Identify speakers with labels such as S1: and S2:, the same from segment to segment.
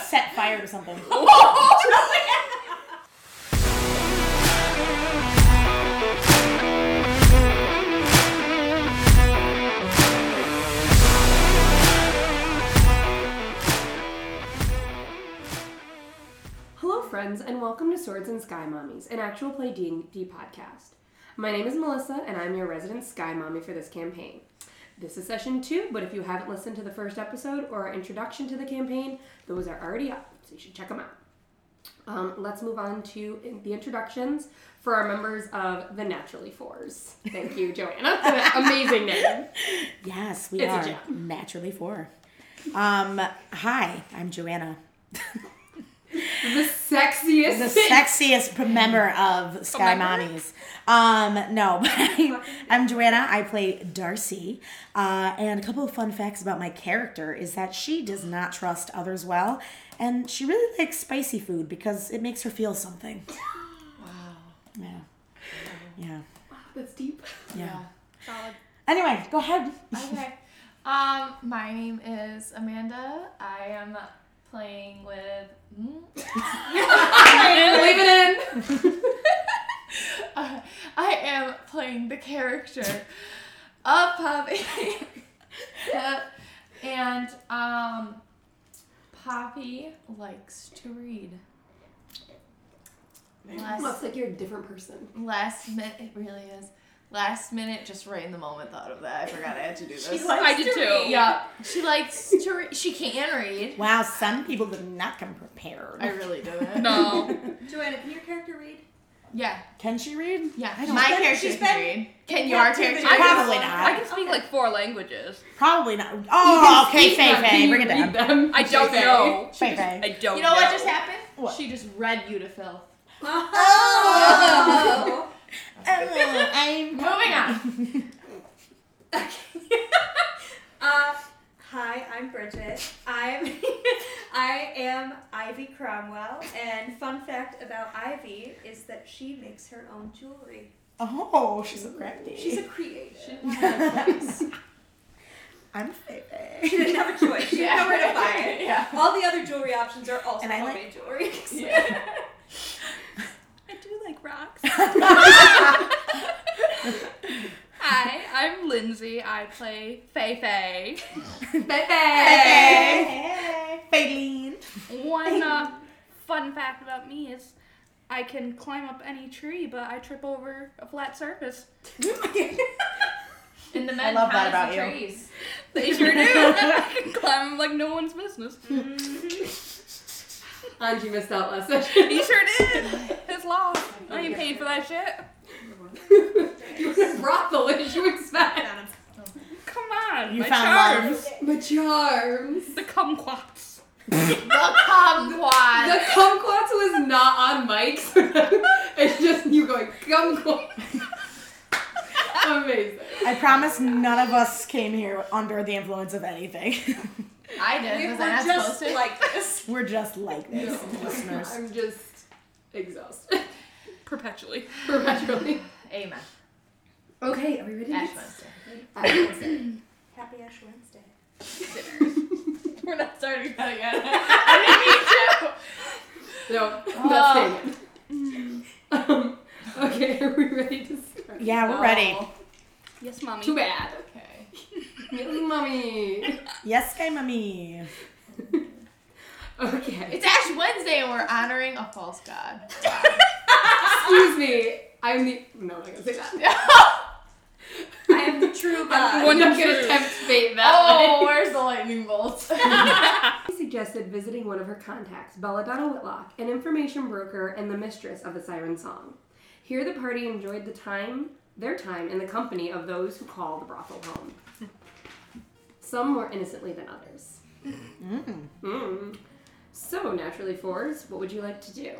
S1: set fire to something.
S2: Hello, friends, and welcome to Swords and Sky Mommies, an actual play D&D podcast. My name is Melissa, and I'm your resident Sky Mommy for this campaign. This is session two, but if you haven't listened to the first episode or our introduction to the campaign, those are already up, so you should check them out. Um, let's move on to in- the introductions for our members of the Naturally Fours. Thank you, Joanna. That's an amazing name.
S1: Yes, we
S2: It's a
S1: are
S2: job.
S1: naturally four. Um, hi, I'm Joanna,
S2: The sexiest.
S1: the
S2: thing.
S1: sexiest member of Sky Mommies. Um, no, but I, I'm Joanna. I play Darcy. Uh, and a couple of fun facts about my character is that she does not trust others well, and she really likes spicy food because it makes her feel something. Wow. Yeah. Yeah.
S2: That's deep.
S1: Yeah.
S3: Solid.
S1: Anyway, go ahead.
S3: Okay. Um, my name is Amanda. I am playing with. Mm.
S2: Leave it in.
S3: Uh, I am playing the character of Poppy. and um, Poppy likes to read.
S2: Looks
S3: Last,
S2: like you're a different person.
S3: last minute, it really is. Last minute, just right in the moment, thought of that. I forgot I had to do this.
S2: I did too.
S3: Yeah, she likes to read. She can read.
S1: Wow, some people did not come prepared.
S3: I really didn't.
S4: No.
S5: Joanna, can your character read?
S3: Yeah,
S1: Can she read?
S3: yeah.
S1: I don't
S3: My
S1: know.
S3: character
S5: she's
S3: can
S5: been-
S3: read. Can your character
S1: I
S3: read?
S1: Probably
S4: I
S1: not.
S4: can speak like four languages.
S1: Probably not. Oh, okay,
S4: Speak
S1: Faye
S4: them.
S1: Faye.
S4: Can
S1: Bring it
S4: you
S1: down.
S4: read them? I don't
S3: Faye.
S4: know.
S1: Faye Faye.
S4: I don't
S3: You know what
S4: know.
S3: just happened?
S1: What?
S3: She just read you to Phil.
S5: Oh!
S1: Oh, I'm.
S3: Moving on.
S5: uh, hi, I'm Bridget. I'm I am Ivy Cromwell, and fun fact about Ivy is that she makes her own jewelry.
S1: Oh, she's so crafty.
S5: She's a creative.
S1: I'm Faye Faye.
S5: She didn't have a choice. She didn't know where to buy it.
S3: Yeah.
S5: All the other jewelry options are also
S1: And I like-
S5: homemade jewelry.
S4: I do like rocks. Hi, I'm Lindsay. I play Fei Fei.
S1: Hey. Faylene.
S4: One uh, fun fact about me is I can climb up any tree, but I trip over a flat surface.
S3: And the men
S1: love that
S3: promised the
S1: about you.
S3: trees.
S4: They sure do. I can climb 'em like no one's business.
S2: Angie missed out last session.
S4: He sure did. It's lost. I ain't paid for that shit.
S2: you would have brought the what did you expect?
S4: Come on.
S1: You
S4: my
S1: found
S4: charms.
S2: My charms.
S4: The kumquats.
S3: The kumquat.
S2: The kumquats was not on mic, so it's just you going kumquat. Amazing.
S1: I promise none of us came here under the influence of anything.
S3: I did.
S5: we were
S3: was I not
S5: just
S3: supposed to?
S5: like this.
S1: We're just like this,
S2: No.
S1: listeners.
S2: I'm just exhausted
S4: Perpetually.
S2: perpetually.
S3: Amen.
S2: Okay, are we ready?
S3: Ash Wednesday.
S5: Happy Ash Wednesday.
S3: We're not starting that again. I didn't mean
S2: No, not saying it. Um, okay, are we ready to start?
S1: Yeah, we're
S3: to.
S1: ready.
S3: Oh,
S4: Yes, mommy.
S2: Too bad.
S3: Okay.
S2: Really, mommy.
S1: Yes, Sky Mummy.
S2: Okay.
S3: It's Ash Wednesday and we're honoring a false god.
S2: Excuse me. I'm the. No, I'm not gonna say that.
S5: I am the true God.
S2: I'm
S4: One
S2: not gonna
S4: truth.
S2: attempt fate that
S3: oh, where's the lightning bolt?
S2: She suggested visiting one of her contacts, Belladonna Whitlock, an information broker and the mistress of the Siren Song. Here, the party enjoyed the time, their time, in the company of those who call the brothel home. Some more innocently than others. Mm. So, naturally, Fours, what would you like to do?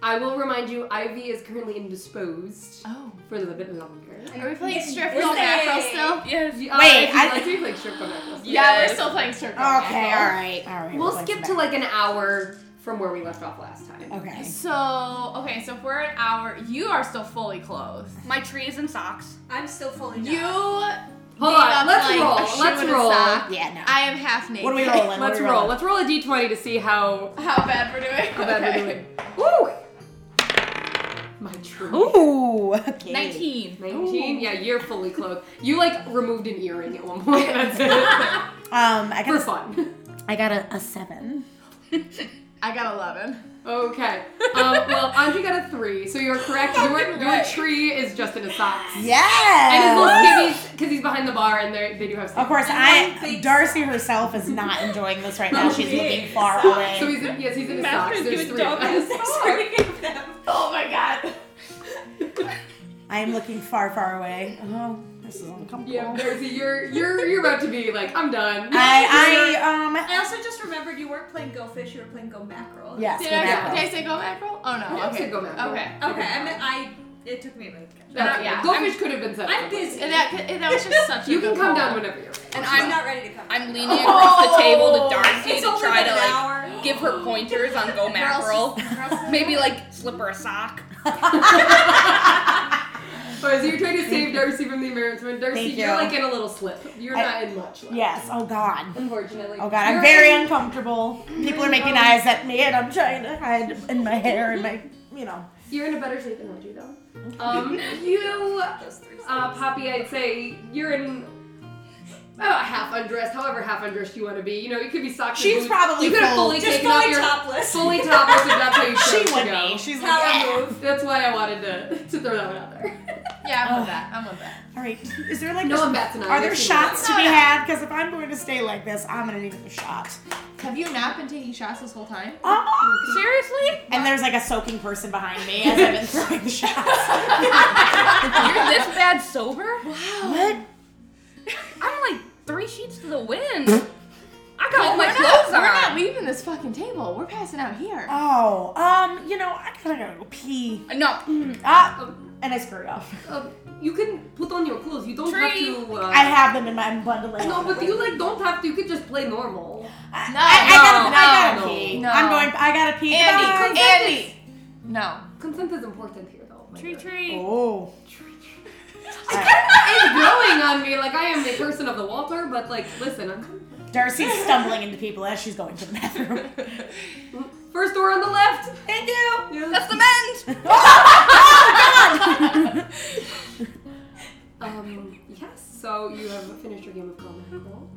S2: I will remind you, Ivy is currently indisposed
S3: oh.
S2: for a little bit longer.
S3: Are we playing strip
S5: Wednesday.
S3: club mackerel still?
S4: Yes.
S2: Uh,
S1: Wait,
S2: if you'd
S1: I-
S2: like to, like, strip club necklace.
S3: Yeah,
S4: Yes.
S3: we're still playing strip
S1: Okay,
S3: club
S1: all
S3: mackerel.
S1: right, all right.
S2: We'll
S1: we're going
S2: skip to
S1: back.
S2: like an hour from where we left off last time.
S1: Okay.
S3: So, okay, so if we're an hour, you are still fully clothed.
S4: My tree is in socks.
S5: I'm still fully God.
S3: You
S2: Hold
S3: gave
S2: on,
S3: up,
S2: let's
S3: like,
S2: roll,
S3: a shoe
S2: let's
S3: and a
S2: roll.
S3: sock.
S1: Yeah, no.
S3: I am half naked.
S1: What are we rolling? What are
S2: Let's
S1: we
S2: roll.
S1: rolling?
S2: Let's roll a d20 to see how,
S3: How bad we're doing?
S2: how bad
S3: Okay.
S2: we're doing. Woo! My true.
S1: Ooh, okay.
S3: 19.
S2: 19? Yeah, you're fully clothed. You like removed an earring at one point. That's it.
S1: Um, I
S2: For
S1: got a,
S2: fun.
S1: I got a, a seven.
S3: I got 11.
S2: Okay. Um, well, Andre got a three, so you're correct. Your, your tree is just in a socks. And his little
S1: Yeah.
S2: skivvies, because he's behind the bar and they they do have
S1: Of
S2: skivvies.
S1: course,
S5: one
S1: I
S5: big-
S1: Darcy herself is not enjoying this right now. She's
S5: big
S1: looking far
S2: So
S1: away.
S2: he's in, yes, he's in his socks.
S4: Master's
S2: There's
S4: doing
S2: three of
S4: dumb as
S2: us.
S4: fuck.
S3: Oh my god.
S1: I am looking far, far away. Oh, this is uncomfortable.
S2: Yeah, Darcy, you're you're you're about to be like, I'm done.
S1: I, I, um,
S5: I also just remembered you weren't playing Go Fish, you were playing Go Mackerel.
S1: yes.
S3: Did
S1: go
S3: I,
S1: back up.
S3: did I say go mackerel? Oh no.
S2: Yeah, I
S3: okay.
S2: said go mackerel.
S3: Okay.
S5: Okay, I mean, I. It took me a minute. to catch up.
S2: That's,
S3: Yeah,
S2: Goldfish could have been said.
S5: I'm busy.
S3: And that, and that was just such a
S2: You can
S3: good
S2: come
S3: call.
S2: down whenever you're ready.
S5: and I'm not ready to come.
S6: I'm leaning across the table to Darcy
S5: Oh, It's
S6: to
S5: only
S6: try
S5: been
S6: to
S5: an
S6: like
S5: hour.
S6: give her pointers on go mackerel. Maybe like slip her a sock.
S2: Alright, so you're trying to save Darcy from the embarrassment. Darcy,
S1: Thank you.
S2: are like in a little slip. You're
S1: I-
S2: not in much. Left.
S1: Yes. Oh God.
S2: Unfortunately.
S1: Oh God. I'm
S2: You're
S1: very
S2: in-
S1: uncomfortable. People are
S2: in
S1: making
S2: your-
S1: eyes at me, and I'm trying to hide in my hair and my, you know.
S2: You're in a better shape than I do, though. Um, you, uh, Poppy, I'd say you're in about half undressed, however half undressed you want to be. You know, you could be socks. and
S1: She's
S2: boots.
S1: probably
S2: you could have
S1: full.
S2: fully
S5: Just
S2: taken off
S5: fully
S2: your
S5: topless.
S2: fully topless if that's how you chose
S1: She
S2: to
S1: would
S2: go.
S1: be. She's like,
S5: Power
S1: yeah.
S5: move.
S2: That's why I wanted to to throw that one out there.
S3: Yeah, I'm
S1: Ugh.
S3: with that. I'm with that.
S1: All right. Is there like?
S2: No
S1: a-
S2: one bats an eye.
S1: are there
S2: They've seen
S1: shots
S2: that.
S1: to be had? Because if I'm going to stay like this, I'm gonna need a shot.
S3: Have you not been taking shots this whole time?
S1: Oh.
S6: Seriously?
S1: And there's like a soaking person behind me as I've been throwing the shots.
S6: You're this bad sober?
S1: what?
S6: I'm like three sheets to the wind. I got
S4: Oh,
S6: all my
S3: we're
S6: clothes
S3: not, We're
S6: on.
S3: not leaving this fucking table. We're passing out here.
S1: Oh. Um. You know, I kind of gotta go pee.
S6: Uh, No,
S1: Ah. And I scurry off.
S2: Um, you can put on your clothes. You don't
S6: Tree.
S2: have to. Uh,
S1: I have them in my I'm bundling.
S2: no, but you like don't have to. You could just play normal.
S1: I,
S3: No,
S1: I, I gotta, I
S2: no,
S1: gotta
S2: no,
S1: pee.
S3: no.
S1: I'm going. I gotta pee. Goodbye.
S3: Andy,
S2: Consent
S3: Andy. No.
S2: Consent is important here, though. my
S4: Tree,
S2: dear.
S4: tree.
S1: Oh.
S2: It's growing on me. Like I am a person of the water, but like, listen, I'm
S1: Darcy's stumbling into people as she's going to the bathroom.
S2: first door on the left.
S1: Thank you.
S6: that's the mend.
S2: Um, yes. So you have finished your game of Call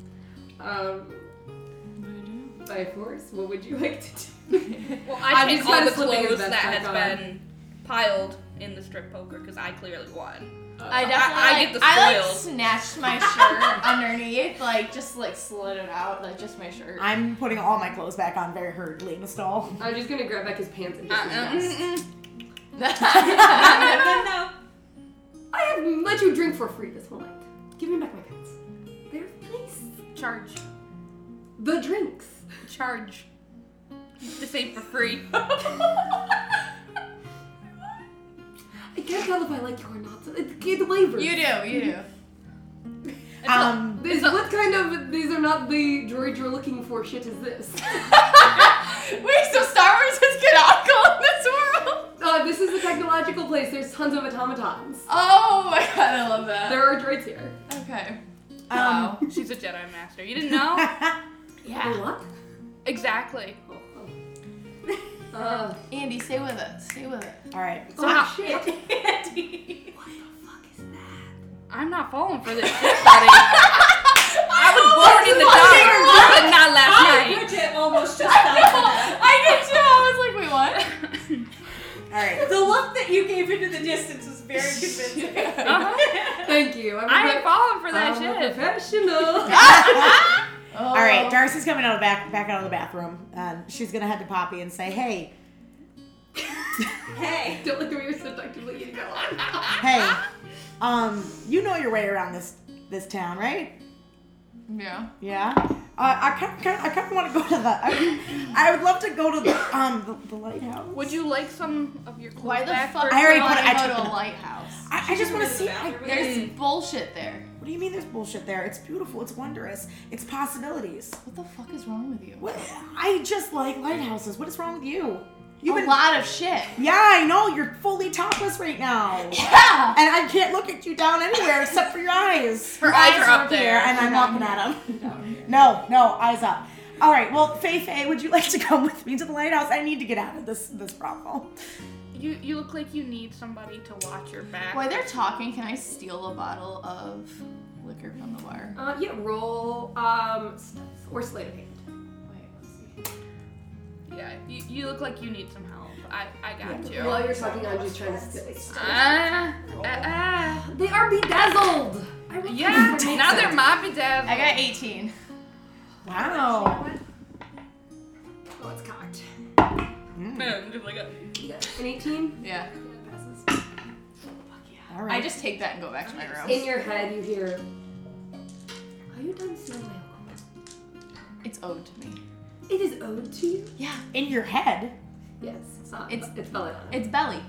S2: Um, by force, what would you like to do?
S6: Well,
S2: I'm
S6: I take
S2: just
S6: all
S2: kinda
S6: the
S2: slipping his
S6: clothes
S2: best
S6: that
S2: back
S6: has
S2: on.
S6: been piled in the strip poker because I clearly won.
S3: I definitely.
S6: I
S3: like,
S6: get the
S3: I like
S6: spoils.
S3: snatched my shirt underneath, like just like slid it out, like just my shirt.
S1: I'm putting all my clothes back on very hurriedly in the stall.
S2: I'm just gonna grab back his pants and
S6: Uh,
S2: just.
S6: uh, mm,
S2: undress.
S6: mm.
S5: No, no, no.
S2: I have let you drink for free this whole night. Give me back my pants. They're nice.
S4: Charge.
S2: The drinks.
S4: Charge.
S6: This ain't for free.
S2: I can't tell if I like you or not. It's the flavors.
S3: you do, you do.
S1: Um.
S2: This, what kind of these are not the droid you're looking for? Shit is this?
S3: Wait, so Star Wars is canonical in this world?
S2: Uh, this is a technological place. There's tons of automatons.
S3: Oh my god, I love that.
S2: There are droids here.
S3: Okay.
S1: Um.
S3: Wow.
S6: She's a Jedi Master. You didn't know?
S3: Ah.
S2: A
S6: Yeah.
S2: what?
S6: Exactly.
S2: Oh, oh. Uh,
S3: Andy, stay with it. Stay with it.
S1: all right.
S2: oh
S6: how-
S2: shit. What the fuck is
S6: I'm not falling for this shit, buddy. I was born in the dark, but not last night.
S5: Bridget almost just fell for that.
S3: I did too. I was like, wait, what?
S1: All right.
S5: The look that you gave into the distance was very convincing.
S3: Uh-huh.
S4: Uh-huh.
S2: that? Thank you. I'm a
S6: I ain't
S2: pro-
S6: falling for that
S2: I'm a
S6: shit.
S2: professional.
S3: Oh.
S1: All right, Darcy's coming out of back back out of the bathroom, and she's gonna head to Poppy and say, "Hey,
S5: hey.
S2: Don't look at me. You're seductively eating a lot.
S1: hey, um, you know your way around this this town, right?
S3: Yeah.
S1: Yeah. Uh, I kind of I kind of want to go to the. I, I would love to go to the um the, the lighthouse.
S4: Would you like some of your clothes
S3: Why the
S4: back?
S3: fuck
S4: for-
S1: I already
S3: would
S1: put it- I
S3: I
S1: took it Mm.
S3: go to
S1: out.
S3: a lighthouse?
S1: I, I just want to see. I,
S5: bathroom.
S1: there's.
S3: There's bullshit there.
S1: What do you mean? There's bullshit there. It's beautiful. It's wondrous. It's possibilities.
S3: What the fuck is wrong with you?
S1: What? I just like lighthouses. What is wrong with you? You've
S3: a
S1: been.
S3: lot of shit.
S1: Yeah, I know. You're fully topless right now.
S3: Yeah.
S1: And I can't look at you down anywhere except for your eyes.
S6: Her eyes are up
S1: here,
S6: there.
S1: and I'm looking at them. No, no, eyes up. All right. Well, Fei Fei, would you like to come with me to the lighthouse? I need to get out of this this problem.
S4: You you look like you need somebody to watch your back.
S3: While they're talking, can I steal a bottle of liquor from the bar?
S2: Uh, yeah, roll um, stealth or sleight of hand.
S3: Wait, let's see.
S4: Yeah, you, you look like you need some help. I I got you.
S2: While you're talking, I'm just trying to steal.
S5: Uh,
S4: Ah, ah,
S2: They are bedazzled.
S4: ah. yeah. Now they're my
S3: I
S4: bedazzled.
S3: got 18.
S1: Wow.
S2: Oh, it's cocked.
S4: Man, just like a-
S2: Yeah. An 18
S3: Yeah.
S2: passes.
S1: All
S3: I
S1: right.
S3: just take that and go back to my room.
S2: In your head, you hear. Are you done stealing my alcohol?
S3: It's owed to me.
S2: It is owed to you.
S3: Yeah.
S1: in your head,
S2: Yes. Uh, it's
S3: It's-
S2: it's Belladonna.
S3: It's belly.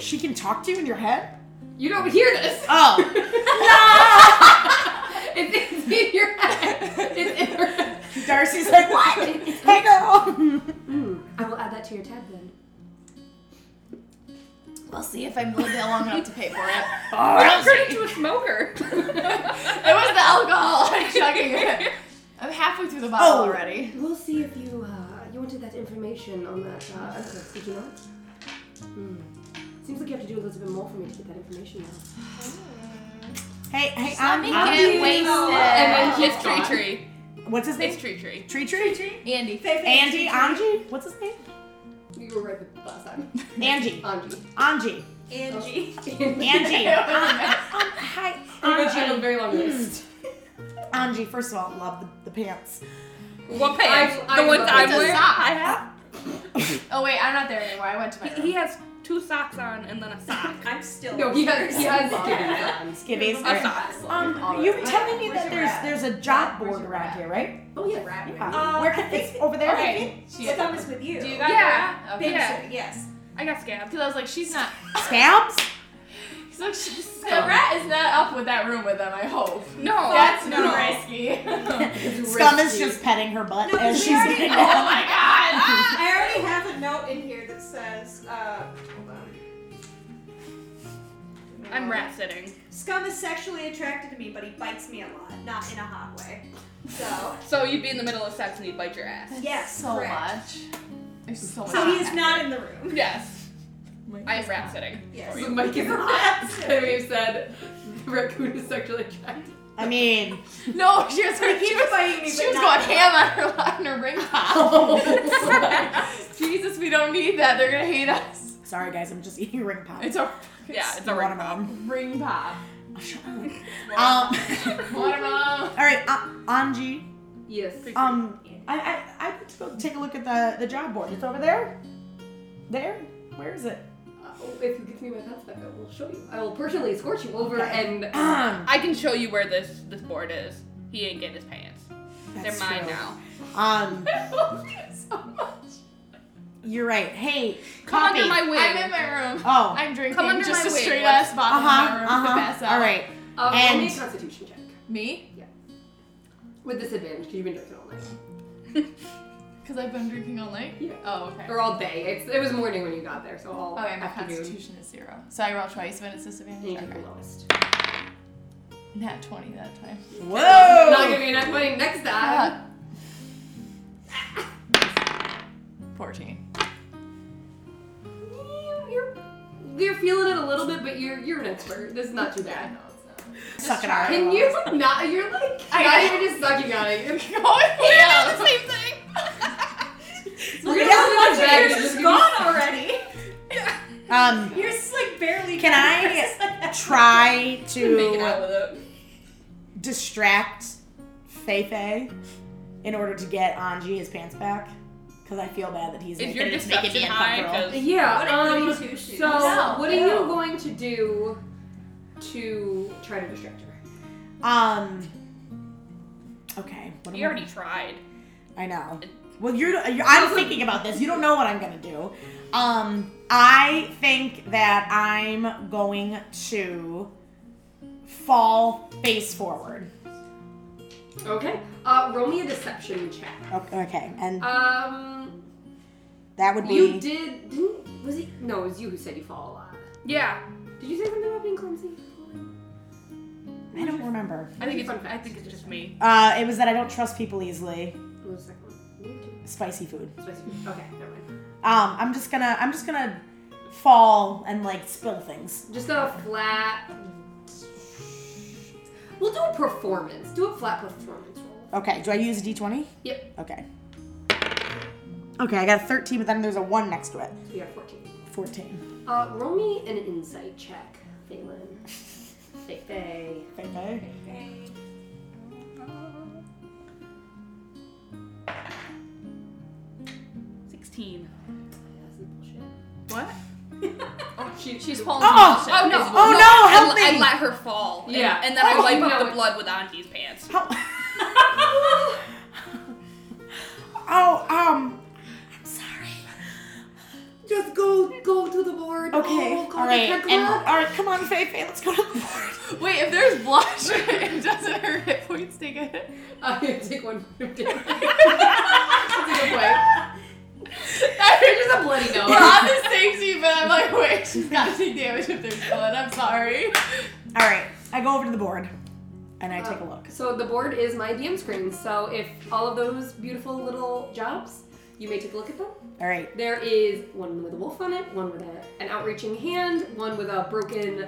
S1: she can talk to you in your head.
S2: You don't hear this.
S1: Oh.
S2: It's, it's in your head. It's in your head.
S1: Darcy's like, what? hey, girl.
S2: Mm, I will add that to your tab then.
S3: We'll see if I'm lived long enough to pay for it.
S1: Oh,
S2: Turn into a smoker.
S3: It was the alcohol. I'm chugging it. I'm halfway through the bottle
S1: Oh.
S3: already.
S2: we'll see if you uh, you wanted that information on that uh, sticky note. Hmm. Seems like you have to do a little bit more for me to get that information now.
S1: hey, hey,
S3: Let
S1: I'm,
S3: me
S1: I'm-
S3: get
S2: And
S3: wasted.
S2: then
S6: It's tree tree.
S1: What's his name?
S6: It's tree tree.
S1: Tree Tree? Tree?
S3: Andy.
S1: Angie? Angie? What's his name?
S2: You were right the last time.
S1: Angie.
S2: Angie.
S1: Angie.
S5: Angie.
S1: Angie.
S3: Oh,
S1: Um, um, hi.
S2: Angie.
S1: Angie.
S2: very long list.
S1: Angie, first of all, love the, the pants.
S6: What pants?
S2: I
S6: The ones
S2: love
S6: I'm
S3: It's a
S6: wearing.
S3: sock.
S4: I have.
S3: Oh wait, I'm not there anymore. I went to my
S4: He,
S3: room.
S4: he has two socks on and then a sock.
S5: I'm still.
S2: No, he has he has skinny
S1: Skivvies.
S6: A sock.
S1: Um,
S3: All
S1: you were
S3: right.
S1: telling me
S3: Where's
S1: that
S3: your
S1: there's
S3: rat?
S1: there's a job
S3: Where's
S1: board
S3: your
S1: around
S3: rat?
S1: here, right?
S2: Oh yeah.
S1: Yeah.
S5: Uh,
S1: Where can it's over there? I think?
S3: okay. She
S5: Thumb is with you.
S3: Do you
S5: got
S3: got
S4: Yeah.
S3: that? Okay.
S4: Yeah.
S5: Yes.
S4: I got scabs.
S3: Because I was like, she's not.
S1: Scabs?
S3: She's like, she's, the rat is not up with that room with them. I hope.
S4: No,
S3: That's
S4: Oh, no.
S3: no. risky.
S1: Scum is just petting her butt
S5: No,
S1: as
S5: we
S1: she's
S5: already-
S1: getting
S3: oh
S1: down.
S3: my god. Ah!
S5: I already have a note in here that says, uh, hold on.
S4: I'm rat sitting.
S5: Scum is sexually attracted to me, but he bites me a lot, not in a hot way. So,
S6: So you'd be in the middle of sex and he'd bite your ass.
S5: yes,
S3: so
S5: correct.
S3: much. There's so much.
S5: So he is
S3: happening.
S5: not in the room.
S6: Yes. I am rat sitting.
S5: Yes.
S2: So Mike is a rat. So we've said the raccoon is sexually attracted.
S1: I mean,
S3: No, she was.
S5: He
S3: She
S5: keeps
S3: was,
S5: biting me,
S3: she
S5: but
S3: was
S5: not
S3: going ham on her on her ring pop.
S2: Oh,
S3: It's like, Jesus, we don't need that. They're gonna hate us.
S1: sorry guys, I'm just eating ring pop.
S3: It's a
S6: Yeah, it's a
S1: Water
S6: ring
S1: mom.
S3: ring pop.
S1: Shut up. Um,
S3: Watermelon.
S1: all right, uh, Angie.
S2: Yes. Uh,
S1: Um, I, I, I need to go take a look at the, the job board. It's over there? There? Where is it?
S2: oh, if you give me my pants back, I will show you. I will personally escort you over
S1: Okay.
S2: and uh,
S1: Um,
S6: I can show you where this this board is. He ain't get his pants.
S1: that's
S6: They're mine
S1: true.
S6: now.
S1: Um,
S3: I love you so much.
S1: you're right. Hey,
S6: Come
S1: copy.
S6: under my wing.
S3: I'm in my room.
S1: Oh.
S3: I'm drinking
S6: Come under
S3: just
S6: my
S3: a
S6: wing.
S3: straight ass bottle
S1: uh huh.
S3: in my room
S1: Uh
S3: to pass
S1: huh.
S3: out.
S1: All right.
S2: um, roll me a
S1: and-
S2: constitution check
S3: Me?
S2: with disadvantage because you've been drinking all night
S3: Because I've been drinking all night?
S2: Yeah.
S3: Oh, okay.
S2: or all day. It's, it was morning when you got there, so all
S3: Okay, my
S2: afternoon.
S3: constitution is zero. So I roll twice, but it's
S2: And you
S3: disadvantage.
S2: take the
S3: Okay.
S2: lowest.
S3: Nat 20 that time.
S2: Not
S1: Whoa.
S2: giving you enough money next time.
S3: Ah. Uh, 14.
S2: You're you're feeling it a little bit, but you're you're an expert. This is not too
S3: I
S2: bad.
S3: know it's not.
S1: Suck it out.
S2: Can you not? You're like
S3: I-
S2: not even just sucking on it. You're
S3: yeah. the same thing.
S2: We're gonna
S1: how much
S2: put it in the
S1: of
S2: bag and
S1: yours
S2: just
S1: is
S2: give you-
S5: gone already.
S1: Um,
S5: Yours is like barely.
S1: can I try
S6: Make it out
S1: to
S6: with it.
S1: distract Fei Fei in order to get Anji his pants back? Because I feel bad that he's
S6: Is
S1: making
S6: your
S1: it- making
S6: deception
S1: me a
S6: high?
S1: hot girl.
S6: 'Cause-
S2: Yeah.
S5: What a
S2: um,
S5: goody two-shoes.
S2: so,
S3: No,
S2: what are you
S3: no.
S2: going to do to try to distract her?
S1: Um. Okay. What am
S6: You
S1: I-
S6: already tried.
S1: I know. Well, you're, you're. I'm thinking about this. You don't know what I'm gonna do. Um, I think that I'm going to fall face forward.
S2: Okay. Uh, roll me a deception check.
S1: Okay, and
S2: Um,
S1: That would be.
S2: You did. Didn't. Was it? No, it was you who said you fall a lot.
S6: Yeah,
S2: Did you say something about being clumsy?
S1: I don't remember.
S6: I think it's I think it's just me.
S1: Uh, it was that I don't trust people easily.
S2: What was the second one? You too.
S1: Spicy food.
S2: Spicy food. Okay, never mind.
S1: Um, I'm just gonna. I'm just gonna fall and like spill things.
S2: Just a flat. We'll do a performance. Do a flat performance roll.
S1: Okay. Do I use a D20?
S2: Yep.
S1: Okay. Okay, I got a 13, but then there's a one next to it.
S2: So you got 14.
S1: 14.
S2: Uh, roll me an insight check, Phelan. Fey Fey.
S1: Okay.
S6: Sixteen.
S2: That's
S6: What? She,
S2: bullshit.
S6: she's falling.
S1: Oh!
S6: from the
S4: Oh, no.
S6: is what-
S1: Oh, no,
S4: I-
S1: help me.
S4: I, let her fall. and-
S6: Yeah.
S4: And, then I
S6: Oh,
S4: wipe
S6: you
S4: up
S6: know
S4: the
S6: it.
S4: blood with Auntie's pants.
S1: How- oh, um, I'm sorry.
S2: Just go, go to the board.
S1: Okay.
S2: Oh, God,
S1: all right.
S2: the
S1: And,
S2: heck,
S1: all right. Come on, Faye. Faye, let's go to the board.
S3: Wait, if there's blush, it doesn't hurt hit points take a hit.
S2: I take one. That's a good point.
S6: It's a bloody
S3: We're
S6: nose.
S3: on the same team, but I'm like, wait, she's gotta take damage if there's blood. I'm sorry.
S1: All right. I go over to the board, and I take a look.
S2: So the board is my DM screen. So if all of those beautiful little jobs, you may take a look at them.
S1: All right.
S2: There is one with a wolf on it, one with a, an outreaching hand, one with a broken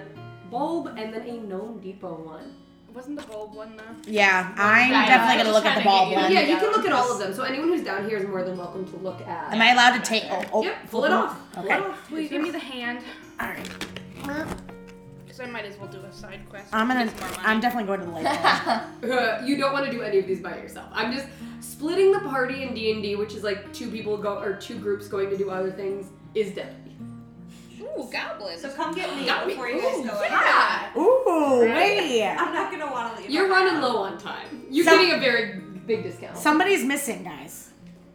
S2: bulb, and then a gnome depot one.
S4: Wasn't the bulb one though?
S1: Yeah, I'm
S3: Yeah,
S1: definitely
S3: I
S1: gonna
S3: was
S1: look
S3: trying
S1: at the
S3: to
S1: ball
S3: get you-
S1: one.
S2: Yeah, you can look at all of them. So anyone who's down here is more than welcome to look at.
S1: Am I allowed to take? Oh, oh,
S2: Yep, pull it off. Pull
S1: Okay.
S2: it off.
S4: Will you give me the hand?
S1: All right.
S4: Because I might as well do a side quest.
S1: I'm gonna.
S4: Get some more money.
S1: I'm definitely going to the light. bulb.
S2: Uh, you don't want to do any of these by yourself. I'm just splitting the party in D and D, which is like two people go or two groups going to do other things, is deadly.
S4: Ooh, goblins.
S5: So come get me
S2: Got me.
S5: before you guys
S2: Ooh,
S5: go
S2: yeah.
S1: Ooh, wait.
S5: I'm not gonna want to leave.
S2: You're running low on time. You're
S1: Some-
S2: getting a very big discount.
S1: Somebody's missing, guys.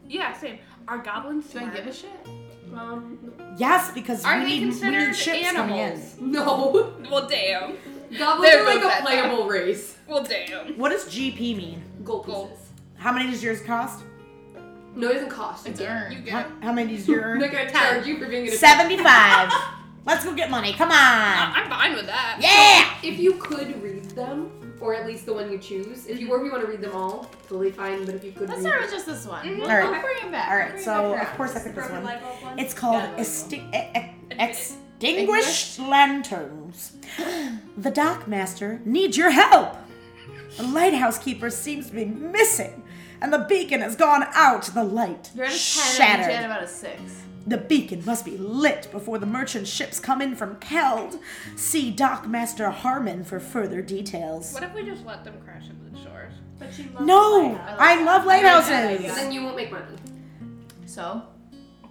S4: Yeah, same. Are goblins
S3: Do I give a
S4: smart?
S3: shit?
S2: um,
S1: Yes, because
S4: Are
S1: we
S4: they
S1: need, we
S4: considered
S1: need ships
S4: animals?
S1: coming
S2: no,
S4: Well, damn.
S2: goblins
S4: There
S2: are like
S4: goes
S2: a
S4: that
S2: playable race.
S4: Well, damn.
S1: in. What does GP mean?
S2: Gold pieces.
S4: Gold.
S1: How many does yours cost?
S2: No, it doesn't cost.
S3: It's
S2: you.
S3: earned.
S4: You
S1: How,
S4: get.
S1: how many does your
S2: I'm not
S1: earn?
S2: gonna charge you for being an
S1: Seventy-five. Let's go get money. Come on.
S4: I- I'm fine with that.
S1: Yeah.
S2: If you could read them, or at least the one you choose, if you or if you want to read them all, totally fine. But if you could,
S3: Let's
S2: read
S3: start
S2: them.
S3: with just this one. We'll,
S1: All right.
S3: we'll bring it back.
S1: All
S3: We'll
S1: right.
S3: bring it
S1: So
S3: back
S1: of
S3: around.
S1: course I picked this
S5: Broken
S1: one.
S5: light bulb one.
S1: It's called
S2: Yeah, I know.
S1: Esti- e- e- Extinguished Lanterns. The dockmaster needs your help. The lighthouse keeper seems to be missing, and the beacon has gone out. The light
S3: You're at a 10 and you had
S1: shattered.
S3: about a 6.
S1: The beacon must be lit before the merchant ships come in from Keld. See Dockmaster Harmon for further details.
S4: What if we just let them crash into the shores?
S5: But she loves the
S1: No,
S5: light.
S1: I love
S3: Yeah.
S1: lighthouses.
S2: then you won't make money.
S3: So,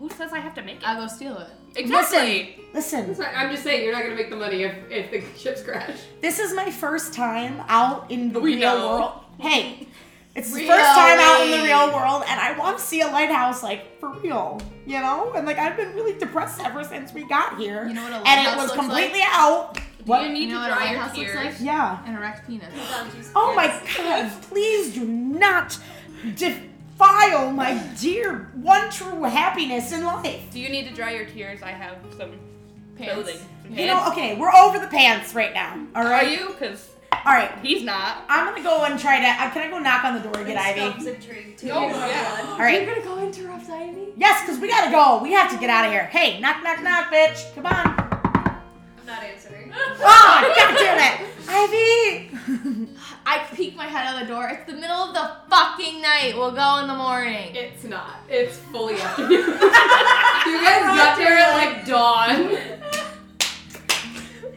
S4: Who says I have to make it?
S3: I'll go steal it.
S4: exactly.
S1: Listen,
S2: That's right, I'm just saying you're not gonna make the money if, if the ships crash.
S1: this is my first time out in the
S4: We
S1: real
S4: know.
S1: world. Hey, it's the
S3: Really?
S1: first time out in the real world, and I want to see a lighthouse like for real, you know. And like I've been really depressed ever since we got here,
S3: You know what a
S1: and it
S3: lighthouse
S1: was
S3: looks
S1: completely out. What?
S4: You
S3: You
S4: need
S3: know
S4: to
S3: what a
S4: dry your
S3: lighthouse looks
S4: tears.
S3: like?
S1: Yeah.
S3: An erect penis.
S1: Oh my god, please do not defile my dear one true happiness in life.
S4: Do you need to dry your tears? I have some
S3: Pants.
S4: building.
S3: Yeah.
S1: You know, okay, we're over the pants right now. All
S4: Are
S1: right.
S4: you? Because
S1: All right.
S4: he's not.
S1: I'm gonna go and try to. Uh, can I go knock on the door and get
S5: Stumps
S1: Ivy?
S5: intrigued too.
S4: No,
S5: You're
S4: yeah.
S5: one.
S1: All right.
S2: Oh You're gonna go interrupt Ivy?
S1: Yes, because we gotta go. We have to get out of here. Hey, knock, knock, knock, bitch. Come on.
S5: I'm not answering.
S1: Oh, God damn it. Ivy.
S3: I peek my head out the door. It's the middle of the fucking night. We'll go in the morning.
S2: It's not. It's fully afternoon. you guys got there at like dawn.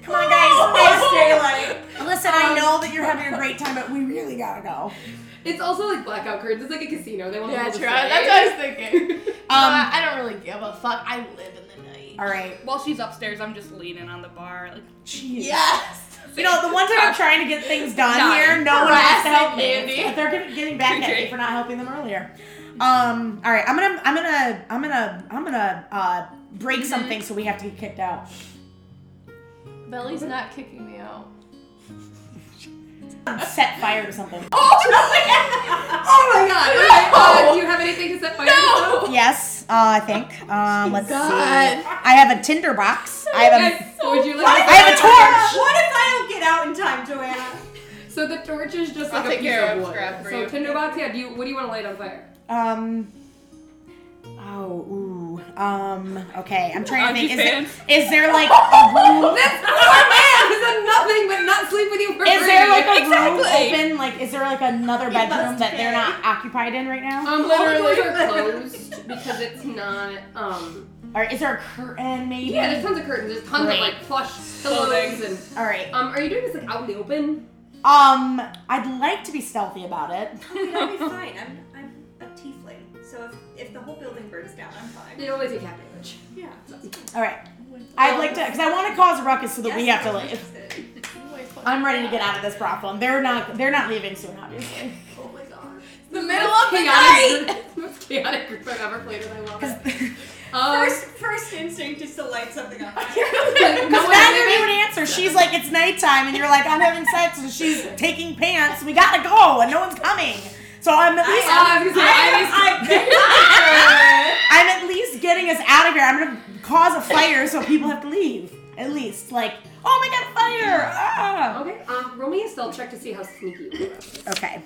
S1: Come on,
S3: Oh,
S1: guys. It's daylight. Listen,
S3: Um,
S1: I know that you're having a great time, but we really gotta go.
S2: It's also like blackout curtains. It's like a casino. They want
S3: Yeah,
S2: to
S3: true. That's what I was thinking.
S2: what
S3: Uh, I don't really give a fuck. I live in the night.
S1: All right.
S4: While she's upstairs, I'm just leaning on the bar. Like,
S1: Jeez.
S3: Yes.
S1: You know, the one time I'm trying to get things done
S4: Done.
S1: here, no one wants to help me.
S3: Harassing Andy.
S1: But they're gonna- getting back at me for not helping them earlier. Um. All right. I'm gonna. I'm gonna. I'm gonna. I'm gonna uh, break
S3: Mm-hmm.
S1: something so we have to get kicked out.
S3: Belly's not kicking me out.
S1: Set fire to something.
S3: Oh,
S2: Oh my god! Alright, uh, do you have anything to set fire no! to?
S1: Yes. uh, I think. Um, let's see. I have a Tinder box. I have a.
S2: Would you like?
S1: I have a torch.
S5: What if I don't get out in time, Joanna?
S2: So the torch is just
S3: I'll
S2: like a
S3: take
S2: piece
S3: care
S2: of
S3: of
S2: wood.
S3: scrap for
S2: so
S3: you.
S2: tinderbox, yeah. Do you? What do you want to light on fire?
S1: Um. Oh, ooh. Um. Okay, I'm trying to
S4: Auntie
S1: think. Is there, is there like a room?
S2: That's poor man has done nothing but not sleep with you for
S1: Is
S2: free.
S1: there like a
S4: Exactly.
S1: room open? Like, is there like another bedroom that they're not occupied in right now?
S2: um, literally are closed because it's not um.
S1: Or is there a curtain maybe?
S2: Yeah, there's tons of curtains. There's tons of like plush pillows and.
S1: All right.
S2: Um, are you doing this like out in the open?
S1: Um, I'd like to be stealthy about it.
S5: I'll be fine. I'm, I'm a tiefling, so if, if the whole building burns down, I'm fine.
S2: They always take captive.
S5: Yeah.
S1: All right. I'd like to, because I want to cause a ruckus so that we have
S5: Yes,
S1: to
S5: I'm
S1: leave.
S5: interested.
S1: I'm ready to get out of this problem. They're not. They're not leaving soon, obviously.
S5: Oh
S2: The middle of the night. Most chaotic group I've ever played with. I love it. Um,
S5: First, first instinct is to light something on fire.
S2: like, no
S1: Because
S2: one's
S1: neither you
S2: leaving.
S1: would answer. She's like, it's nighttime, and you're like, I'm having sex, and she's taking pants. We gotta go, and no one's coming. So I'm at least.
S2: Oh, I was gonna say, I,
S5: I bet
S1: I'm at least getting us out of here. I'm gonna cause a fire so people have to leave. At least, like, oh my god, fire! Ah.
S2: Okay, um, roll me a stealth check to see how sneaky you are.
S1: Okay.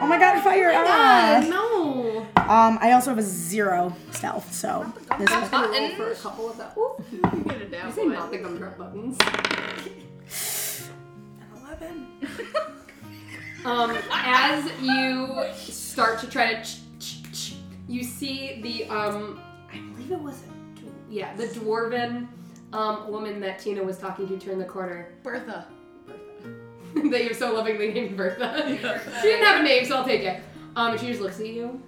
S1: Oh my god, fire! Ah.
S2: no.
S1: Um, I also have a zero stealth,
S2: Oh
S1: so this
S2: I was
S1: is
S2: gonna roll for a couple of that. Ooh, you
S3: Get it down.
S2: say
S3: boy.
S2: not the gumdrop buttons.
S1: eleven.
S2: Um, as you start to try to, ch- ch- ch- you see the um, I believe it was a, dw- yeah, the dwarven um woman that Tina was talking to turn the corner.
S3: Bertha.
S2: that you're so lovingly named Bertha. she didn't have a name, so I'll take it. Um, and she just looks at you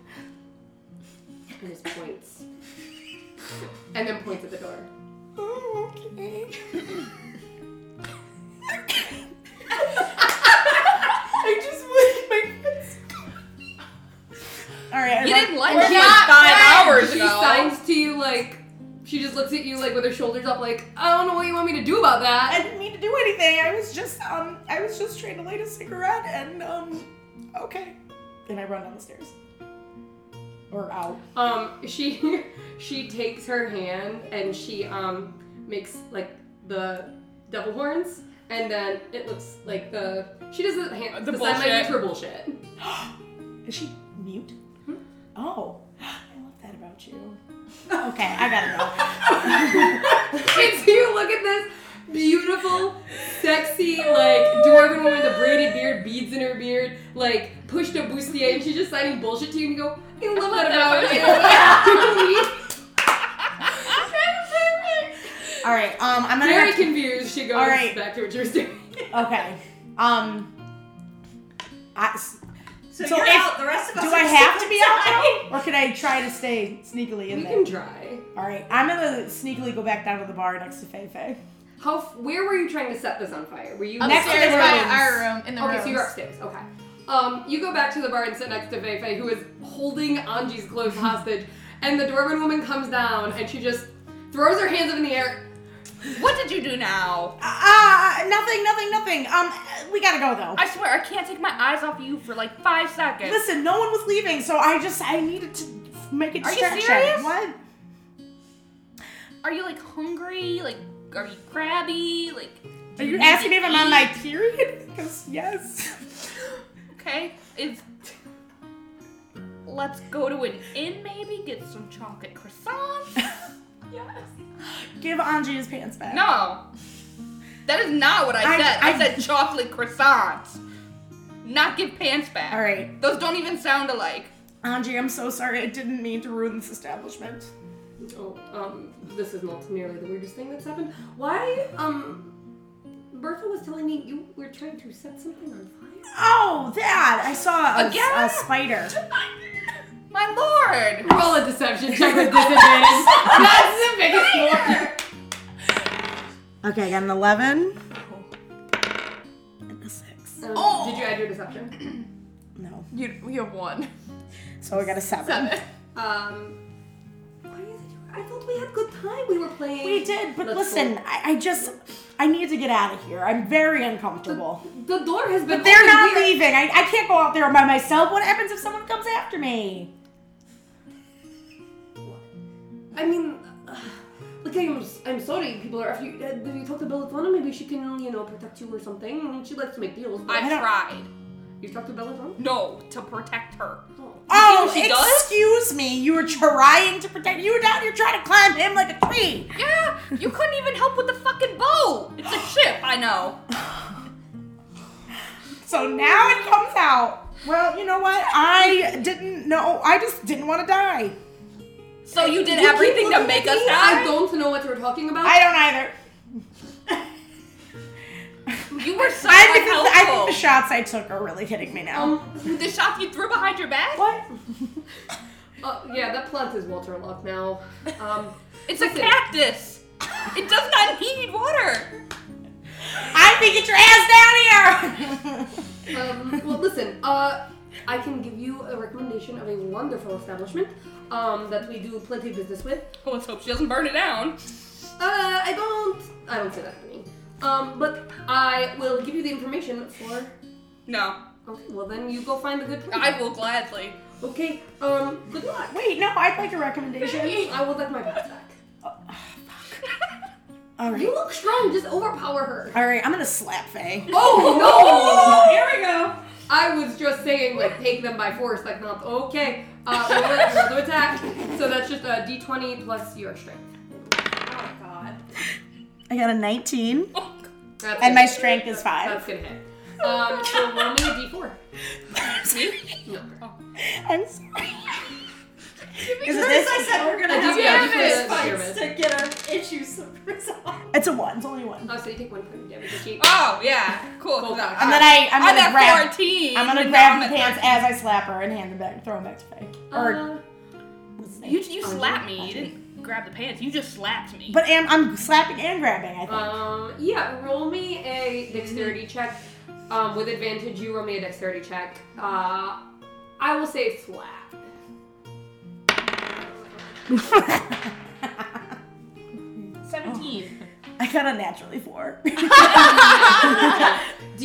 S2: and just points, and then points at the door.
S1: All right. I'm
S6: You
S1: like-
S6: didn't like
S2: And
S6: it
S2: she,
S6: like
S2: like,
S6: five
S2: signs-
S6: hours
S2: She
S6: ago.
S2: signs to you like she just looks at you like with her shoulders up, like I don't know what you want me to do about
S1: I
S2: that.
S1: didn't mean to do anything. I was just um I was just trying to light a cigarette and um okay. Then I run down the stairs. Or out.
S2: Um, she she takes her hand and she um makes like the devil horns, and then it looks like the she does the hand
S6: The
S2: the sign
S6: bullshit.
S2: language for bullshit.
S1: Is she mute? Oh. I love that about you. Okay, I gotta
S2: And so you look at this beautiful, sexy, like dwarven woman with a braided beard, beads in her beard, like pushed a bustier, and she's just signing bullshit to you, and you go, I love that about you.
S1: go. Alright, um I'm gonna
S2: Very
S1: have to-
S2: confused, she goes
S1: All right.
S2: back to what you were doing.
S1: Okay. Um I s
S5: So,
S1: So
S5: you're
S1: if-
S5: out. The rest of us.
S1: do
S5: are
S1: I have to be
S5: still
S1: out now? Or can I try to stay sneakily in
S2: You
S1: there?
S2: can try.
S1: Alright, I'm gonna sneakily go back down to the bar next to Fei Fei.
S2: How? f- Where were you trying to set this on fire? Were you
S1: Next to the
S3: Upstairs by
S1: rooms.
S3: our room in the
S2: Okay, so
S3: rooms.
S2: you're upstairs. Okay. Um, you go back to the bar and sit next to Feifei, who is holding Anji's clothes hostage, and the dwarven woman comes down and she just throws her hands up in the air.
S6: What did you do now?
S1: Ah, uh, nothing, nothing, nothing. Um, we gotta go though.
S4: I swear I can't take my eyes off you for like five seconds.
S1: Listen, no one was leaving, so I just I needed to make a
S4: Are you
S1: distraction.
S4: serious?
S1: What?
S4: Are you like hungry? Like, are you crabby? Like,
S1: Are you asking me if I'm on my period? Because yes.
S4: okay, is let's go to an inn maybe get some chocolate croissants.
S1: Give Anji his pants back.
S6: No. That is not what I
S1: I'm-
S6: said. I,
S1: I'm-
S6: said chocolate croissants. Not give pants back.
S1: All right,
S6: Those don't even sound alike.
S1: Anji, I'm so sorry. I didn't mean to ruin this establishment.
S2: Oh, um, this is not nearly the weirdest thing that's happened. Why, um, Bertha was telling me you were trying to set something on fire?
S1: Oh, that I saw a,
S6: Again?
S1: a spider.
S6: My lord.
S2: Roll a deception check with disadvantage. that's the biggest one.
S1: Okay, I got an eleven. And a six.
S2: Um, Did you add your deception?
S1: No,
S6: You, you have one.
S1: so I got a seven.
S2: Um, why is it? I thought we had good time. We were playing.
S1: We did, but
S2: Let's
S1: listen, I, I just I need to get out of here. I'm very uncomfortable.
S2: The door has been.
S1: But they're
S2: open.
S1: not
S2: We are-
S1: leaving. I, I can't go out there by myself. What happens if someone comes after me?
S2: I mean, uh, like I'm, s- I'm sorry, people are. If you uh, if you talk to Belladonna, maybe she can you know protect you or something. I mean, she likes to make deals. But
S6: I
S1: don't-
S6: tried.
S2: you talk to Belladonna.
S6: No, to protect her.
S1: Oh,
S6: she does?
S1: excuse me. You were trying to protect. You were down here trying to climb him like a tree.
S6: Yeah, you couldn't even help with the fucking boat. It's a ship, I know.
S1: So now it comes out. Well, you know what? I didn't know. I just didn't want to die.
S6: So you did
S2: You keep
S6: everything to
S2: looking
S6: make
S2: at
S6: us
S2: me, I
S6: die.
S2: don't know what you're talking about.
S1: I don't either.
S6: You were so
S1: I think, the, I think the
S6: unhelpful.
S1: shots I took are really hitting me now.
S2: um,
S6: The, shot you threw behind your back.
S1: what?
S2: uh, yeah, that plant is Walter Luck now. Um,
S6: It's a
S2: Listen.
S6: cactus. It does not need water.
S1: I think get your ass down here.
S2: um, well, listen. Uh, I can give you a recommendation of a wonderful establishment um, that we do plenty of business with.
S6: Let's hope she doesn't burn it down.
S2: Uh, I don't. I don't say that happening. Um, but I will give you the information for.
S6: No,
S2: Okay, well then you go find the good place.
S6: I will gladly.
S2: Okay. Um, good luck.
S1: Wait, no. I'd like a recommendation.
S2: I will let my boss back.
S1: All
S2: You
S1: right.
S2: look strong. Just overpower her.
S1: All right. I'm gonna slap Faye.
S2: Oh no!
S6: Here we go.
S2: I was just saying like take them by force, like not okay. Uh, roll it- roll to attack. So that's just a d20 plus your strength.
S5: Oh god.
S1: I got a 19,
S6: Oh,
S2: That's
S1: and
S2: gonna-
S1: my strength is five.
S2: That's gonna hit. Um, so roll me a d4. No.
S1: I'm sorry. Is it
S5: First, I
S1: this?
S5: said we're gonna
S2: I
S5: have
S2: do have it.
S5: fist
S2: Damn
S5: fights
S2: it.
S5: to get our issues resolved.
S1: It's a one. It's only one.
S2: Oh, so you take one point of damage. She-
S6: Oh yeah, cool.
S2: Full
S6: cool.
S4: Uh,
S2: back.
S1: And then I, I'm
S6: I'm
S1: gonna
S6: at
S1: grab.
S6: 14.
S1: I'm gonna
S6: and
S1: grab
S6: now I'm
S1: the
S6: at
S1: pants as I slap her and hand them back, throw them back to Faye. Or
S2: Uh,
S1: what's his
S6: 13.
S1: name?
S6: You you slapped me. You didn't grab the pants. You just slapped me.
S1: Oh, But am, I'm slapping and grabbing. I think.
S2: Um, yeah, roll me a dexterity check. Um, with advantage, you roll me a dexterity check. Uh, I will say flat.
S6: Seventeen.
S1: I got a naturally four.
S2: Do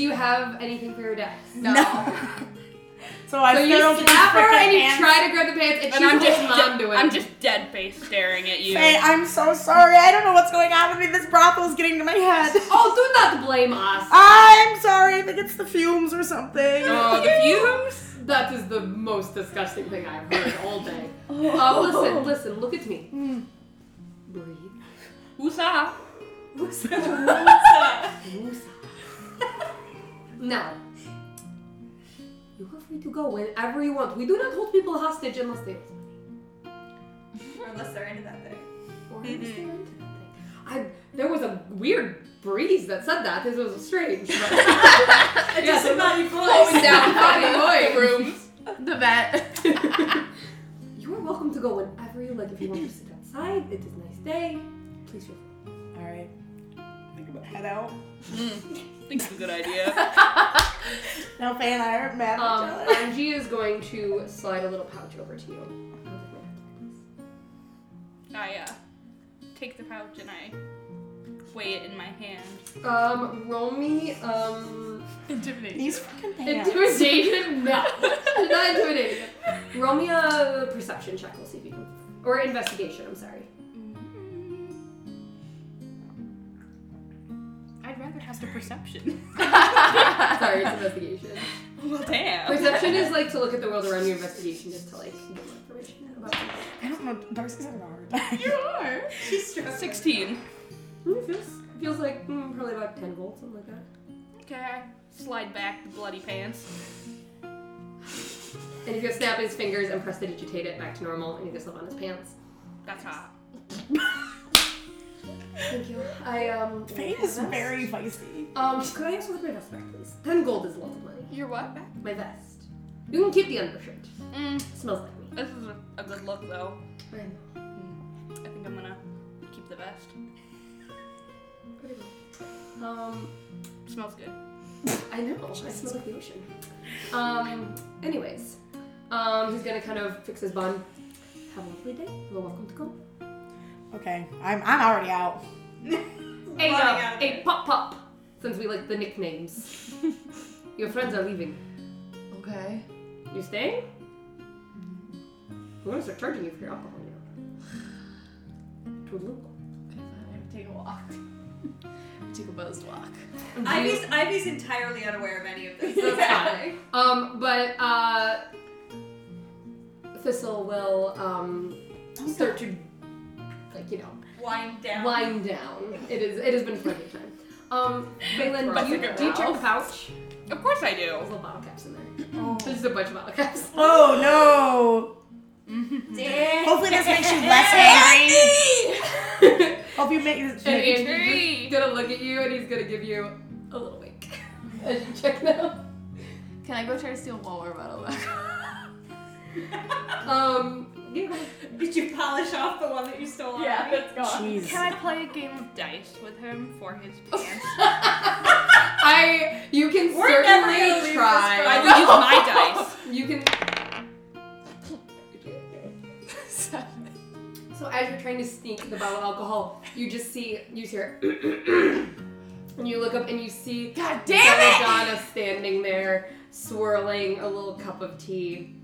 S2: you have anything for your dex?
S3: No.
S1: so I
S2: So
S1: still
S2: you
S1: don't get
S2: slap her
S1: frickin'
S2: and you
S1: hands.
S2: try to grab the pants, and,
S6: And I'm
S2: she's
S6: just
S2: holding on
S6: de-
S2: to it.
S6: I'm just dead face staring at you.
S1: Faye, I'm so sorry. I don't know what's going on with me. This brothel is getting to my head.
S2: Oh, do not blame
S1: Ah.
S2: us.
S1: I'm sorry. I think it's the fumes or something.
S6: Oh, the fumes.
S2: That is the most disgusting thing I've heard all day. Uh, listen, listen, look at me. Breathe.
S6: Who's that?
S2: Musa. now, you are free to go whenever you want. We do not hold people hostage unless they
S5: Or unless they're into that thing.
S2: or understand. I there was a weird breeze that said that. This was strange. But
S5: A disembodied
S2: going
S5: voice.
S2: down body boy rooms.
S3: The vet.
S2: You are welcome to go whenever you like. If you want to sit outside, it is a nice day. Please feel free.
S1: All right. Think about head out.
S6: I think it's a good idea.
S1: Now Faye and I are mad at
S2: Um,
S1: each other.
S2: Angie is going to slide a little pouch over to you.
S4: I uh, take the pouch and I weigh it in my hand.
S2: Um, roll me um
S3: Intimidate.
S1: These fucking things.
S2: Intimidation? No. Not intimidation. Roll me a perception check. We'll see if you can. Or investigation, I'm sorry.
S4: I'd rather have the perception.
S2: Sorry, it's investigation.
S6: well, damn.
S2: Perception is like to look at the world around you, investigation is to like get more information about you.
S1: I don't know. Darcy's having a hard time.
S5: She's struggling.
S6: Sixteen.
S2: Mm, feels, feels like mm, probably about 10 volts, something like that.
S6: Okay, I slide back the bloody pants.
S2: And he's gonna snap his fingers and press to digitate it back to normal, and he goes slip on his pants.
S6: That's hot.
S2: Thank you. I, um.
S1: Faye is very feisty.
S2: Um, could I also have my vest back, please? 10 gold is a lot of money.
S4: Your what?
S2: My vest. You can keep the undershirt.
S6: Mm,
S2: Smells like me.
S6: this is a, a good look though.
S2: I know.
S6: I think I'm gonna keep the vest.
S2: Pretty well. Um,
S6: Smells good.
S2: I know. I smell like the ocean. Um, anyways, um, he's gonna kind of fix his bun. Have a lovely day. You're welcome to go.
S1: Okay, I'm I'm already out.
S2: A,
S5: Running
S2: uh,
S5: out of
S2: a pop pop, since we like the nicknames. Your friends are leaving.
S3: Okay.
S2: You staying? We're gonna start charging you for your alcohol now. Toodaloo.
S3: I'm gonna take a walk. take a buzzed walk.
S5: Ivy's, Ivy's entirely unaware of any of this. That's fine.
S2: Um, but uh, Thistle will um, start to, like you know,
S5: Wind down.
S2: wind down. It is. It has been plenty of time. Um, Balin,
S6: That's
S2: do
S6: a
S2: you,
S6: good
S2: do you check the
S6: Ralph.
S2: pouch?
S6: Of course I do.
S2: There's little bottle caps in there.
S5: Oh.
S2: There's just a bunch of bottle caps.
S1: Oh no! Hopefully this makes you less angry. Hope you make this.
S2: And
S1: Make
S2: Andrew's just gonna look at you and he's gonna give you a little wink as you check them out.
S3: Can I go try to steal one more bottle back?
S2: Um, yeah.
S5: Did you polish off the one that you stole? already?
S6: that's
S1: Jeez.
S4: Can I play a game of dice with him for his pants?
S2: I you can
S5: We're never gonna leave
S2: certainly
S5: this
S2: try.
S5: girl.
S6: I will use my dice.
S2: You can. So as you're trying to sneak the bottle of alcohol, you just see you hear, and you look up and you see
S3: God
S2: Belladonna standing there swirling a little cup of tea.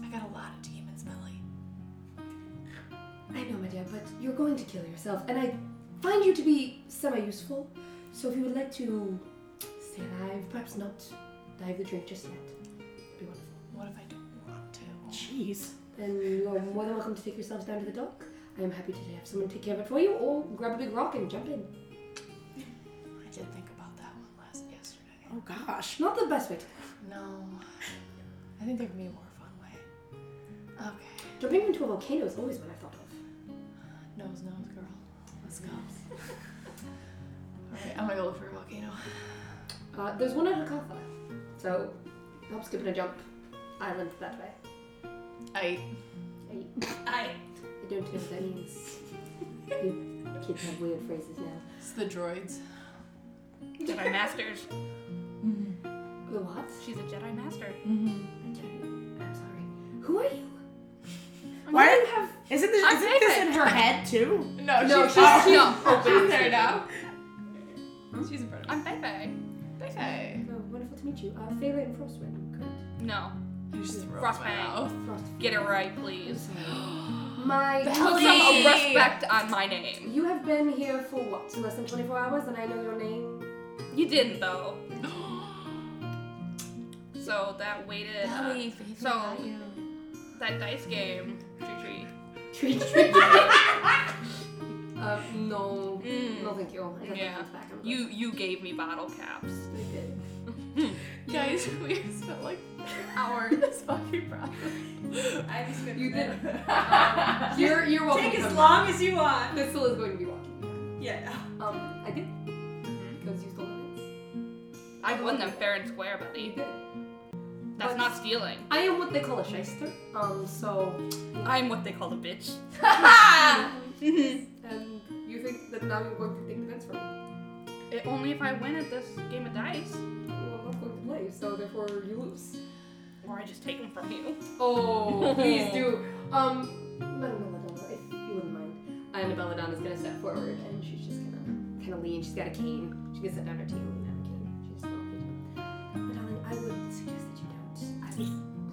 S3: I got a lot of demons, Belly.
S2: I know, my dad, but you're going to kill yourself, and I find you to be semi-useful. So if you would like to stay alive, perhaps not dive the drink just yet, it'd be wonderful.
S3: What if I don't want to?
S1: Jeez.
S2: Then you are more than welcome to take yourselves down to the dock. I am happy to have someone take care of it for you, or grab a big rock and jump in.
S3: I did think about that one last yesterday.
S1: Oh gosh.
S2: Not the best way to
S3: No. I think there would be a more fun way. Okay.
S2: jumping into a volcano is always what I thought of.
S3: Nose, nose, girl. Let's go. Alright, I'm gonna go look for a volcano.
S2: Uh, there's one at Hakatha, so hop, skip, and a jump island that way.
S3: I.
S2: I,
S5: I,
S2: I don't know what that means. You kids have weird phrases now.
S3: It's the droids.
S4: Jedi Masters.
S2: The what?
S4: She's a Jedi Master.
S2: mm-hmm. I'm sorry. Who are you?
S1: Why
S2: do you have?
S1: Isn't this,
S3: I'm
S1: isn't this
S3: taken.
S1: in her head too?
S3: No,
S2: No,
S3: she's,
S2: she's-
S3: oh,
S2: she's
S3: she's there now. She's in front of me.
S4: I'm Pepe.
S3: Okay.
S2: Oh, wonderful to meet you. Uh, Phelan and Frostwind, correct?
S4: No.
S3: You just throw
S4: Frostbite.
S3: my mouth.
S2: Frost.
S4: Get it right, please.
S2: My.
S4: Put
S3: Please.
S4: some respect on my name.
S2: You have been here for what? Less than 24 hours, and I know your name.
S4: You didn't, though. So that weighted. uh, so that dice game. Tree tree.
S2: Tree tree. uh, no.
S4: Mm.
S2: No, thank you. I got
S4: Yeah.
S2: the hands back. I'm good.
S4: You you gave me bottle caps.
S2: We did.
S3: Guys, we spent like hours in this fucking process.
S5: Ivy's good.
S2: You
S5: with it.
S2: did. You're you're welcome.
S5: Take
S2: to
S5: as
S2: come
S5: long as you
S2: back.
S5: want.
S2: Thistle is going to be walking.
S5: Yeah.
S2: Um, I did. Because you stole minutes.
S4: I won them fair and square, buddy. That's not stealing.
S2: I am what they call a shyster. Um, so.
S4: I'm what they call a bitch.
S2: Ah. Mm-hmm. And you think that now you're going to take minutes from me?
S4: It, only if I win at this game of dice,
S2: Well, I'm not going to play, so therefore you lose.
S4: or I just take them from you.
S2: Oh, please do. Um, Madame Belladonna, if you wouldn't mind. And Belladonna's gonna step forward and she's just gonna kind of lean. She's got a cane. She's gonna sit down her tea and lean on her cane. She's gonna look at you. Madonna, I would suggest that you don't. I would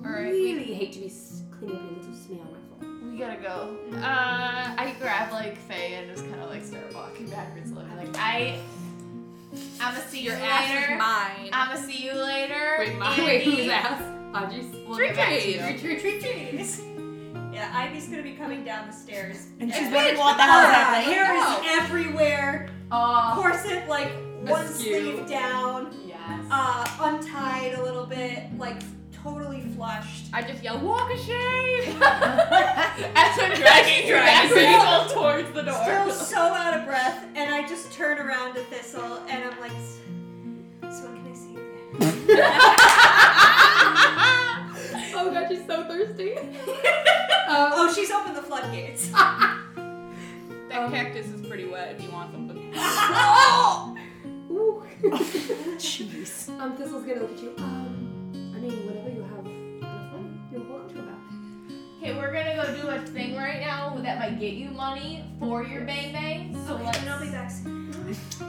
S3: All right, we-
S2: really hate to be s- cleaning up your little smear on my floor.
S3: We gotta go. Uh, I grab like Faye and just kind of like start walking backwards, looking like I. I'ma see you
S4: Your ass is
S3: later.
S4: mine.
S3: I'ma see you later.
S2: wait, who's
S3: Andy.
S2: ass? Audrey's.
S3: We'll get back to you.
S5: Yeah, Ivy's gonna be coming down the stairs.
S1: And she's wondering what the hell is
S5: Her
S1: happening.
S5: hair
S3: No.
S5: is everywhere.
S3: Oh,
S5: Corset like one
S2: Askew.
S5: sleeve down,
S3: yes.
S5: uh, untied a little bit, like totally flushed.
S6: I just yell, walk a shame!
S3: As I'm dragging you backwards towards the
S5: Still so out of breath, and I just turn around to Thistle and I'm like, "S- so what can I see again?
S2: Oh god, she's so thirsty.
S5: Oh, she's opened the floodgates.
S4: That cactus is pretty wet if you want something.
S5: Oh!
S2: Ooh.
S1: Jeez.
S2: um, Thistle's gonna look at you. Um, I mean, whatever you have enough money, you're welcome to go back.
S3: Okay, we're gonna go do a thing right now that might get you money for your bang bang. So
S5: Okay,
S3: let's.
S5: and I'll be back soon.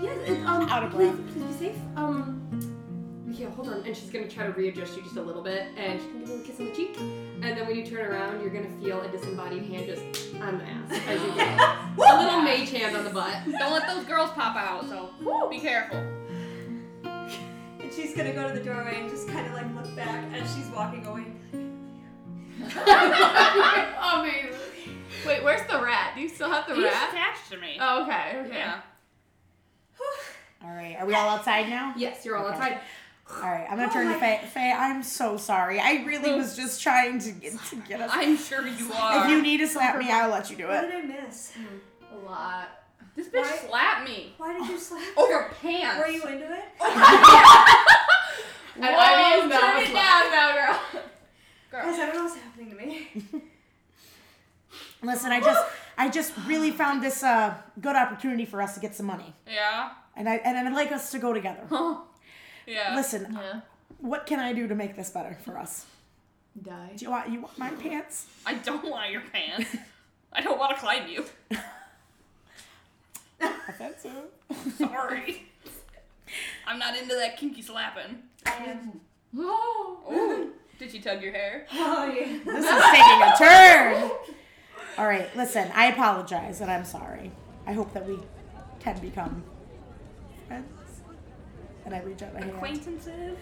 S2: Yes, it's, um,
S1: Out of
S2: please, please be safe. Um, we yeah, hold on. And she's gonna try to readjust you just a little bit, and she's gonna give you a little kiss on the cheek. And then when you turn around, you're gonna feel a disembodied hand just on the ass as you go. a little mage hand on the butt.
S4: Don't let those girls pop out, so be careful.
S5: And she's gonna go to the doorway and just kind of like look back as she's walking away.
S3: Amazing. Wait, where's the rat? Do you still have the
S4: He's
S3: rat?
S4: attached to me.
S3: Oh, okay, okay.
S4: yeah.
S1: All right, are we all outside now?
S2: Yes, you're all
S1: Okay.
S2: outside.
S1: All right, I'm gonna turn to Faye. Faye, I'm so sorry. I really was just trying to get to get us.
S6: I'm sure you are.
S1: If you need to slap me, I'll let you do
S5: What
S1: it.
S5: did I miss?
S3: A lot.
S6: this bitch
S5: Why-
S6: slapped me
S5: Why did you slap?
S6: over pants.
S5: Were you into it?
S4: Oh,
S3: And I mean,
S2: turn
S3: turn
S2: it
S3: it down now, girl.
S5: Guys, I don't know what's happening to me.
S1: Listen, I just I just really found this uh, good opportunity for us to get some money,
S4: Yeah.
S1: and I and I'd like us to go together.
S4: Yeah.
S1: Listen,
S3: Yeah.
S1: what can I do to make this better for us?
S3: Die.
S1: Do you want you want my pants?
S4: I don't want your pants. I don't want to climb you.
S1: Offensive.
S4: Sorry. I'm not into that kinky slapping.
S5: I am.
S3: Oh,
S4: Ooh. Did she tug your hair?
S5: Oh yeah.
S1: This is taking a turn. All right, listen, I apologize and I'm sorry. I hope that we can become friends. And I reach out my hand.
S4: Acquaintances.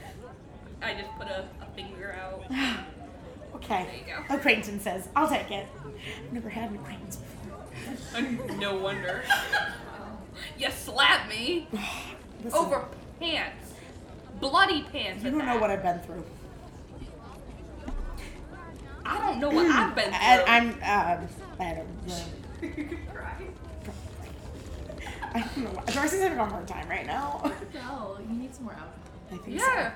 S4: I just put a, a finger out.
S1: Okay.
S4: There you
S1: Acquaintance says, I'll take it. I've never had an acquaintance before.
S4: no wonder. you slapped me
S1: Listen,
S4: over pants. Bloody pants.
S1: you
S4: at
S1: don't know
S4: that.
S1: what I've been through.
S4: I don't know what I've been through.
S1: I, I'm, uh, I don't know. I don't know. why- Darcy's having a hard time right now.
S3: No, you need some more alcohol.
S1: I think
S4: yeah.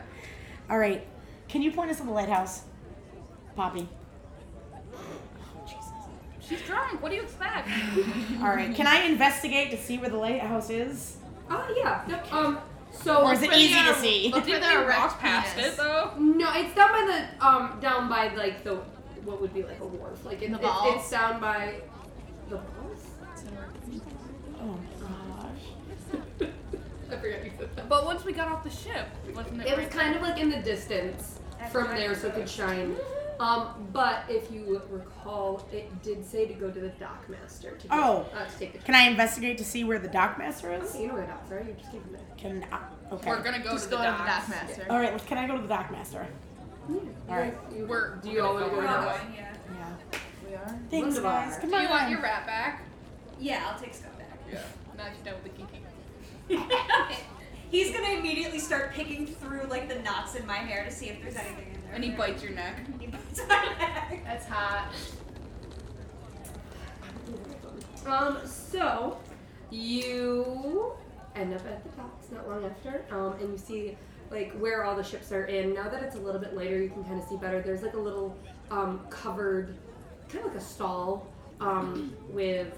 S1: so. All right. Can you point us to the lighthouse? Poppy.
S4: She's drunk. What do you expect?
S1: All right. Can I investigate to see where the lighthouse is?
S2: Oh yeah. No, um. So
S1: Or is it
S2: but
S1: easy
S2: yeah,
S1: to see?
S3: Look
S4: Didn't
S3: for the
S4: we
S3: erect
S4: walk past
S3: penis.
S4: it though?
S2: No, it's down by the um down by like the what would be like a wharf. Like it,
S3: The
S2: it-
S3: ball?
S2: it's down by the balls.
S1: Oh gosh.
S2: I forgot you said that.
S4: But once we got off the ship, wasn't it?
S2: It was
S4: right
S2: kind of like in the distance from there, so it could shine. Um, but if you recall, it did say to go to the dockmaster to get,
S1: Oh.
S2: uh, to take the.
S1: Can I investigate to say where the dockmaster is?
S2: Okay, you know where the docks are. You just came from there.
S1: Can I, okay.
S4: We're gonna go
S3: Just
S4: to
S3: go
S4: the
S3: to the
S4: docks.
S3: dockmaster.
S1: All right. well, Can I go to the dockmaster? All right.
S2: You,
S4: We're-
S2: do you
S4: we're
S2: all
S4: gonna
S2: want to go to
S4: go
S5: We're
S4: around.
S2: the
S5: not going, yeah.
S1: Yeah.
S3: We are.
S1: Thanks,
S2: Wunderbar.
S1: guys. Come
S4: Do
S1: on.
S4: you want your rat back?
S5: Yeah, I'll take Scott back.
S4: Yeah. Now she's done with the kinky.
S5: He's gonna immediately start picking through like the knots in my hair to see if there's anything in there.
S4: And he bites your neck.
S5: He bites my neck.
S3: That's hot.
S2: Um, so you end up at the docks not long after, um, and you see like where all the ships are in. Now that it's a little bit later, you can kind of see better. There's like a little um, covered, kind of like a stall um, with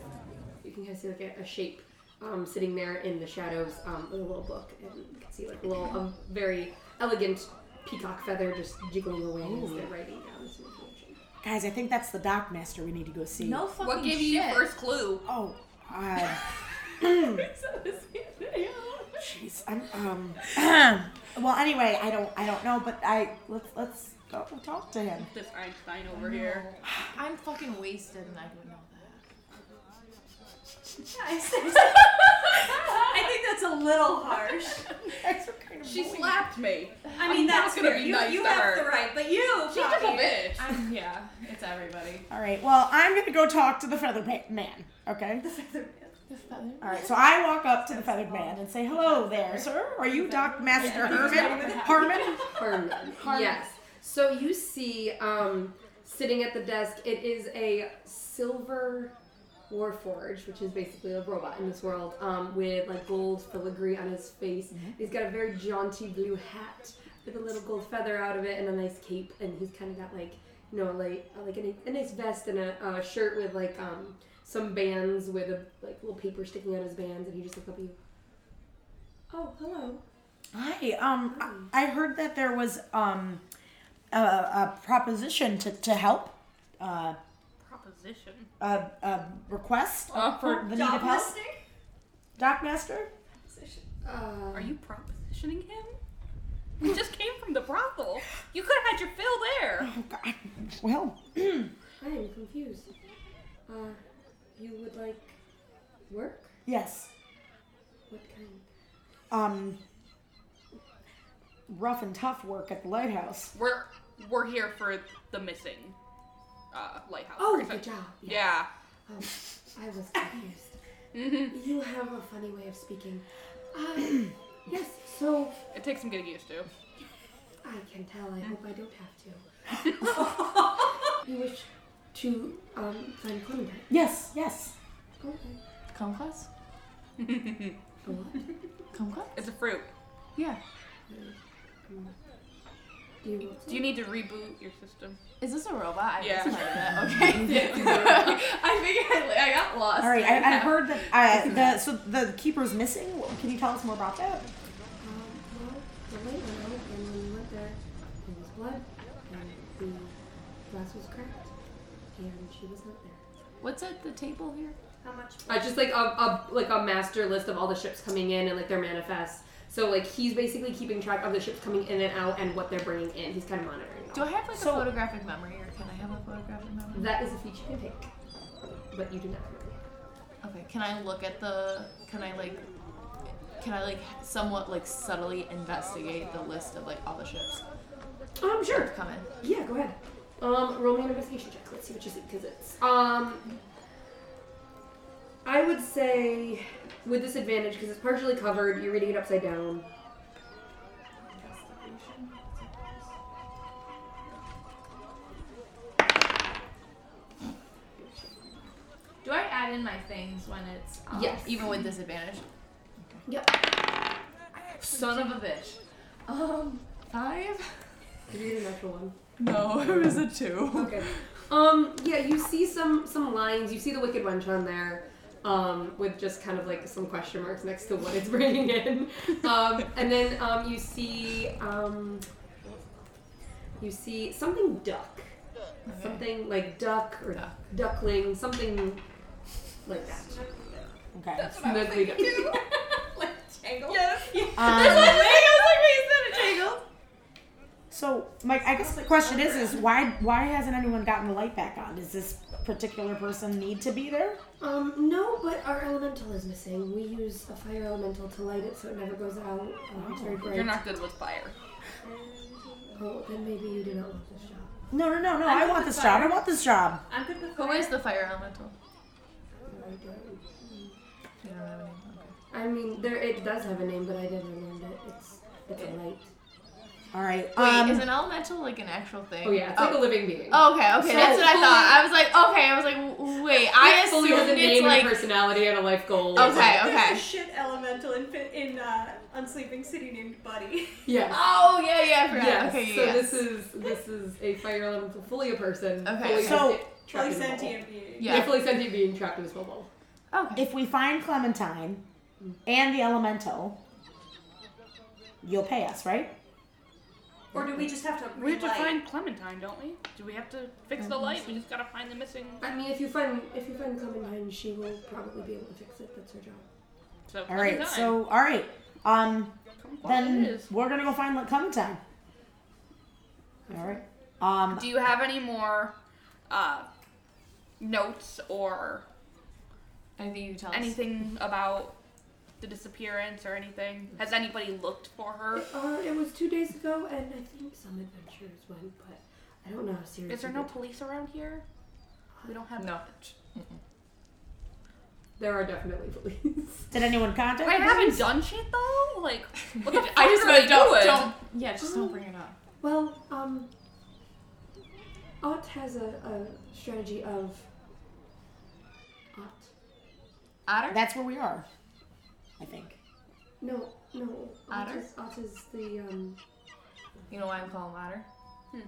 S2: you can kind of see like a, a shape um, sitting there in the shadows um, with a little book, and you can see like a little a very elegant peacock feather just jiggling away as they're writing down this information.
S1: Guys, I think that's the dockmaster we need to go see.
S3: No fucking
S4: What gave
S3: shit.
S4: you your first clue?
S1: Oh. Uh, jeez. I'm. Um. well, anyway, I don't. I don't know, but I let's let's go talk to him.
S4: This Einstein over here.
S3: I'm fucking wasted and I don't know that.
S5: I think that's a little harsh.
S1: Guys are kind of
S4: She
S1: annoying.
S4: slapped me.
S5: I mean,
S4: I'm not
S5: that's
S4: gonna
S5: fair.
S4: be
S5: you,
S4: nice
S5: you
S4: to
S5: have
S4: her.
S5: the right, but you.
S4: She's just a
S5: Poppy,
S4: bitch.
S3: I'm, yeah, it's everybody.
S1: All right. Well, I'm gonna go talk to the feather pa- man. Okay.
S3: The feather.
S1: All right, so I walk up to the feathered man and say, "Hello there, sir. Are you Doc Master Herman? Harmon?
S2: Harmon. Yes. So you see, um, sitting at the desk, it is a silver warforge, which is basically a robot in this world, um, with like gold filigree on his face. He's got a very jaunty blue hat with a little gold feather out of it and a nice cape, and he's kind of got like, you know, like like a, a nice vest and a, uh shirt with like um, some bands with a like little paper sticking out his bands, and he just looks up at you. Oh, hello.
S1: Hi. Um, I I heard that there was um a, a proposition to to help, uh,
S4: Proposition.
S1: a, a request
S4: Oh.
S1: for the need of
S5: Dog
S1: help.
S5: listening?
S1: Doc Master.
S2: Uh,
S4: Are you propositioning him?
S6: We just came from the brothel. You could have had your fill there.
S1: Oh, God. Well,
S2: I am confused. Uh, you would like work?
S1: yes.
S2: What kind?
S1: Um, rough and tough work at the lighthouse.
S6: We're we're here for the missing uh, lighthouse.
S2: Oh,
S6: person.
S2: the job.
S6: yeah.
S2: Oh, I was confused.
S6: hmm
S2: You have a funny way of speaking. Uh, yes, so
S6: It takes some getting used to.
S2: I can tell. I hope I don't have to. you wish to um, find Clementine?
S1: Yes, yes.
S2: Okay.
S3: Kumquats?
S2: A what?
S3: Kumquat?
S6: It's a fruit.
S3: Yeah.
S2: Do you want
S6: Do you need to reboot your system?
S3: Is this a robot? I
S6: Yeah.
S3: missed that. Okay. I figured I, I got lost.
S1: All right, I, I heard that uh, the so the keeper's missing. Can you tell us more about that?
S2: Um, well, the late went out, and when we went there, there was blood, and the glass was cracked, and she was not there.
S3: What's at the table here?
S5: How much?
S2: Uh, just like a, a like a master list of all the ships coming in and like their manifests. So like he's basically keeping track of the ships coming in and out and what they're bringing in. He's kind of monitoring.
S3: Do I have like
S1: So-
S3: a photographic memory, or can I have a photographic memory?
S2: That is a feat you can take, but you do not.
S3: Okay. Can I look at the? Can I like? Can I like somewhat like subtly investigate the list of like all the ships
S2: Um, sure.
S3: coming?
S2: Yeah, go ahead. Um, roll me an investigation check. Let's see what you see because it's um. I would say with disadvantage because it's partially covered. You're reading it upside down.
S3: Do I add in my things when it's um,
S2: Yes.
S3: even with disadvantage?
S2: Yep.
S3: Son of a bitch. Um, five?
S2: Did you read a natural one?
S3: No, it was a two.
S2: Okay. Um, yeah, you see some some lines. You see the Wicked Wench on there, um, with just kind of like some question marks next to what it's bringing in. Um, and then um, you see um, you see something duck, something like duck or
S3: Duck.
S2: duckling, something like that.
S1: Okay.
S2: Snugly duck.
S5: like tangle?
S1: Um,
S3: Tangled?
S1: so, Mike, I guess the question is: is why why hasn't anyone gotten the light back on? Does this particular person need to be there?
S2: Um, no, but our elemental is missing. We use a fire elemental to light it so it never goes out. Um, it's very bright.
S6: You're not good with fire.
S2: Oh, then maybe you do not want this job.
S1: No, no, no, no. I, want this job. I want this job.
S5: I'm good with
S3: Who is the fire elemental?
S2: I don't.
S3: You don't have any. Okay.
S2: I mean, there it does have a name, but I didn't learn it. It's it's a light.
S1: All right.
S3: Wait,
S1: Um,
S3: is an elemental like an actual thing?
S2: Oh yeah, it's like a living being.
S3: Oh, okay, okay,
S2: So
S3: that's what I
S2: fully-
S3: thought. I was like, okay, I was like, w- wait, I
S2: It fully
S3: assumed
S2: with a
S3: it's
S2: name
S3: like,
S2: and a personality and a life goal.
S3: okay,
S5: There's a
S3: okay.
S5: shit elemental in Fin- in uh, Unsleeping City named Buddy.
S2: Yes.
S3: Oh yeah, yeah, I forgot.
S2: Yes.
S3: Okay,
S2: so
S3: yeah.
S2: this is this is a fire elemental, fully a person.
S3: Okay.
S2: Fully
S1: So-
S2: has- trapped
S5: Fully
S2: in a bubble.
S5: sentient being.
S3: Yeah.
S2: A fully sentient being trapped in this bubble.
S3: okay.
S1: if we find Clementine and the elemental, you'll pay us, right?
S5: Or do we just have to?
S4: We have to
S5: relight?
S4: find Clementine, don't we? Do we have to fix the light? We just gotta find the missing.
S2: I mean, if you find if you find Clementine, she will probably be able to fix it. That's her job.
S4: So
S1: All right. So, all right. Um,
S4: Clementine.
S1: then
S4: It is.
S1: we're gonna go find Clementine. All right. Um,
S6: Do you have any more uh, notes or
S3: Anything you can tell us?
S6: anything about the disappearance or anything? Has anybody looked for her?
S2: Uh, it was two days ago, and I think some adventurers went, but I don't know how serious.
S4: Is there
S2: it
S4: no
S2: is.
S4: police around here? We don't have.
S3: No.
S2: There are definitely police.
S1: did anyone contact?
S4: I
S1: you?
S4: haven't done shit though. Like, what the
S6: I
S4: fuck
S6: just
S4: are
S6: meant
S4: they
S6: don't-
S4: doing?
S6: don't-
S3: Yeah, just don't bring it up.
S2: Well, um, Ott has a, a strategy of Ott.
S3: Otter.
S1: That's where we are. I think.
S2: No, no. Ott
S3: Otter?
S2: is, Ott is the um.
S3: You know why I'm calling him Otter?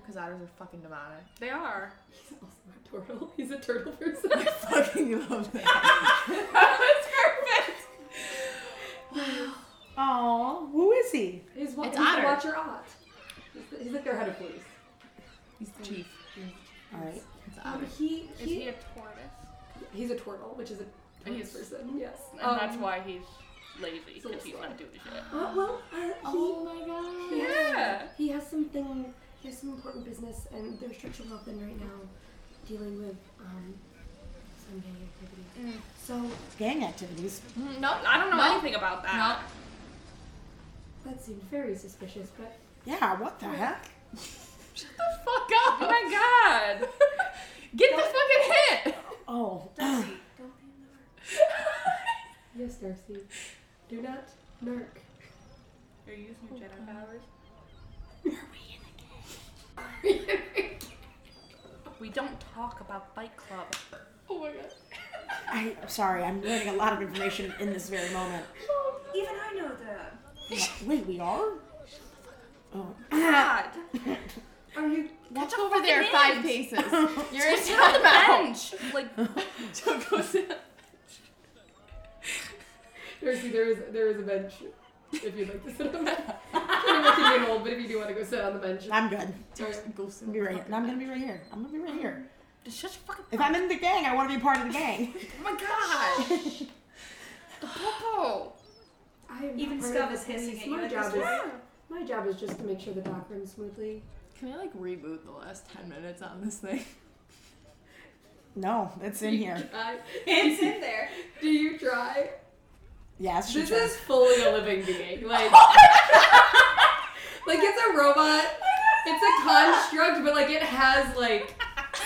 S3: Because otters are fucking demonic.
S4: They are.
S2: He's also a turtle. He's a turtle person.
S3: I fucking love that. that was perfect.
S1: Oh, who is he?
S2: He's, wa-
S3: It's
S2: he's
S3: Otter.
S2: the Watcher Ott. He's, the, he's like their head of police.
S3: He's the chief.
S1: All right.
S3: It's
S2: Um,
S3: Otter.
S2: he,
S4: Is he
S2: he
S4: a tortoise?
S2: he's a turtle, which is a
S4: And
S2: tortoise
S4: he's-
S1: Um,
S2: person. Yes,
S4: And that's why he's lazy if he's not doing shit.
S2: Uh, well, uh, he,
S3: Oh my god.
S2: he,
S4: Yeah.
S2: he has something. He has some important business, and they're stretching open right now, dealing with um, some gang activity.
S5: Mm.
S2: So
S1: Gang activities.
S3: Mm, Nope.
S4: I don't know
S3: Nope.
S4: anything about that.
S3: Nope.
S2: that seemed very suspicious, but
S1: Yeah, what the heck?
S3: Shut the fuck up.
S4: Oh my god.
S3: Get the fucking hit.
S1: Oh.
S2: don't be a narc. Yes, Darcy. Do not narc.
S4: You're using your Jedi powers. We don't talk about Fight Club.
S3: oh my god.
S1: I, I'm sorry, I'm learning a lot of information in this very moment.
S5: Even I know that.
S1: Wait, we are? Oh.
S4: God.
S2: Are you?
S3: Watch over there
S4: fucking
S3: five
S4: inch.
S3: paces. You're in
S4: On the
S3: timeout.
S4: bench. Like,
S3: Don't go sit.
S2: Darcy, there is there is a bench. If you'd like to sit on that, pretty much you get old, but if you do want to go sit on the bench,
S1: I'm good.
S3: Don't go sit.
S1: I'm gonna be right here. No, I'm gonna be right here. I'm gonna be right here.
S4: just shut your fucking
S1: If I'm in the gang, I wanna be part of the gang.
S4: Oh my god. the popo.
S2: I am
S5: Even
S2: not part
S5: Scott
S2: of
S5: is
S2: the
S5: hissing
S2: police.
S5: at you
S2: My
S5: at
S2: job
S5: this
S2: is my job is just to make sure the dock runs smoothly.
S3: Can we like reboot the last ten minutes on this thing?
S1: No, it's in here.
S2: I-
S5: It's in there.
S2: do you try?
S1: Yeah, it's
S2: This
S1: true.
S2: is fully a living being. Like, like it's a robot. It's a construct, but like it has like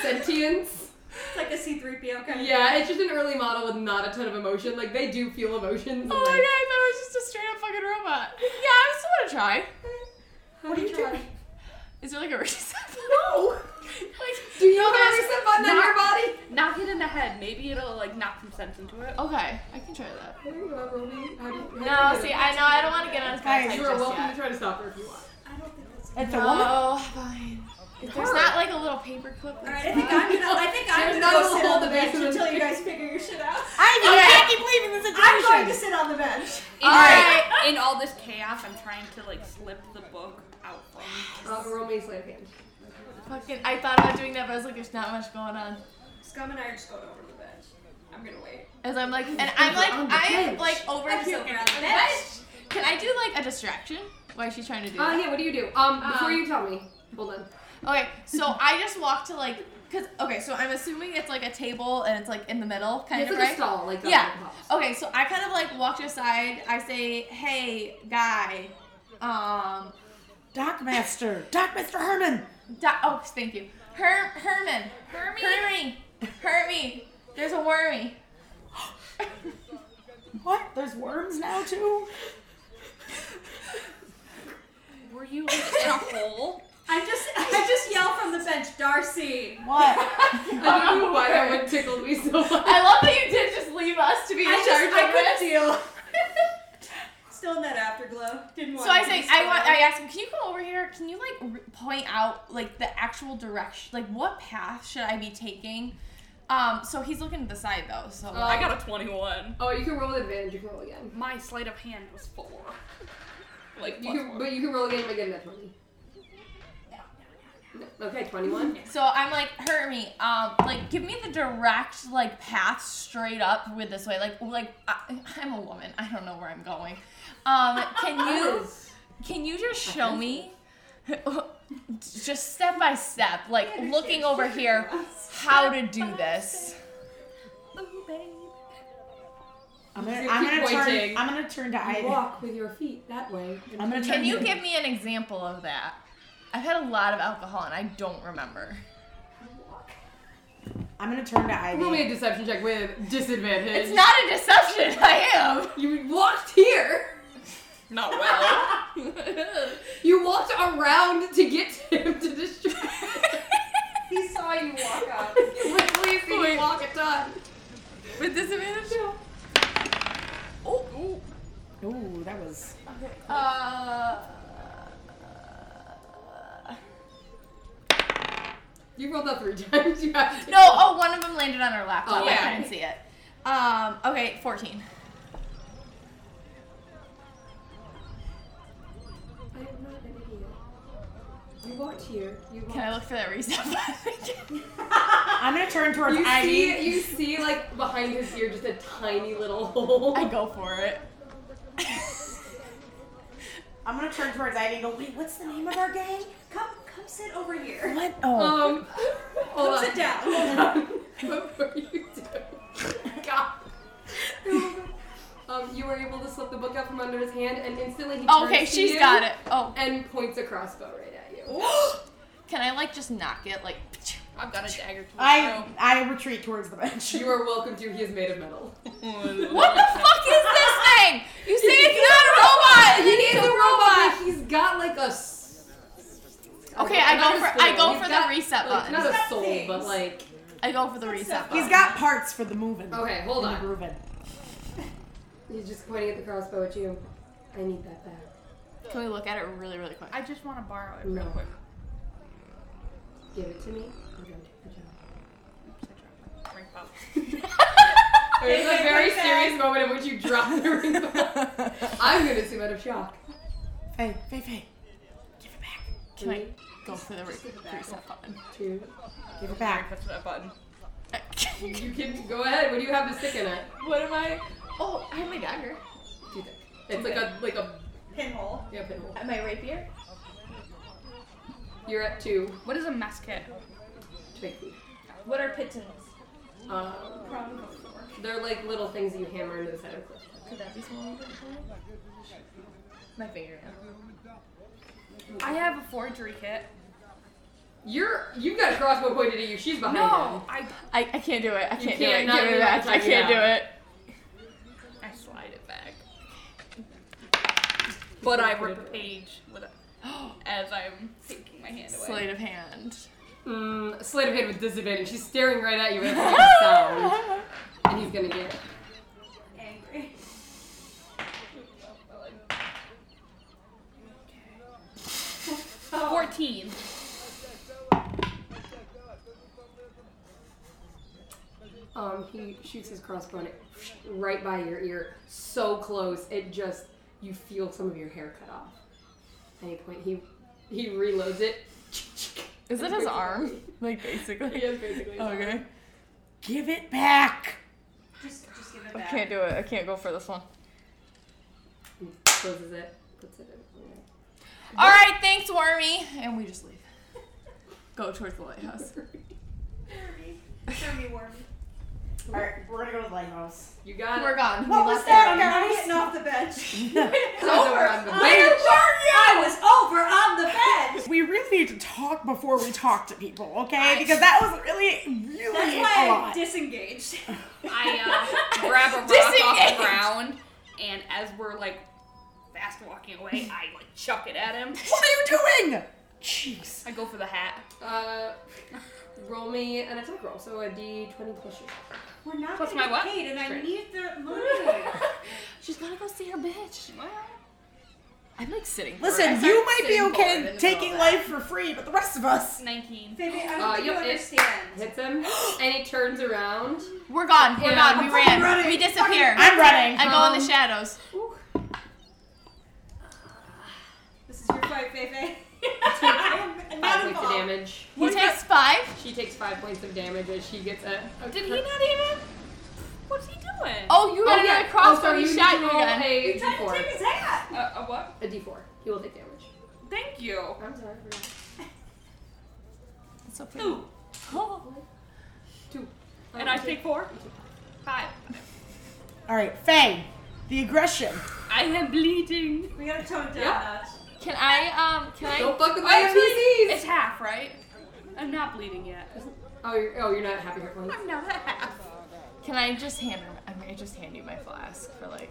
S2: sentience.
S5: It's like a C3PO kind of
S2: Yeah, it's just an early model with not a ton of emotion. Like they do feel emotions. and,
S3: Oh my god,
S2: like,
S3: I thought it was just a straight up fucking robot. Yeah, I still want to try.
S2: What do you do?
S3: Is there like a reset button?
S2: No.
S3: Like,
S2: Do you have a
S4: guys
S2: reset button on
S4: not-
S2: your body?
S4: Knock it in the head. Maybe it'll, like, knock some sense into it.
S3: okay, I can try that.
S2: There you go, Romy. How do you- how do
S3: No,
S2: you
S3: see,
S2: do it?
S3: I know I don't want to get on his
S1: Guys,
S3: bad side
S2: you are
S3: just
S2: welcome to
S3: yet.
S2: try to stop her if you want.
S5: I don't think that's.
S1: It's a woman.
S3: No, fine. If there's not like a little paper clip.
S5: All right, I think I'm gonna. I think
S2: There's
S5: I'm gonna
S2: no
S5: go sit
S2: hole
S5: on
S2: in
S5: the
S2: the
S5: bench
S2: basement.
S5: until you guys figure your shit out.
S1: Ivy, I can't keep leaving the
S5: I'm going to
S1: situation.
S5: sit on the bench.
S4: In, all
S3: right.
S4: in all this chaos, I'm trying to, like, slip the book out from
S2: Uh, Romy, slam hand.
S3: Fucking, I thought about doing that, but I was like, there's not much going on.
S5: Scum and I are just going over to the bench. I'm gonna wait.
S3: As I'm like, and I'm like,
S2: on the
S3: I'm
S2: bench.
S3: like over
S5: I'm
S3: here.
S5: sitting on the bench.
S3: Can I do like a distraction? Why is she trying to do
S2: Uh,
S3: that?
S2: yeah, what do you do? Um, before
S3: Um,
S2: you tell me, hold on.
S3: Okay, so I just walk to like, cause okay, so I'm assuming it's like a table and it's like in the middle, kind
S2: It's
S3: of
S2: like
S3: right.
S2: a stall, like the
S3: Yeah.
S2: Hot Pops.
S3: Okay, so I kind of like walk to the side. I say, "Hey, guy, um,
S1: Dockmaster. Dockmaster Herman.
S3: da- oh, thank you, Her- Herman, Hermy, Hermy, Hermy. There's a wormy.
S1: What? There's worms now too?
S4: Were you, like, in a hole?
S5: I just, I just yell from the bench, Darcy.
S1: What?
S2: I don't know why that one tickled me so much.
S3: I love that you did just leave us to be in
S5: I
S3: charge
S5: just, I
S3: of
S5: couldn't
S3: this.
S5: deal. Still in that afterglow. Didn't want.
S3: So I
S5: to
S3: say,
S5: be
S3: I want. I
S5: spoiled.
S3: ask him, "Can you come over here? Can you like r- point out like the actual direction? Like what path should I be taking?" Um, so he's looking to the side though. So
S2: Uh,
S4: Oh, I got a 21.
S2: Oh, you can roll with advantage. You can roll again.
S4: My sleight of hand was four. Like,
S2: You
S4: plus
S2: can,
S4: one.
S2: but you can roll again by getting that twenty. No, Okay, twenty-one.
S3: So I'm like, hurt me. Um, like, give me the direct like path straight up with this way. Like, like I, I'm a woman. I don't know where I'm going. Um, can you can you just show me, just step by step, like looking over here, how to do this?
S1: I'm gonna,
S2: Keep
S1: I'm gonna turn.
S2: pointing.
S1: I'm gonna turn to
S2: You
S1: Ivy.
S2: walk with your feet that way. and
S1: I'm gonna
S2: feet
S1: turn
S3: Can
S1: to
S3: you give me an example of that? I've had a lot of alcohol and I don't remember.
S1: I'm gonna turn to Ivy.
S2: Roll me a deception check with disadvantage.
S3: It's not a deception. I
S2: You walked here.
S4: Not well.
S3: am.
S2: You walked around to get to him to distract.
S5: He saw you walk up.
S2: you literally see
S3: Wait.
S2: you walk a ton.
S3: with disadvantage. Oh. oh.
S1: Ooh, that was.
S3: Uh,
S2: You rolled that three times. You have to.
S3: no, oh, one of them landed on her laptop.
S2: Oh,
S3: I
S2: yeah.
S3: couldn't see it. Um, okay, 14.
S2: I am not an idiot. You walked here. You walked.
S3: Can I look for that reset button?
S1: I'm gonna turn towards
S2: You
S1: Ivy.
S2: see, you see, like behind his ear, just a tiny little hole. Um,
S3: I go for it.
S1: I'm gonna turn towards Ivy and go, wait, what's the name of our gang?
S5: Come, come sit over here.
S1: What? Oh.
S2: Um,
S5: Come
S2: hold on.
S5: sit down.
S2: What were you doing? God. um, you were able to slip the book out from under his hand, and instantly he turns
S3: Oh, Okay,
S2: to
S3: she's
S2: you
S3: got it. Oh,
S2: And points a crossbow right at you.
S3: can I like just knock it? Like, I've got a dagger. To
S1: I I retreat towards the bench.
S2: You are welcome to. He is made of metal.
S3: What the fuck is this thing? You say it's not a robot, and then he's a robot.
S2: Like, he's got like a. s-
S3: Okay, I
S2: not
S3: go
S2: a
S3: for-
S2: soul.
S3: I go
S2: He's
S3: for the
S2: got,
S3: reset
S2: like,
S3: button.
S2: Not
S5: He's
S2: a
S5: got
S2: soul, but
S5: things.
S2: like.
S3: I go for the reset button.
S1: He's got parts for the moving.
S2: Okay, hold
S1: and the
S2: on.
S1: grooving.
S2: He's just pointing at the crossbow at you. I need that back.
S3: Can we look at it really, really quick?
S4: I just want to borrow it
S2: No.
S4: real quick.
S2: Give it to me. I'm gonna take the job.
S4: Oops, I dropped my ring pop.
S2: There's
S5: Take
S2: a
S5: it
S2: very
S5: right back.
S2: serious moment in which you drop the ring. I'm gonna assume out of shock.
S1: Hey, Faye, Faye. Give it back.
S3: Can I go for the re- reset button?
S2: Two.
S1: Give it back.
S6: That's that button.
S2: You can go ahead. What do you have to stick in it?
S3: what am I? Oh, I have my dagger.
S2: Too thick. It's like a like a
S5: Pinhole.
S2: yeah pinhole.
S3: And my rapier.
S2: You're at two
S4: What is a mess kit?
S2: to make food.
S3: What are pitons?
S2: Um, they're like little things that you hammer into the side of a cliff.
S3: Could that be small? My fingernail.
S4: I have a forgery kit.
S2: You're you've got a crossbow pointed at you. She's behind
S4: No, I,
S3: I, I can't do it. I
S2: You
S3: can't,
S2: can't
S3: do
S2: not
S3: it. Give
S2: do
S3: it
S2: it
S3: back. I
S2: without
S3: can't do
S2: your
S3: it.
S4: I slide it back.
S2: him.
S4: But I rampage with it as I'm taking my hand away.
S3: Sleight of hand.
S2: Mm, sleight of hand with disadvantage. She's staring right at you. And making a sound, and he's gonna get it.
S5: Angry.
S4: Oh. Fourteen.
S2: Um, he shoots his crossbow and it right by your ear, so close it just you feel some of your hair cut off. At any point, he he reloads it.
S3: Is it his arm? Like basically.
S2: Yeah, basically.
S3: Okay.
S1: Give it back.
S5: Just, just give it
S3: I
S5: back.
S3: can't do it. I can't go for this one.
S2: He closes it, puts it in. there.
S3: All right, thanks, Wormy. And we just leave. Go towards the lighthouse.
S5: Wormy. Wormy, wormy.
S1: All right, we're gonna go to the lighthouse.
S2: You got it.
S3: We're gone.
S1: What
S3: we
S1: was
S3: left
S1: that,
S3: everyone.
S5: I'm
S1: guys?
S5: getting off the bench.
S2: It's over on the bench.
S5: I was over on the bench.
S1: We really need to talk before we talk to people, okay? Because that was really, really
S5: That's
S1: a
S5: why I
S1: lot.
S5: disengaged.
S4: I uh, grab a rock off
S3: Disengage.
S4: the ground, and as we're like fast walking away, I like chuck it at him.
S1: what are you doing? Jeez.
S4: I go for the hat.
S2: Uh, roll me an attack roll. So a d20 plus your.
S5: We're not
S4: Plus
S5: gonna
S4: my what?
S5: get paid, and I
S2: Strength.
S5: need the money.
S3: She's gotta go see her bitch.
S4: Well,
S3: I'm like sitting. forward. I
S1: Listen,
S3: start
S1: you might be
S3: sitting forward in
S1: okay
S3: the
S1: taking
S3: middle of that.
S1: life for free, but the rest of us.
S4: nineteen.
S5: Baby, I don't
S2: Uh, yep,
S5: think you
S2: it-
S5: understand.
S2: Hits him, and he turns around.
S3: We're gone. We're
S2: Yeah.
S3: gone. We
S2: I'm
S3: ran.
S5: running.
S3: We disappear.
S1: I'm running.
S3: I go in the shadows.
S5: This is your fight, Fefe. I'm
S2: Five
S5: not
S2: points of
S5: involved.
S2: damage.
S3: He takes five.
S2: She takes five points of damage as she gets a. a
S4: Did he not even? What's he doing?
S3: Oh, you
S2: Oh,
S3: got
S2: yeah.
S3: another crossbow.
S2: Oh, so
S3: he
S2: you
S3: shot
S2: need to
S3: you
S2: roll
S3: again.
S2: A
S5: He tried to take
S2: d4.
S5: his hat.
S4: Uh, uh, what?
S2: A d4. He will take damage.
S4: Thank you.
S2: I'm sorry. I forgot.
S3: It's okay.
S4: Two.
S2: Two.
S4: And I take four. Five.
S1: All right, Faye, the aggression.
S4: I am bleeding.
S5: We gotta tone it down
S2: Yeah.
S5: a notch.
S3: Can I? Um. Can I?
S2: Don't fuck with my
S4: Actually,
S2: NPCs.
S4: it's half, right? I'm not bleeding yet.
S2: Oh, you're, oh, you're not happy with one.
S4: I'm not half.
S3: Can I just hand her? I mean, I just hand you my flask for like.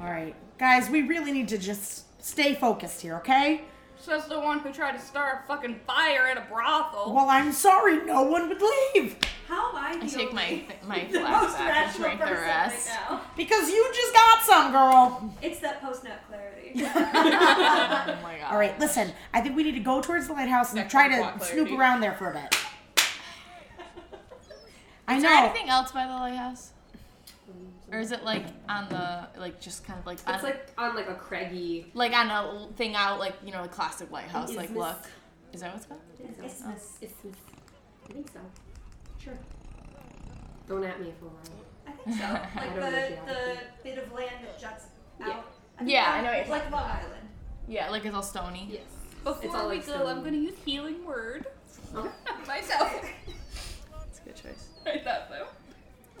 S1: All right, guys, we really need to just stay focused here, okay?
S4: Says the one who tried to start a fucking fire at a brothel.
S1: Well, I'm sorry, no one would leave
S5: How am I the
S3: I take my
S5: only-
S3: my
S5: the
S3: flask
S5: most
S3: back and
S5: rational
S3: drink the
S5: person
S3: rest.
S5: right now?
S1: because you just got some, girl.
S5: It's that post nut clarity.
S3: Oh my god.
S1: All right, listen, I think we need to go towards the lighthouse and try to snoop around there for a bit. I
S3: Is
S1: know.
S3: there anything else by the lighthouse? Or is it like on the like just kind of like on,
S2: It's like on like a craggy.
S3: like on a l- thing out like you know a classic lighthouse
S2: Is
S3: like
S2: this-
S3: look is that what's called?
S5: It's this.
S2: It's this. I think so. Sure. Don't at me if I'm wrong.
S5: I think so.
S2: I
S5: Like
S2: don't know
S5: the,
S2: geography.
S5: the bit of land that juts
S2: Yeah.
S5: out think
S3: Yeah,
S5: like-
S3: I know what you're
S5: Like Love Island.
S3: Yeah, like it's all stony.
S2: Yes. It's all
S6: Before we
S2: like
S6: go, I'm
S2: stone.
S6: gonna use healing word
S2: Okay.
S6: myself.
S3: It's a good choice.
S6: I thought so.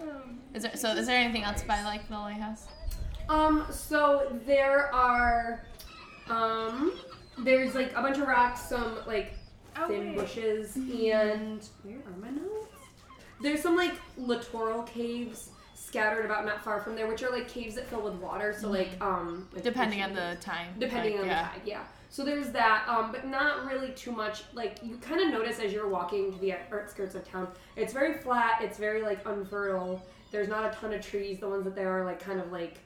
S6: Um,
S3: Is there, so is there anything else by like the lighthouse?
S2: Um, so there are, um, there's like a bunch of rocks, some like
S4: Oh,
S2: thin
S4: wait.
S2: bushes, and Mm-hmm. where are my notes? There's some like littoral caves scattered about not far from there, which are like caves that fill with water. So like, um, like
S3: Depending on
S2: fishing-
S3: the time.
S2: depending
S3: like,
S2: on
S3: yeah.
S2: the tide, yeah. So there's that, um, but not really too much. Like you kind of notice as you're walking to the outskirts of town, it's very flat. It's very like unfertile. There's not a ton of trees. The ones that there are like kind of like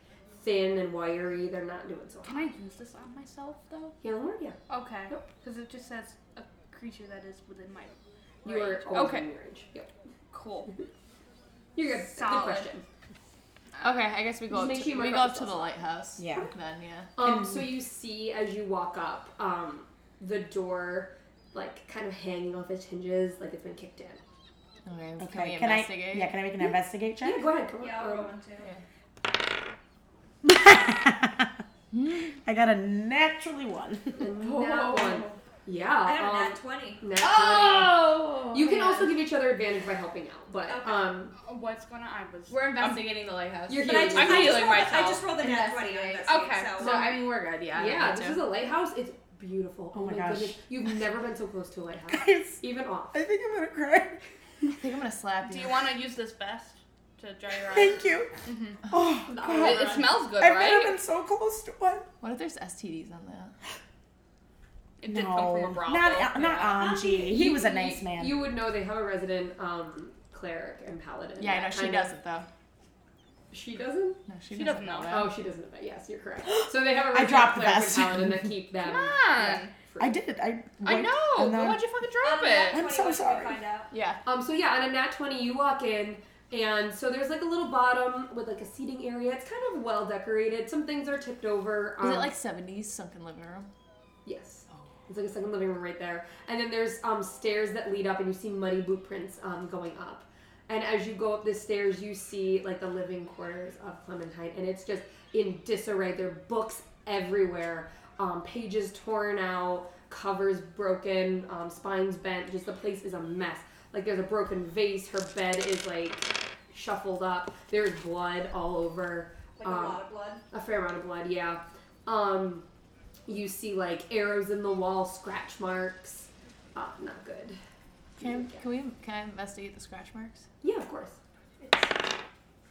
S2: thin and wiry. They're not doing so.
S4: Can I use this on myself though?
S2: Yeah, Lord, yeah.
S4: Okay.
S2: Nope.
S4: Because it just says a creature that is within my.
S2: You are
S4: range.
S2: always
S4: okay.
S2: in your range. Yep.
S4: Cool.
S2: You're good.
S4: Solid.
S2: Good question.
S3: Okay, I guess we go
S2: Just
S3: up
S2: make
S3: to,
S2: sure you
S3: we
S2: mark
S3: go
S2: up
S3: up
S2: the
S3: to the
S2: south.
S3: lighthouse.
S1: Yeah.
S3: Then yeah.
S2: Um, so you see as you walk up, um, the door, like kind of hanging off its hinges, like it's been kicked in.
S3: Okay. Can we
S1: Okay. Can, I?
S3: investigate?
S1: Yeah. Can I make an investigate check?
S2: Yeah, go ahead. Come on.
S5: Yeah, I'll
S2: Um,
S5: roll one too.
S1: I got a naturally one.
S2: and that one. Yeah.
S5: Oh. I got a
S2: um,
S5: nat 20.
S2: Nat
S6: Oh!
S2: 20. You can also give each other advantage by helping out, but
S5: Okay.
S2: um,
S4: What's going on? I was.
S6: We're investigating the lighthouse.
S2: you're
S5: But I
S2: huge.
S5: just,
S6: I'm
S5: I just
S6: healing
S5: rolled, a- I
S6: myself.
S5: just rolled a nat 20 on
S6: Investigate.
S5: this.
S6: Okay,
S5: So,
S3: So I mean we're good. Yeah.
S2: yeah,
S3: me
S2: this
S3: too.
S2: is a lighthouse. It's beautiful.
S1: Oh my gosh.
S2: goodness, you've never been so close to a lighthouse,
S1: Guys,
S2: even off.
S1: I think I'm gonna cry.
S3: I think I'm gonna slap
S4: Do
S3: you.
S4: you want to use this vest to dry your eyes?
S1: Thank you. Oh, God.
S6: It, it smells good,
S1: I've never
S6: right?
S1: been so close to one.
S3: What if there's STDs on that?
S6: It did come from a brothel.
S1: Not, not Angie. He was a
S2: You-
S1: nice man.
S2: You would know they have a resident um, cleric and paladin.
S3: Yeah, I know
S2: that
S3: she
S2: kind of-
S3: doesn't though.
S2: She doesn't.
S3: No, she,
S4: She
S3: doesn't
S4: doesn't know.
S3: that.
S2: Oh, she doesn't. But yes, you're correct. So they have a
S1: I
S2: resident
S1: dropped the
S2: cleric
S1: best.
S2: and paladin that keep them.
S6: Come on.
S1: I did it. I.
S6: I
S1: wiped-
S6: know.
S1: and then-
S6: Why'd you fucking
S5: on
S6: drop
S4: Um,
S5: a nat
S6: it?
S5: 20,
S1: I'm so
S5: what did we
S1: sorry.
S5: Find out?
S3: Yeah.
S2: Um, so yeah, on a nat 20, you walk in, and so there's like a little bottom with like a seating area. It's kind of well decorated. Some things are tipped over.
S3: Is it
S2: um,
S3: like 70s sunken living room?
S2: Yes.
S5: Oh.
S2: It's like a second living room right there. And then there's um, stairs that lead up, and you see muddy blueprints um, going up. And as you go up the stairs, you see like the living quarters of Clementine, and it's just in disarray. There are books everywhere, um, pages torn out, covers broken, um, spines bent. Just the place is a mess. Like there's a broken vase. Her bed is like shuffled up. There's blood all over.
S5: Like a
S2: Um,
S5: lot of blood.
S2: a fair amount of blood, yeah. Um, you see like arrows in the wall, scratch marks. Uh, not good.
S3: Can, can we can I investigate the scratch marks?
S2: Yeah, of course.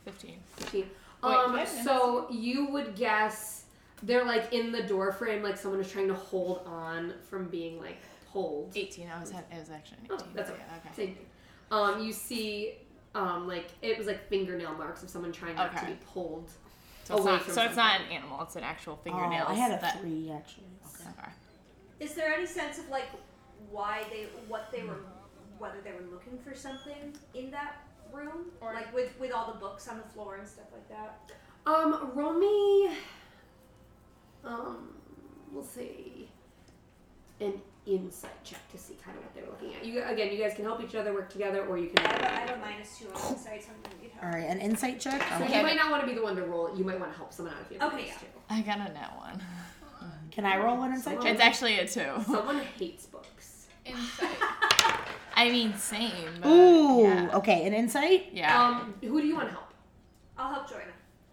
S3: 15.
S2: Fifteen.
S3: Wait,
S2: Um,
S3: wait,
S2: so you would guess they're like in the door frame, like someone is trying to hold on from being like pulled.
S3: 18. I was had, it was actually an 18.
S2: Oh, that's okay.
S3: Yeah, okay.
S2: Same thing. Um, you see, um, like it was like fingernail marks of someone trying not to
S3: Okay.
S2: be pulled.
S3: So, it's
S2: away
S3: not,
S2: from
S3: so it's not an
S2: something.
S3: animal. It's an actual
S1: Oh,
S3: fingernail.
S1: I had a
S3: that,
S1: three actually.
S3: Okay.
S5: Is there any sense of like why they, what they were, whether they were looking for something in that room,
S4: Or-
S5: like with with all the books on the floor and stuff like that?
S2: Um, Romy. Um, we'll see. An insight check to see kind of what they're looking at. You again, you guys can help each other work together, or you
S5: I have a, I
S2: can.
S5: have a minus two on insight, so I'm gonna need
S1: All
S5: help.
S1: right, an insight check.
S2: So
S1: Okay.
S2: you might not want to be the one to roll. it. You might want to help someone out if you have
S5: Okay,
S2: minus
S5: yeah.
S2: two.
S3: I got a net one.
S1: Can I roll an insight check?
S3: It's actually a 2.
S2: Someone hates books.
S6: Insight.
S3: I mean, same. But
S1: Ooh.
S3: Yeah.
S1: Okay, an insight.
S3: yeah.
S2: Um, who do you want to help?
S5: I'll help Joanna.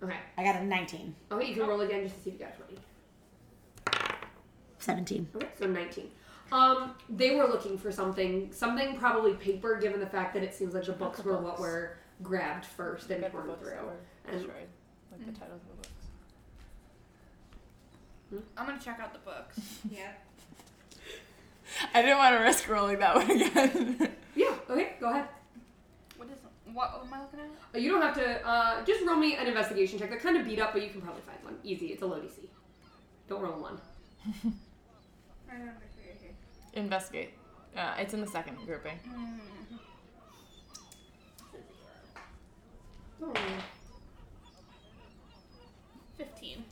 S2: Okay.
S1: I got a 19.
S2: Okay, you can roll again just to see if you got twenty.
S1: 17.
S2: Okay, so 19. Um, they were looking for something, something probably paper, given the fact that it seems like the books
S3: the
S2: were what
S3: books.
S2: were grabbed first and
S3: Got the
S2: torn
S3: books that
S2: through.
S3: were
S2: And-
S3: destroyed, Like the titles of the books.
S4: I'm gonna check out the books.
S5: Yeah.
S3: I didn't want to risk rolling that one again.
S2: Yeah, okay, go ahead.
S4: What is? What am I looking at?
S2: Uh, You don't have to, uh, just roll me an investigation check. They're kind of beat up, but you can probably find one. Easy, it's a low DC. Don't roll a one.
S4: I don't remember if you're here.
S3: Investigate. Uh, it's in the second grouping.
S4: Mm.
S2: Don't roll a one.
S4: Fifteen.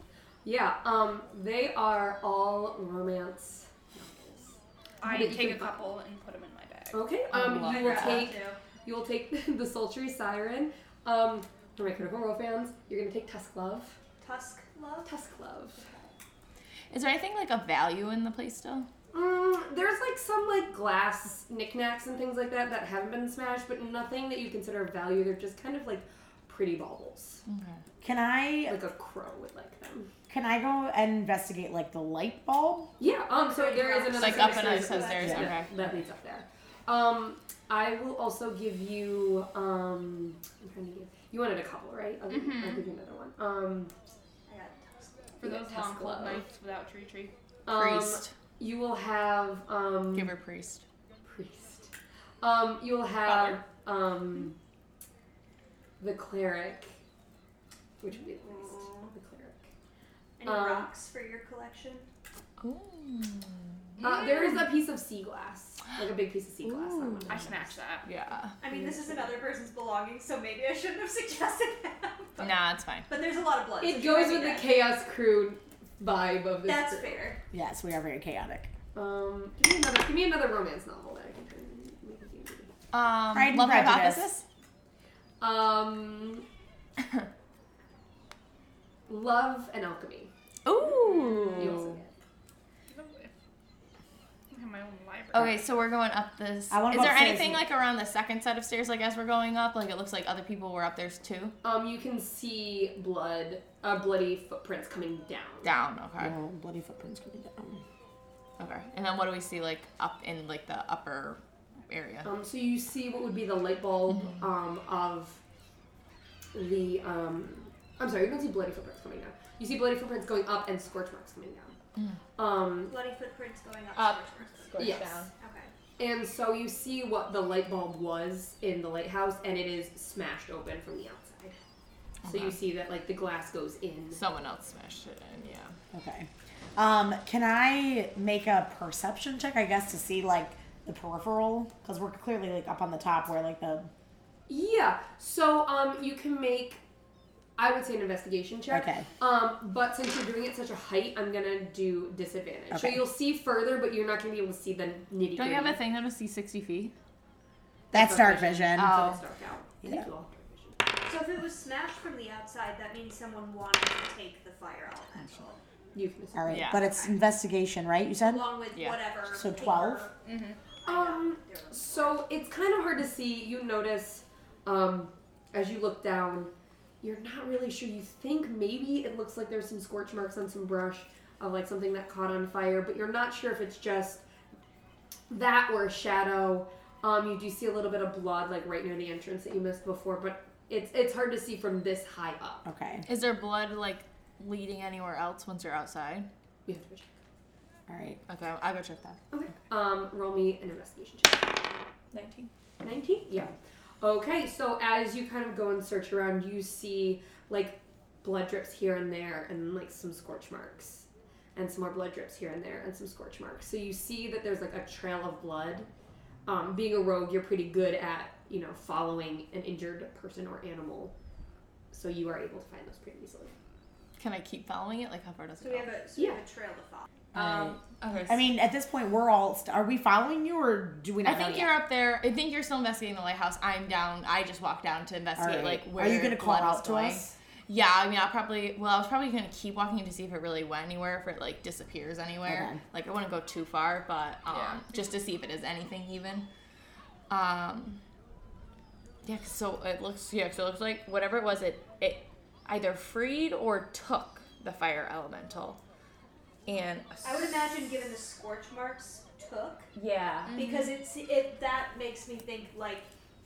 S2: Yeah, um, they are all romance novels.
S4: I
S2: did you
S4: take a
S2: think about-
S4: couple and put them in my bag.
S2: Okay, um, you will
S5: I'll
S2: take
S5: help
S2: You will take the Sultry Siren. Um, for my critical role fans, you're gonna take Tusk Love.
S5: Tusk love.
S2: Tusk love.
S3: Is there anything like of value in the place still?
S2: Mm, there's like some like glass knickknacks and things like that that haven't been smashed, but nothing that you consider of value. They're just kind of like pretty baubles.
S1: Can I
S2: Like a crow would like them.
S1: can I go and investigate like the light bulb?
S2: Yeah. Um. So there is another
S3: It's like up and
S2: cemetery
S3: it says there's
S1: Yeah.
S3: okay.
S2: that leads up there. Um. I will also give you. Um. I'm trying to give. You wanted a couple, right? I'll give,
S3: Mm-hmm.
S2: I'll give you another one. Um.
S5: I got Tusk love.
S4: For
S2: Yeah,
S4: those long
S2: Tesla.
S4: cold nights without tree tree.
S2: um,
S3: Priest.
S2: You will have. Um.
S3: Give her priest.
S2: priest. Um, you'll have um, the cleric, which would be the priest. The cleric.
S5: Any
S2: Um,
S5: rocks for your collection?
S3: Ooh.
S2: Uh, there is a piece of sea glass, like a big piece of sea glass. that
S3: Ooh.
S2: one
S4: I
S2: has.
S4: smash that.
S3: Yeah.
S5: I mean, this is another person's belongings, so maybe I shouldn't have suggested that. But,
S3: Nah, it's fine.
S5: but there's a lot of blood. so
S2: It
S5: she
S2: goes
S5: might be
S2: with the
S5: dead.
S2: chaos crew vibe of this.
S5: That's
S2: group.
S5: fair.
S1: Yes, we are very chaotic.
S2: Um, give me another. Give me another romance novel that I can turn. Make a D&D.
S3: Um,
S1: Pride and
S3: love
S1: Prejudice.
S3: hypothesis.
S2: Um, love and alchemy. You also
S3: Ooh.
S2: get.
S4: I have my own library.
S1: Oh,
S3: Okay, so we're going up this.
S1: I wanna
S3: is
S1: go
S3: there
S1: upstairs and-
S3: anything like around the second set of stairs? Like as we're going up, like it looks like other people were up there too.
S2: Um, you can see blood, uh, bloody footprints coming down.
S3: Down. Okay.
S1: Oh, bloody footprints coming down.
S3: Okay. And then what do we see like up in like the upper area?
S5: Oh,
S2: Um, so you see what would be the light bulb um, of the. Um, I'm sorry, you don't see bloody footprints coming down. You see bloody footprints going up and scorch marks coming down. Um,
S5: Bloody footprints going up.
S3: Up.
S5: towards-
S2: yes.
S5: Okay.
S2: And so you see what the light bulb was in the lighthouse, and it is smashed open from the outside.
S1: Oh,
S2: So you see that like the glass goes in.
S3: Someone else smashed it in. Yeah.
S1: Okay. Um, can I make a perception check, I guess, to see like the peripheral? Because we're clearly like up on the top where like the
S2: Yeah. So um, you can make, I would say, an investigation check.
S1: Okay.
S2: Um, but since you're doing it such a height, I'm gonna do disadvantage. So
S1: Okay.
S2: you'll see further, but you're not gonna be able to see the nitty gritty.
S3: Don't you have a thing that'll see sixty feet?
S1: that's dark vision.
S3: Oh.
S2: It's dark out. I
S1: Yeah.
S2: think you all have dark
S5: So if it was smashed from the outside, that means someone wanted to take the fire elemental,
S2: vision. You can.
S1: All right,
S3: Yeah.
S1: but it's investigation, right? You said.
S5: along with
S3: Yeah.
S5: whatever.
S1: So
S5: paper
S1: 12?
S2: Um.
S5: there was.
S2: So it's kind of hard to see. You notice, um, as you look down, you're not really sure. You think maybe it looks like there's some scorch marks on some brush of like something that caught on fire, but you're not sure if it's just that or a shadow. Um, you do see a little bit of blood like right near the entrance that you missed before, but it's it's hard to see from this high up.
S1: Okay.
S3: Is there blood like leading anywhere else once you're outside?
S2: You have to check.
S1: All right.
S3: Okay, I'll go check that.
S2: Okay. Um, roll me an investigation check.
S3: Nineteen.
S2: 19? Yeah. Okay, so as you kind of go and search around, you see like blood drips here and there and like some scorch marks and some more blood drips here and there and some scorch marks. So you see that there's like a trail of blood. Um, being a rogue, you're pretty good at, you know, following an injured person or animal. So you are able to find those pretty easily.
S3: Can I keep following it? Like how far does
S5: So
S3: it
S5: we
S3: go?
S5: have a so we
S2: Yeah.
S5: have a trail to follow.
S3: Um, okay.
S1: I mean, at this point, we're all. St- are we following you, or do we not?
S3: I think
S1: know
S3: you're up there. I think you're still investigating the lighthouse. I'm down. I just walked down to investigate.
S1: Alright.
S3: Like,
S1: Are
S3: where
S1: you gonna call
S3: blood
S1: out
S3: was
S1: to
S3: going.
S1: us?
S3: Yeah, I mean, I'll probably. Well, I was probably gonna keep walking to see if it really went anywhere, if it like disappears anywhere.
S1: Okay.
S3: Like, I wouldn't go too far, but um, just to see if it is anything even. Um. Yeah. 'cause So it looks. Yeah. So it looks like whatever it was, it it either freed or took the fire elemental. And
S5: I would imagine, given the scorch marks took,
S3: Yeah.
S5: because it's it that makes me think like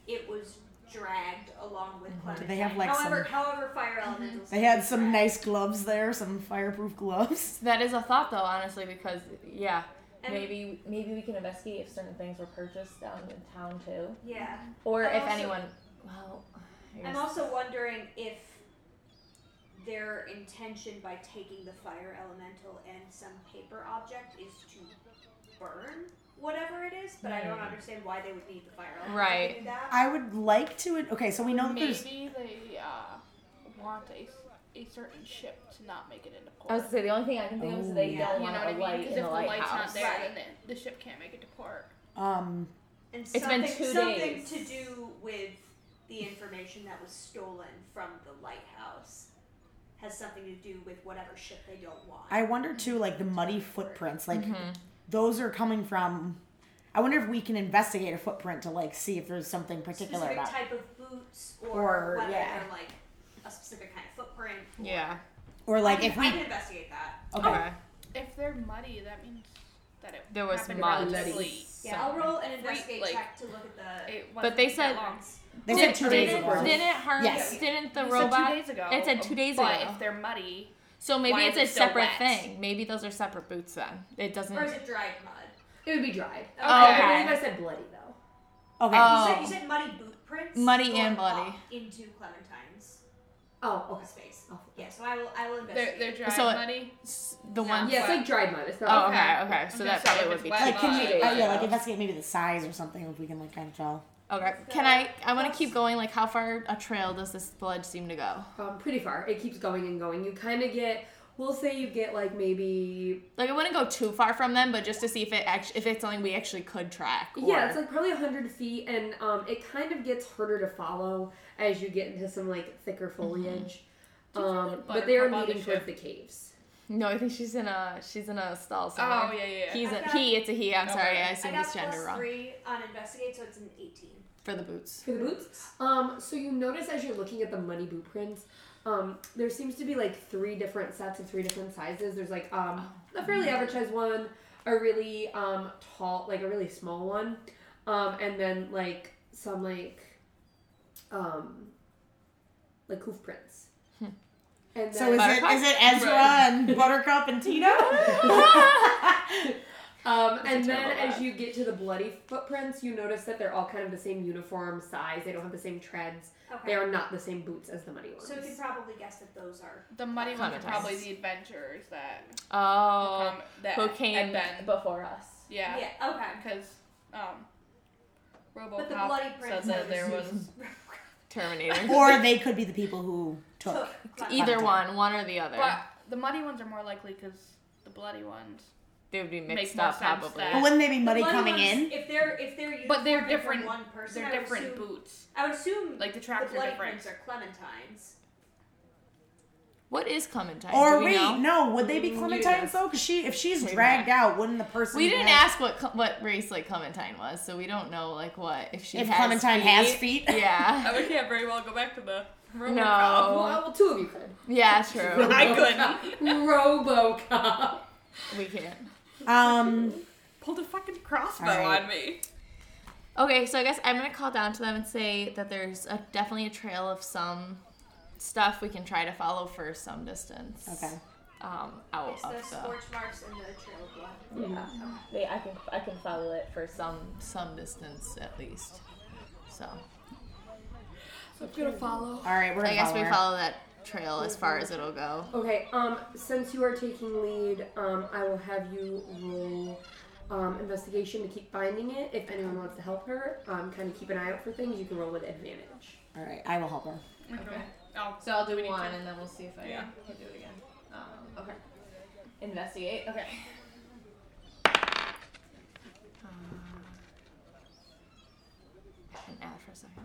S5: it was dragged along with climate.
S1: Do they have, like,
S5: however,
S1: some-
S5: however, fire elementals.
S1: They had some nice gloves there, some fireproof gloves.
S3: That is a thought, though, honestly, because yeah,
S5: And-
S3: maybe maybe we can investigate if certain things were purchased down in town too,
S5: Yeah,
S3: or
S5: I'm
S3: if
S5: also-
S3: anyone. Well, I
S5: I'm
S3: guess-
S5: also wondering if their intention by taking the fire elemental and some paper object is to burn whatever it is, but I don't understand why they would need the fire elemental to
S3: Right.
S5: do that.
S1: I would like to. Okay, so we know that there's.
S4: Maybe they uh, want a, s- a certain ship to not make it into port.
S3: I was gonna say the only thing I can think of is they
S1: Ooh.
S4: you
S3: don't
S4: know what
S3: want
S4: I
S3: a
S4: mean?
S3: light
S4: 'Cause
S3: in
S4: if
S3: the
S4: the light's not
S3: lighthouse.
S4: there,
S5: Right.
S4: then the, the ship can't make it to port.
S1: Um.
S5: And
S3: been
S5: something,
S3: two
S5: something
S3: days.
S5: to do with the information that was stolen from the lighthouse has something to do with whatever shit they don't want.
S1: I wonder too, like the muddy footprints, like those are coming from. I wonder if we can investigate a footprint to like see if there's something particular
S5: specific
S1: about. it.
S5: type of boots or,
S1: Or,
S5: whether
S1: yeah.
S5: they're like a specific kind of footprint. or-
S3: Yeah.
S1: Or
S5: I
S1: like
S5: can,
S1: if we
S5: I can investigate that.
S4: Oh,
S1: okay,
S3: Okay.
S4: If they're muddy, that means that it
S3: There was
S4: happened
S3: mud.
S4: around
S3: Letty.
S4: sleep.
S5: Yeah, I'll roll an investigate
S3: like-
S5: check to look at the.
S4: It
S3: But they said-
S4: wasn't that long.
S1: they said
S3: Didn't-
S1: two days
S3: didn't-
S1: ago.
S3: Didn't harm?
S1: Yes.
S3: Didn't the
S4: You said
S3: robot?
S4: two days ago.
S3: It said two days
S4: but
S3: ago.
S4: if they're muddy,
S3: So maybe
S4: Why
S3: it's
S4: is
S3: a
S4: it still
S3: separate
S4: wet?
S3: thing. Maybe those are separate boots then. It doesn't.
S5: Or is it dried mud?
S2: It would be dried.
S3: Oh,
S2: I
S3: okay.
S2: believe I said bloody though.
S1: Okay,
S3: Oh.
S5: You, said, you said muddy boot prints.
S3: Muddy
S5: going
S3: and bloody.
S5: up Into Clementine's
S2: Oh, okay.
S5: space. Yeah, so I will. I will
S4: they're,
S5: investigate.
S4: they're dry
S3: So it-
S4: and muddy.
S3: the one.
S2: Yeah, it's like dried mud. It's
S3: Oh,
S2: not.
S3: okay,
S4: Okay.
S3: okay. So
S4: Okay,
S3: that
S4: so
S3: probably
S4: if
S3: would
S4: it's
S3: be.
S4: wet,
S3: cheap.
S1: like can we?
S2: Yeah.
S1: Oh yeah, like investigate maybe the size or something if we can like kind of tell.
S3: Okay. Can I? I want to keep going. Like, how far a trail does this blood seem to go?
S2: Um, pretty far. It keeps going and going. You kind of get. We'll say you get like maybe.
S3: Like, I wouldn't go too far from them, but just to see if it actually, if it's something we actually could track. Or,
S2: Yeah, it's like probably hundred feet, and um, it kind of gets harder to follow as you get into some like thicker foliage. Um, but they are
S4: Buttercup on
S2: leading
S4: the
S2: towards
S4: ship.
S2: the caves.
S3: no, I think she's in a she's in a stall somewhere.
S4: Oh yeah, yeah, yeah.
S3: He's
S5: I
S3: a
S5: got-
S3: he. It's a he. I'm sorry. I
S5: I
S3: assumed
S5: got
S3: his gender
S5: plus
S3: wrong
S5: three on investigate, so it's an eighteen.
S3: for the boots.
S2: For the boots. Um, so you notice as you're looking at the money boot prints, um, there seems to be like three different sets of three different sizes. There's like um, a fairly average size one, a really um, tall, like a really small one, um, and then like some like um, like hoof prints. And
S1: So is it
S3: Buttercup?
S1: is it Ezra and Buttercup and Tito?
S2: Um, and then
S3: terrible
S2: as
S3: laugh.
S2: you get to the bloody footprints, you notice that they're all kind of the same uniform size. They don't have the same treads.
S5: Okay.
S2: They are not the same boots as the muddy ones.
S5: So we can probably guess that those are.
S4: The muddy ones are
S3: Clementines.
S4: probably the adventurers that
S3: Oh,
S4: um, that
S3: who came
S4: had been
S3: before us?
S4: yeah
S5: okay.
S4: because um,
S5: But the
S4: RoboCop
S5: bloody
S4: said
S5: prints.
S4: that there was
S3: Terminator.
S1: or they could be the people who took.
S5: Took
S3: Either one, one or the other.
S4: but the muddy ones are more likely because the bloody ones
S3: they would be
S4: Make
S3: mixed
S4: more
S3: up
S4: sense
S3: probably.
S4: that-
S1: But wouldn't they be muddy
S5: Bloody
S1: coming
S5: ones,
S1: in?
S5: If they're if they're uniform
S4: But they're
S5: and from
S4: different-
S5: One person.
S4: they're
S5: I would
S4: different
S5: assume-
S4: boots
S5: I would assume
S4: like the
S5: the
S4: tracks are
S5: bloody
S4: different
S5: prints are clementines.
S3: What is Clementine?
S1: Or
S3: Do we
S1: wait,
S3: know?
S1: no, would they be
S2: Mm,
S1: Clementines
S2: yes.
S1: though? Because she, if she's
S3: Wait a
S1: dragged out, wouldn't the person?
S3: We didn't
S1: have-
S3: ask what Cle- what race like Clementine was, so we don't know like what if she
S1: if
S3: has
S1: Clementine
S3: feet.
S1: has feet.
S3: Yeah.
S4: we can't very well go back to the room
S2: Well,
S3: no.
S2: well, two of you could.
S3: Yeah, true.
S4: I couldn't
S2: RoboCop.
S3: we can't.
S1: Um.
S4: pulled a fucking crossbow
S1: All right.
S4: on me
S3: Okay, so I guess I'm gonna call down to them and say that there's a, definitely a trail of some stuff we can try to follow for some distance.
S1: Okay.
S3: Um, out
S5: It's
S3: of
S5: the
S3: the.
S5: scorch marks and the trail of blood.
S3: Wait, I can I can follow it for some some distance at least. So
S4: so I'm gonna follow
S1: All right. We're.
S3: I
S1: Gonna
S3: guess we
S1: her.
S3: follow that trail as far as it'll go.
S2: Okay, um, since you are taking lead, um, I will have you roll um, investigation to keep finding it. If anyone wants to help her, um, kind of keep an eye out for things, you can roll with advantage.
S1: All right. I will help her.
S4: okay oh
S3: So I'll do
S4: need
S3: one,
S4: to-
S3: and then we'll see if I
S4: Yeah.
S3: can do it again. Um, okay. Investigate. Okay. Uh, an ad for a second.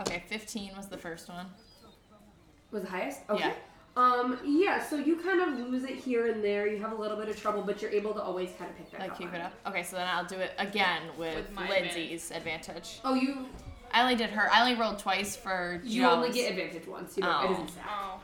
S3: Okay, 15 was the first one.
S2: Was the highest? Okay.
S3: Yeah.
S2: Um, yeah, so you kind of lose it here and there. You have a little bit of trouble, but you're able to always kind of pick back
S3: Like,
S2: up.
S3: keep
S2: on
S3: it up. Okay, so then I'll do it again with,
S4: With my
S3: Lindsay's advantage.
S2: Oh, you
S3: I only did her. I only rolled twice for
S2: you only
S3: Jones.
S2: get advantage once. You don't, It
S3: Oh.
S2: doesn't stack.
S4: oh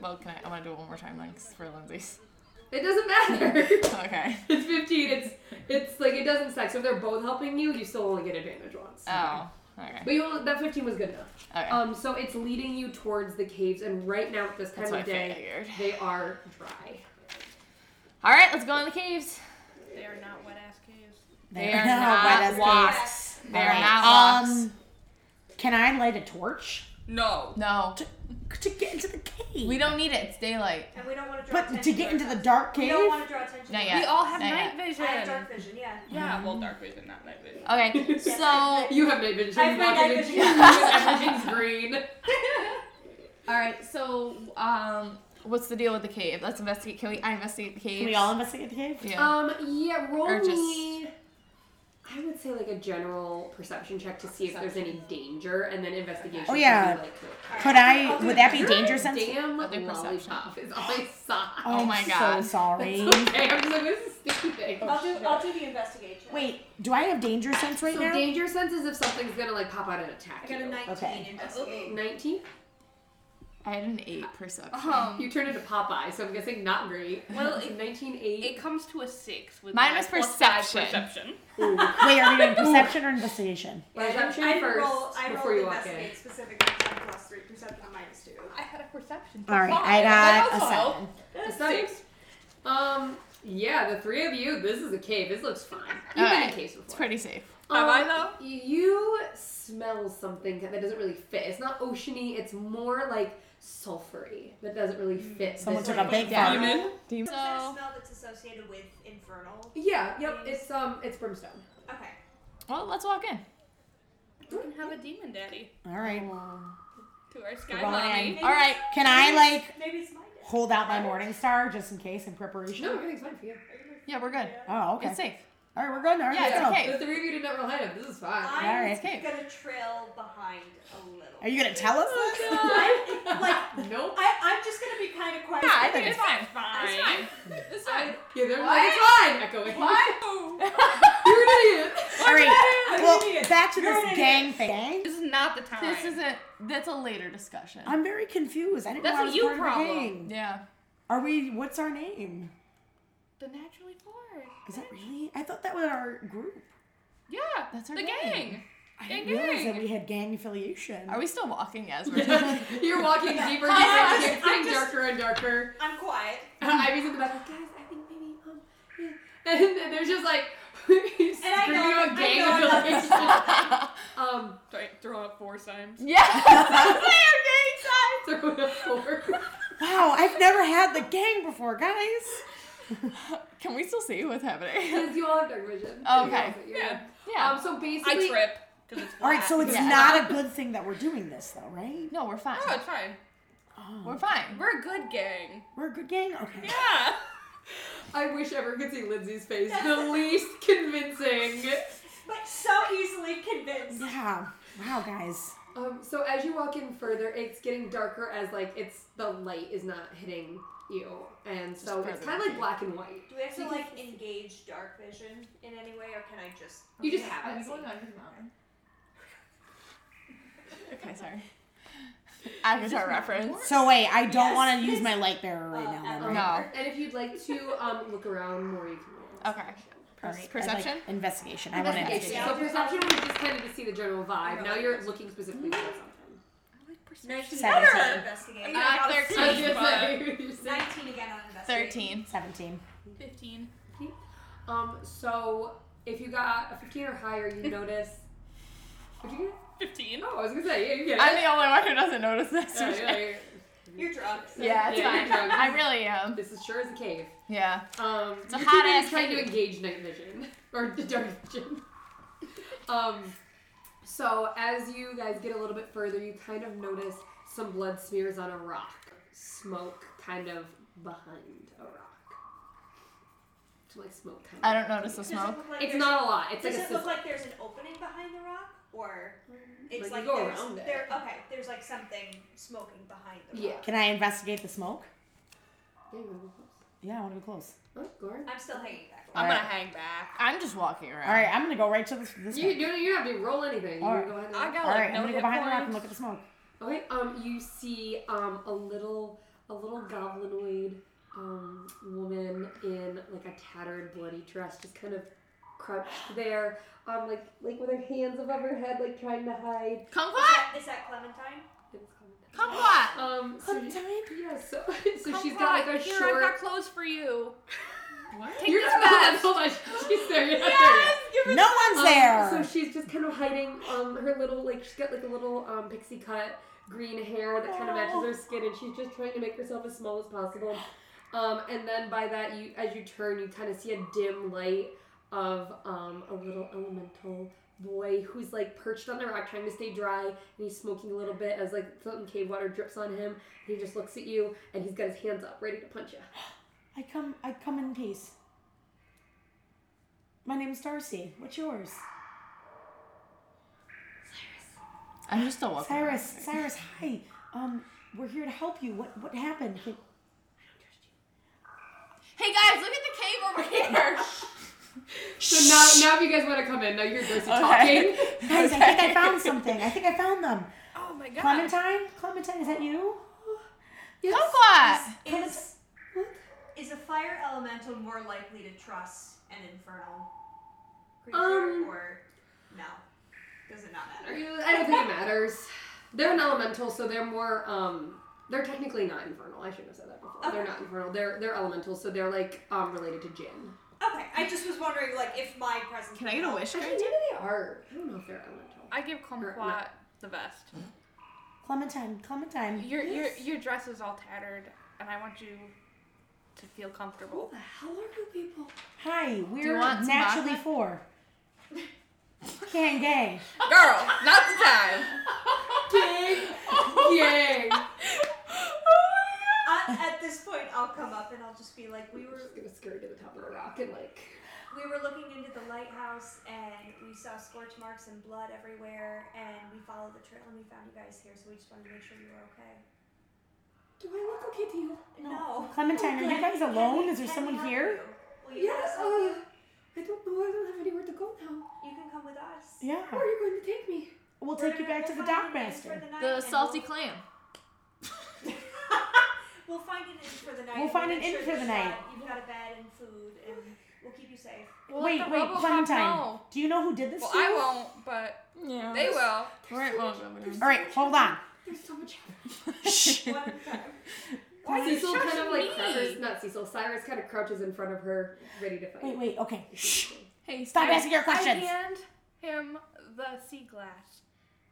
S3: Well, can I? I want to do it one more time, thanks for Lindsay's.
S2: It doesn't matter.
S3: Okay.
S2: It's 15. It's it's like it doesn't stack. So if they're both helping you, you still only get advantage once.
S3: Oh. Okay.
S2: But you only, that 15 was good enough.
S3: Okay.
S2: Um, so it's leading you towards the caves, and right now at this time
S3: That's what I
S2: of day,
S3: figured.
S2: they are dry.
S3: All right, let's go in the caves.
S4: they are not wet ass caves
S3: They
S1: There.
S3: are
S1: Why
S3: not
S1: does-
S3: walks. They
S1: All
S3: are
S1: right,
S3: not walks.
S1: Um, can I light a torch
S4: no
S3: No,
S1: to get into the cave?
S3: we don't need it. It's daylight.
S5: And we don't want to draw
S1: But
S5: attention
S1: to get into the dark
S5: We
S1: cave.
S5: don't want to draw attention.
S3: Not
S5: to
S3: yet.
S4: we all have
S3: not
S4: night
S3: yet.
S4: vision
S5: I have dark vision. Yeah.
S4: yeah well dark vision not night vision
S3: Okay, so all
S2: You have night vision.
S5: I have my
S2: walking
S5: night
S2: in
S5: vision.
S2: caves, Everything's green.
S3: right, so um, what's the deal with the cave? Let's investigate. Can we? I investigate the cave.
S2: Oh,
S1: Can we all investigate the cave?
S3: Yeah.
S2: Um, yeah, roll
S3: Or just-
S2: me. I would say like a general perception check to see if there's any danger, and then investigation.
S1: Oh,
S2: would
S1: yeah.
S2: be, like, cool.
S1: Could I? Would that be danger sense?
S2: Damn
S6: Other perception.
S2: lollipop is all I saw.
S1: Oh
S6: my
S1: I'm
S6: God.
S1: so sorry.
S2: Okay, I'm just like this is stupid.
S5: I'll do. I'll do the investigation.
S1: Wait, do I have danger sense right
S2: so
S1: now?
S2: danger sense is if something's gonna like pop out and attack
S5: I got a
S2: you.
S5: 19
S1: Okay.
S5: investigate.
S2: Nineteen.
S6: I had an eight perception.
S4: Um,
S2: You turned into Popeye, so I'm guessing not great.
S4: Well,
S2: it's 1980.
S4: it comes to a six with
S6: Mine
S4: my
S6: was
S4: plus five
S6: perception.
S4: perception.
S1: Wait, are we doing perception or investigation?
S2: Perception
S5: I
S2: first
S5: roll, I
S2: before
S5: roll
S2: you walk in.
S5: investigate specifically 10 plus 3 perception minus 2.
S4: I had a perception.
S1: All right, I got a seven.
S2: Is that it? Um, yeah, the three of you. This is a cave. This looks fine. You've been in
S6: Alright.
S2: caves before.
S6: It's pretty safe.
S4: Have I,
S2: though? You smell something that doesn't really fit. It's not oceany. It's more like sulfury. That doesn't really
S5: Mm.
S2: fit.
S1: Someone
S2: this
S1: took a
S2: way.
S1: big
S2: Yeah.
S1: one.
S5: Is there a
S6: So,
S5: smell that's associated with infernal?
S2: Yeah. Yep. It's um. It's brimstone.
S5: Okay.
S6: well, let's walk in.
S4: We can have a demon daddy
S1: All right.
S4: to our sky
S1: Wrong
S4: mommy.
S1: end.
S6: All right.
S1: Can I like
S5: Maybe it's my death.
S1: hold out my morning star just in case in preparation?
S2: No, everything's fine for you.
S6: Yeah, we're good.
S1: Oh, okay.
S6: It's safe.
S1: All right, we're good. All right,
S6: Yeah,
S1: let's
S6: it's
S1: go.
S6: okay.
S2: The three of you did not roll high enough. This is fine.
S5: I'm
S1: right.
S6: Okay.
S5: gonna trail behind a little.
S1: Are you gonna tell us? this?
S5: I'm, like,
S2: Nope.
S5: I, I'm just gonna be kind of quiet.
S6: I think it's fine.
S4: Fine.
S6: It's fine.
S2: Yeah, they're like, it's fine. Echoing. You're an idiot.
S1: All right.
S5: I'm an
S1: Well,
S5: idiot.
S1: back to
S5: You're an
S1: this
S5: idiot.
S1: gang thing.
S4: This is not the time.
S6: This isn't. That's a later discussion.
S1: I'm very confused. I didn't
S4: That's
S1: know I
S4: a
S1: was
S4: you
S1: part
S4: problem.
S1: of the gang.
S6: yeah.
S1: Are we? What's our name?
S4: the naturally born.
S1: Is that really? I thought that was our group.
S4: Yeah,
S6: That's our
S4: the
S6: gang.
S4: gang.
S1: I didn't
S4: Gang,
S1: realize that
S4: gang.
S1: we had gang affiliation.
S6: Are we still walking as we're?
S2: You're walking deeper, deeper,
S5: I'm
S2: it's
S5: just- I'm
S2: getting
S5: just-
S2: darker and darker.
S5: I'm quiet.
S2: Ivy's in the back, like, guys, I think maybe, um, yeah. And, and there's just like, screaming
S5: And I know, I
S2: out gang affiliation.
S5: know.
S2: um,
S4: Do I throw up four signs?
S6: Yeah.
S2: throwing a four.
S1: Wow, Oh, I've never had the gang before, guys.
S6: Can we still see what's happening?
S2: Because you all have dark vision.
S6: Oh,
S2: You all
S6: okay.
S2: have it, Yeah.
S6: Yeah.
S2: Um, so basically,
S4: I trip because it's
S1: All right, so it's
S6: Yeah.
S1: not a good thing that we're doing this, though, right?
S6: No, we're fine.
S4: Oh, it's fine.
S6: We're fine.
S4: We're a good gang.
S1: We're a good gang. Okay.
S4: Yeah.
S2: I wish everyone could see Lindsay's face. The least convincing.
S5: But so easily convinced.
S1: Yeah. Wow, guys.
S2: Um, so as you walk in further, it's getting darker as like it's the light is not hitting you, and so
S6: Just
S2: it's
S6: further
S2: kind of like
S6: away.
S2: black and white.
S5: Do we have to like engage dark vision in any way, or can I just?
S2: You just have it.
S6: Okay, sorry. Avatar reference.
S1: So wait, I don't want to use my light bearer right
S5: Uh,
S1: now. Then,
S5: uh,
S1: right?
S6: No.
S2: Um, And if you'd like to um, look around more, you can roll.
S6: Okay.
S1: All right, I'd like
S6: Perception?
S1: investigation. I want to
S2: Investigation.
S1: investigate.
S2: So perception was just kind of to see the general vibe. Now you're looking specifically for something.
S5: Nineteen
S1: Seventeen.
S5: again on investigate.
S4: Not
S6: thirteen.
S2: I was gonna
S4: six, but-
S2: say, you're saying-
S5: Nineteen again on investigate.
S6: Thirteen.
S1: Seventeen.
S4: Fifteen.
S2: um, so if you got a 15 or higher, you notice. What'd you get?
S4: Fifteen.
S2: Oh, I was gonna say yeah, you get it.
S6: I'm the only one who doesn't notice this.
S2: yeah, yeah, yeah.
S5: You're drunk. So
S6: Yeah, it's
S2: Yeah,
S6: fine.
S2: you're drunk.
S6: I really am.
S2: This is sure as a cave.
S6: Yeah.
S2: Um,
S6: a
S2: you
S6: hot
S2: keep
S6: ass
S2: trying to
S6: cave.
S2: engage night vision or dark vision. um, so as you guys get a little bit further, you kind of notice some blood smears on a rock, smoke kind of behind a rock. So like smoke kind
S6: I
S2: of.
S6: don't notice the
S5: Does it
S6: smoke.
S5: look like
S2: It's
S5: there's-
S2: not a lot. It's like
S5: Does
S2: a
S5: it
S2: sizzle.
S5: look like there's an opening behind the rock, or it's
S2: Like,
S5: like,
S2: you go
S5: there's,
S2: around it.
S5: there? Okay, there's like something smoking behind the
S2: yeah.
S5: rock.
S1: Can I investigate the smoke?
S2: Yeah, you wanna go
S1: Yeah, I want to be close.
S2: close? Oh, go ahead.
S5: I'm still hanging back.
S2: Uh,
S1: I'm gonna
S4: hang back.
S6: I'm just walking around.
S1: All right, I'm gonna go right to this. this
S2: You,
S1: one.
S2: you don't you don't have to roll anything. You
S1: All right.
S2: can go ahead and
S4: I got
S1: All right,
S4: like
S1: I'm
S4: no
S1: gonna go
S4: hit
S1: behind the rock and
S4: points.
S1: look at the smoke.
S2: Okay, um, you see um a little a little goblinoid um woman in like a tattered bloody dress just kind of crouched there, um like like with her hands above her head, like trying to hide.
S5: Is
S6: Kumquat!
S5: that, is that Clementine?
S2: It's coming.
S6: Kumquat!
S2: Um so
S1: Clementine?
S2: yeah, so so she's got like a
S4: Here,
S2: short
S4: I've got clothes for you.
S2: Take You're
S4: this
S2: not
S4: vest.
S2: hold on, she's there, you're not there yet.
S1: No one's
S2: Um,
S1: there.
S2: So she's just kind of hiding um, her little, like, she's got like a little um, pixie cut green hair that kind of matches her skin, and she's just trying to make herself as small as possible. Um, and then by that, you as you turn, you kind of see a dim light of um, a little elemental boy who's like perched on the rock trying to stay dry and he's smoking a little bit as like some cave water drips on him and he just looks at you and he's got his hands up ready to punch you
S1: I come, I come in peace. My name's Darcy. What's yours?
S6: I'm just still walking.
S1: Cyrus. Cyrus. Hi. Um, we're here to help you. What What happened? Can-
S3: Hey guys, look at the cave over here.
S2: So now, now if you guys want to come in, now you're busy talking.
S1: Guys, I think I found something. I think I found them.
S4: Oh my god.
S1: Clementine. Clementine, is that you?
S3: Kumquat.
S5: Is, is a fire elemental more likely to trust an infernal creature
S2: Um.
S5: or no? Does it not matter?
S2: I don't think it matters. They're an elemental, so they're more. Um, they're technically not infernal. I shouldn't have said that before. They're not infernal. They're they're elemental, so they're like um related to Jin.
S5: Okay, I just was wondering, like, if my presence.
S6: Can I get a wish?
S2: Actually, maybe they are. I don't know if they're elemental.
S4: I give Kumquat
S2: no.
S4: the vest.
S1: Clementine. Clementine.
S4: Your your your dress is all tattered, and I want you to feel comfortable.
S2: the hell are you people?
S1: Hi. We're
S6: want some
S1: naturally
S6: vodka?
S1: four. Gang, gang.
S6: Girl, not the time.
S2: Yay!
S5: I, at this point, I'll come up and I'll just be like, we
S2: We're
S5: were
S2: just gonna scurry to the top of the rock and like.
S5: we were looking into the lighthouse and we saw scorch marks and blood everywhere, and we followed the trail and we found you guys here, so we just wanted to make sure you were okay.
S2: Do I look okay to you?
S5: No.
S1: Clementine, are you guys
S5: Can
S1: alone?
S5: we-
S1: Is there
S5: can
S1: someone
S5: we help
S1: here?
S5: you? Will you let
S2: Yes.
S5: us
S2: Uh,
S5: help you?
S2: I don't know. I don't have anywhere to go now.
S5: You can come with us.
S1: Yeah.
S2: Where are you going to take me?
S1: We'll
S5: We're
S1: take you
S5: gonna-
S1: back to the
S5: we'll find an inn for
S1: dockmaster.
S5: night
S6: The
S5: and
S6: salty
S5: we'll-
S6: clam.
S5: we'll find an inn for the night.
S1: We'll find
S5: make
S1: an inn
S5: sure
S1: for
S5: that
S1: the
S5: you've
S1: night.
S5: got- You've got a bed and food, and we'll keep you safe.
S4: We'll let
S1: wait,
S4: the
S1: wait,
S4: Robocop
S1: Clementine.
S4: know.
S1: Do you know who did this?
S4: Well,
S1: to
S4: I
S1: you?
S4: won't, but
S6: Yeah.
S4: they will.
S6: Right, well, well,
S1: All right, hold on.
S2: There's so much happening.
S5: One at a time.
S2: Cecil
S3: shush
S2: kind of like
S3: me?
S2: crouches, not Cecil, Cyrus kind of crouches in front of her, ready to fight.
S1: Wait, wait. Okay. Shh.
S6: Hey,
S1: Stop
S4: I-
S1: asking your questions.
S4: I hand him the sea glass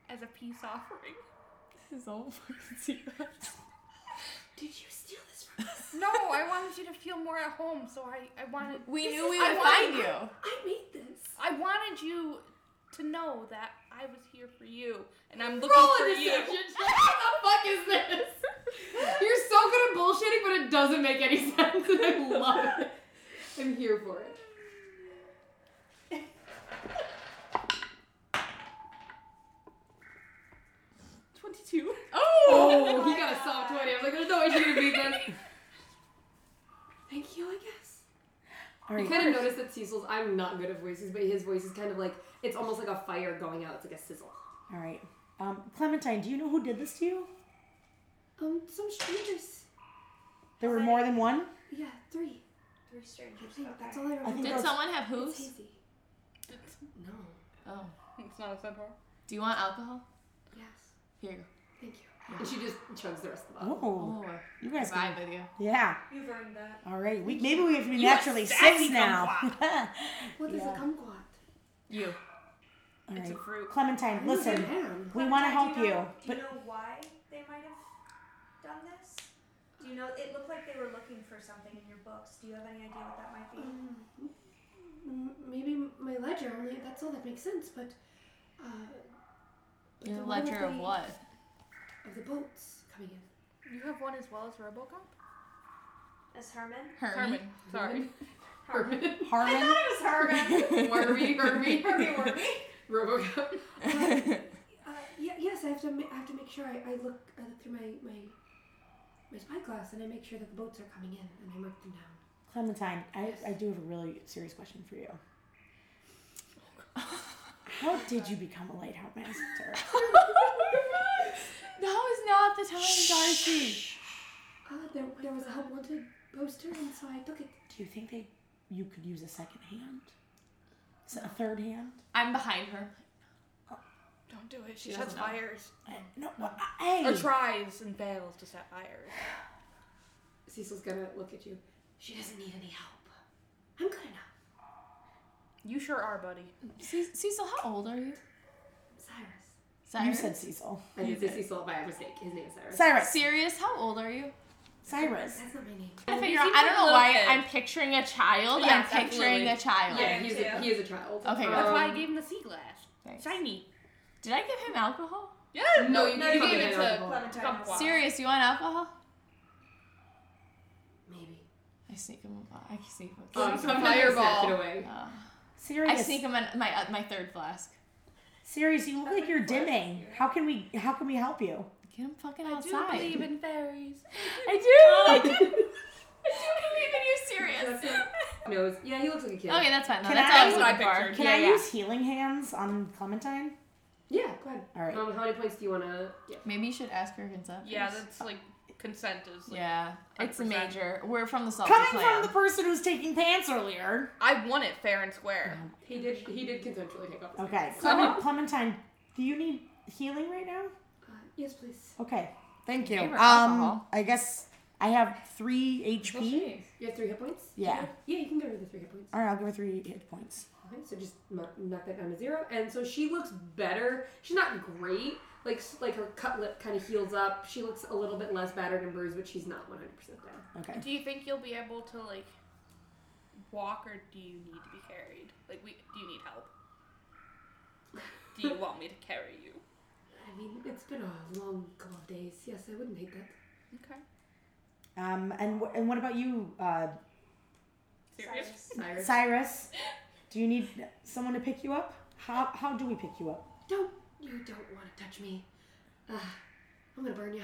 S4: as a peace offering.
S6: This is all fucking secret.
S2: Did you steal this from us?
S4: No, I wanted you to feel more at home, so I, I wanted
S6: We
S2: This
S6: knew we
S2: is- I
S6: would
S2: wanted-
S6: find you.
S2: I made this.
S4: I wanted you to know that I was here for you, and I'm looking
S2: Roll
S4: for
S2: a
S4: you.
S2: deception check. What the fuck is this? You're so good at bullshitting, but it doesn't make any sense, and I love it. I'm here for it.
S4: Twenty-two.
S2: Oh, he got a soft 20. I was like, there's no way she's gonna beat this. Thank you, I guess.
S1: All
S2: You
S1: right.
S2: kind of noticed that Cecil's, I'm not good at voices, but his voice is kind of like, it's almost like a fire going out. It's like a sizzle.
S1: All right. Um, Clementine, do you know who did this to you?
S2: Um, some strangers.
S1: There were more than one.
S2: Yeah, three.
S5: Three strangers.
S2: I think
S5: okay.
S2: that's all I remember.
S1: I think
S6: Did
S1: that's-
S6: someone have
S2: It's
S6: hooves?
S2: hazy. No.
S6: Oh.
S4: It's not a centaur.
S6: Do you want alcohol?
S2: Yes.
S6: Here you go.
S2: Thank you. And she just chugs the rest of the bottle.
S1: Oh,
S6: Oh,
S1: you guys.
S6: vibe with you.
S1: Yeah.
S5: You've earned that.
S1: All right. We maybe we have to be naturally six now.
S2: What is
S1: Yeah.
S2: a kumquat?
S6: You.
S1: All
S4: It's
S1: right.
S4: a fruit.
S1: Clementine, listen.
S2: Man.
S1: We want to help
S5: Clementine, do
S1: you,
S5: know- Do
S1: but
S5: you know why they might have done this? Do you know? It looked like they were looking for something in your books. Do you have any idea what that might be?
S2: M- Maybe my ledger, only that's all that makes sense, but. Uh, but
S6: Your
S2: the one
S6: ledger
S2: with
S6: of
S2: the-
S6: what?
S2: Of the boats coming in.
S4: You have one as well as RoboCop.
S5: As Herman?
S6: Herman.
S4: Sorry.
S2: Herman.
S5: I
S1: Harmon.
S5: thought it was Herman.
S2: Wormy, Hermy,
S5: Herman Wormy.
S2: Robocop. Uh, yeah, yes, I have to. Ma- I have to make sure I, I look. I look through my my my spyglass and I make sure that the boats are coming in and I mark them down.
S1: Clementine, I, I do have a really serious question for you. How did you become a lighthouse master?
S6: Now is not the time, Darcy.
S2: Uh, there, there was a help wanted poster and so I took it.
S1: Do you think they you could use a second hand? S- A third hand?
S6: I'm behind her.
S4: Don't do it. She,
S6: She
S4: sets
S6: doesn't know.
S4: fires.
S1: I- No, well, I-
S4: Or
S1: hey.
S4: tries and fails to set fires.
S2: Cecil's gonna look at you. She doesn't need any help. I'm good enough.
S4: You sure are, buddy.
S6: Ce- Cecil, how old are you?
S2: Cyrus.
S1: You
S6: Cyrus.
S1: said Cecil.
S2: I did say Cecil by mistake. His name is Cyrus.
S1: Cyrus.
S6: Serious? How old are you?
S1: Cyrus.
S2: That's not my name.
S6: I
S3: figure
S6: figure
S3: out-
S6: out. I don't know why I'm picturing a child.
S3: Yes,
S6: I'm picturing
S3: absolutely.
S6: a child.
S2: Yeah,
S5: am
S2: he is,
S5: too.
S2: a, he is a child.
S6: Okay, good.
S4: That's why I
S2: Um,
S4: gave him the sea glass.
S6: Thanks.
S4: Shiny.
S6: Did I give him alcohol?
S4: Yeah.
S2: No, you,
S5: No,
S2: you
S5: you
S2: gave
S5: gave
S2: it
S4: it
S2: to
S4: to-
S5: Clementine.
S4: Kumquat.
S6: Serious? You want alcohol?
S2: Maybe.
S6: I sneak him. I sneak him.
S2: Um,
S6: Uh,
S2: so I'm not gonna snatch it away.
S1: Serious.
S6: I sneak them in my uh, my third flask.
S1: Serious, you look like you're dimming. How can we how can we help you?
S6: Get them fucking
S4: I do
S6: outside.
S4: believe in fairies.
S1: Oh,
S6: I do. I do. I do believe in you, serious.
S2: Nose. Yeah, he looks like a kid.
S6: Okay, that's fine. though.
S1: Can
S6: that's
S1: I-
S6: all I was
S1: That's
S6: looking
S1: what
S6: for.
S1: Can
S6: yeah,
S1: I
S6: yeah.
S1: use healing hands on Clementine?
S2: Yeah, go ahead.
S1: All right.
S2: Um, how many points do you want to get?
S6: Maybe you should ask her consent.
S7: Yeah,
S6: first.
S7: that's like consent is. Like,
S6: yeah. It's a
S7: 100%.
S6: major. We're from the salty
S1: Coming
S6: clan.
S1: from the person who's taking pants earlier.
S7: I won it fair and square.
S2: He did. He did consensually take off. his
S1: Okay.
S2: pants.
S1: Clement, Clementine, do you need healing right now?
S2: Uh, yes, please.
S1: Okay. Thank you.
S6: Gave her
S1: Um
S6: alcohol.
S1: I guess I have three HP.
S2: You have three hit points.
S1: Yeah.
S2: Yeah, Uh-huh. you can get rid of the three hit points.
S1: Alright, I'll give her three hit points.
S2: Okay, so just mo- knock that down to zero. And so she looks better. She's not great. Like s- like her cut lip kind of heals up. She looks a little bit less battered and bruised, but she's not 100% down.
S1: Okay.
S4: Do you think you'll be able to like walk, or do you need to be carried?
S7: Like, we do you need help? Do you want me to carry you?
S2: I mean, it's been a long couple of days. Yes, I wouldn't hate that.
S4: Okay.
S1: Um and wh- and what about you, uh
S7: Serious?
S2: Cyrus.
S1: Cyrus? Do you need someone to pick you up? How how do we pick you up?
S2: Don't you don't want to touch me. Uh, I'm gonna burn you.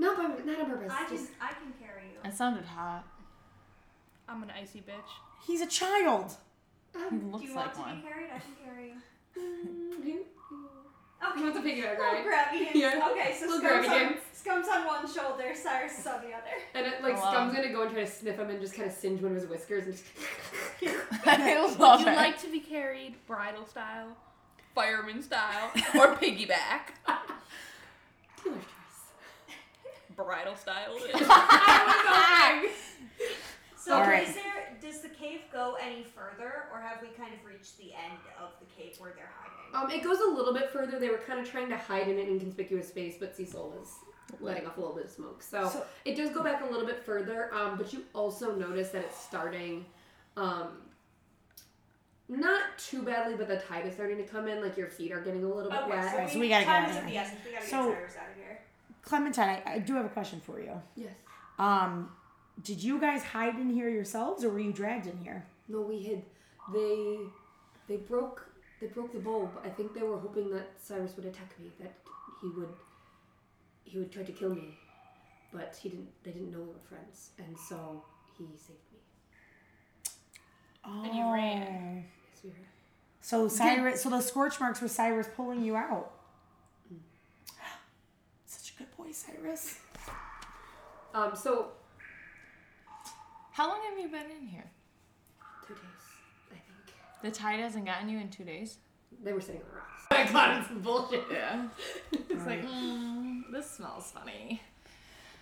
S2: Not by not on purpose.
S5: I can
S2: just
S5: I can carry you.
S6: It sounded hot.
S4: I'm an icy bitch.
S1: He's a child.
S6: He
S2: um,
S5: Do you
S6: looks
S5: want
S6: like
S5: to be
S6: one.
S5: carried? I can carry you.
S2: mm, you,
S5: Okay.
S2: You want the piggyback,
S5: Little
S2: right?
S5: Gravity. hands.
S2: Yeah.
S5: Okay, so
S2: Little
S5: scum's
S2: gravity
S5: on,
S2: hands.
S5: scum's on one shoulder, Cyrus is on the other.
S2: and it, like
S6: Oh, wow.
S2: Scum's gonna go and try to sniff him and just kind of singe one of his whiskers and just.
S6: I love
S4: Would
S6: it.
S4: you like to be carried bridal style?
S7: Fireman style or piggyback?
S2: Dealer's choice.
S7: Bridal style.
S5: So
S1: All right.
S5: is there does the cave go any further or have we kind of reached the end of the cave where they're hiding?
S2: Um, it goes a little bit further. They were kind of trying to hide in an inconspicuous space, but Cecil was letting off a little bit of smoke. So,
S1: So-
S2: it does go back a little bit further. Um, but you also notice that it's starting, um, not too badly, but the tide is starting to come in. Like your feet are getting a little bit wet.
S5: okay,
S1: so we gotta get
S5: time
S1: out of
S5: is of
S1: here.
S5: the essence. We gotta
S1: So-
S5: get Cyrus out of here.
S1: Clementine, I, I do have a question for you.
S2: Yes.
S1: Um, did you guys hide in here yourselves, or were you dragged in here?
S2: No, we hid. They they broke they broke the bulb. I think they were hoping that Cyrus would attack me, that he would he would try to kill me. But he didn't they didn't know we were friends, and so he saved me.
S1: Oh.
S7: And you ran.
S2: Yes, we were.
S1: So Cyrus, so those scorch marks were Cyrus pulling you out. Such a good boy, Cyrus.
S2: Um so
S6: How long have you been in here?
S2: two days, I think.
S6: The tide hasn't gotten you in two days.
S2: They were sitting on the rocks. I got it's bullshit.
S6: Yeah. It's like, mm, this smells funny.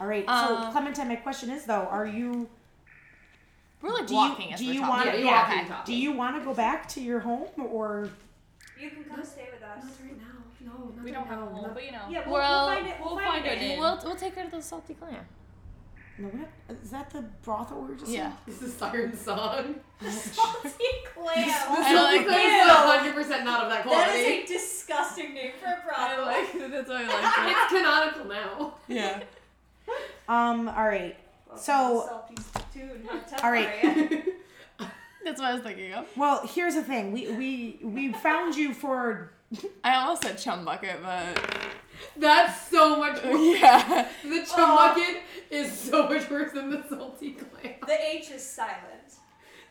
S1: All right. so
S6: Um,
S1: Clementine, my question is though, are you
S6: We're like
S1: do
S6: walking
S1: you
S6: as
S1: do
S6: we're
S1: you
S6: talking.
S1: want
S2: Yeah,
S1: to
S2: you're
S1: yeah,
S2: walking,
S1: okay.
S2: talking.
S1: do you want to go back to your home or
S5: You can come stay with us.
S2: Not right now. No, not
S7: We
S2: right
S7: don't have a
S2: now.
S7: home,
S2: Not-
S7: but you know.
S5: Yeah, we'll,
S6: Well,
S5: we'll find it. We'll, find, it.
S7: it.
S6: We'll, we'll take her to the salty clam.
S1: no? What is that? The brothel we were just
S6: Yeah.
S2: This is Siren's song.
S5: Salty clam.
S6: I like
S2: This is hundred percent not of that
S5: That
S2: quality.
S5: is a disgusting name for a brothel.
S6: that's why I
S2: it's canonical now.
S1: Yeah. um. All right. So- All
S5: all
S1: right.
S5: right.
S6: That's what I was thinking of.
S1: Well, here's the thing. We we we found you for
S6: I almost said chum bucket, but
S2: That's so much worse.
S6: yeah.
S2: The chumucket is so much worse than the salty clam.
S5: The H is silent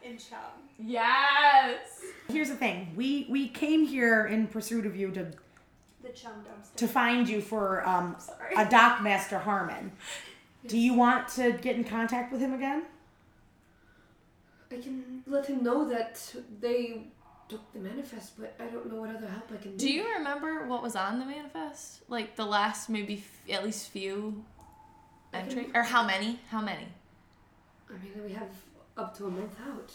S5: in chum.
S6: Yes.
S1: Here's the thing. We we came here in pursuit of you to
S5: The chum dumpster.
S1: to find you for um,
S5: Sorry.
S1: a dock master Harmon. Do you want to get in contact with him again?
S2: I can let him know that they took the manifest, but I don't know what other help I can
S6: Do you remember what was on the manifest? Like the last maybe f- at least few entry or how many? How many?
S2: I mean, we have up to a month out.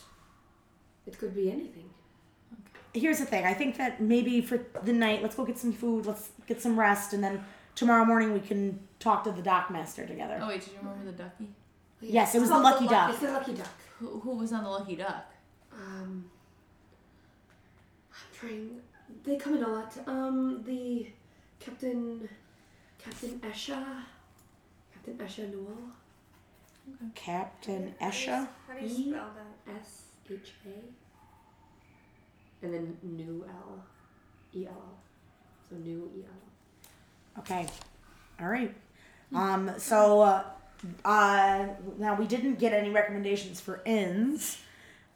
S2: It could be anything.
S1: Here's the thing. I think that maybe for the night, let's go get some food, let's get some rest, and then tomorrow morning we can talk to the dock master together.
S6: Oh wait, did you remember the ducky?
S1: Yes, it was the lucky duck.
S2: It's the lucky duck.
S6: Who, who was on the lucky duck?
S2: Um, I'm trying. They come in a lot. Um, the Captain, Captain Esha, Captain Esha Newell.
S5: Oh.
S1: Captain Esha.
S5: How do you spell that?
S2: S H A. and then new L, E L L. So new E L L.
S1: Okay. All right. Um, so uh, uh, now we didn't get any recommendations for inns.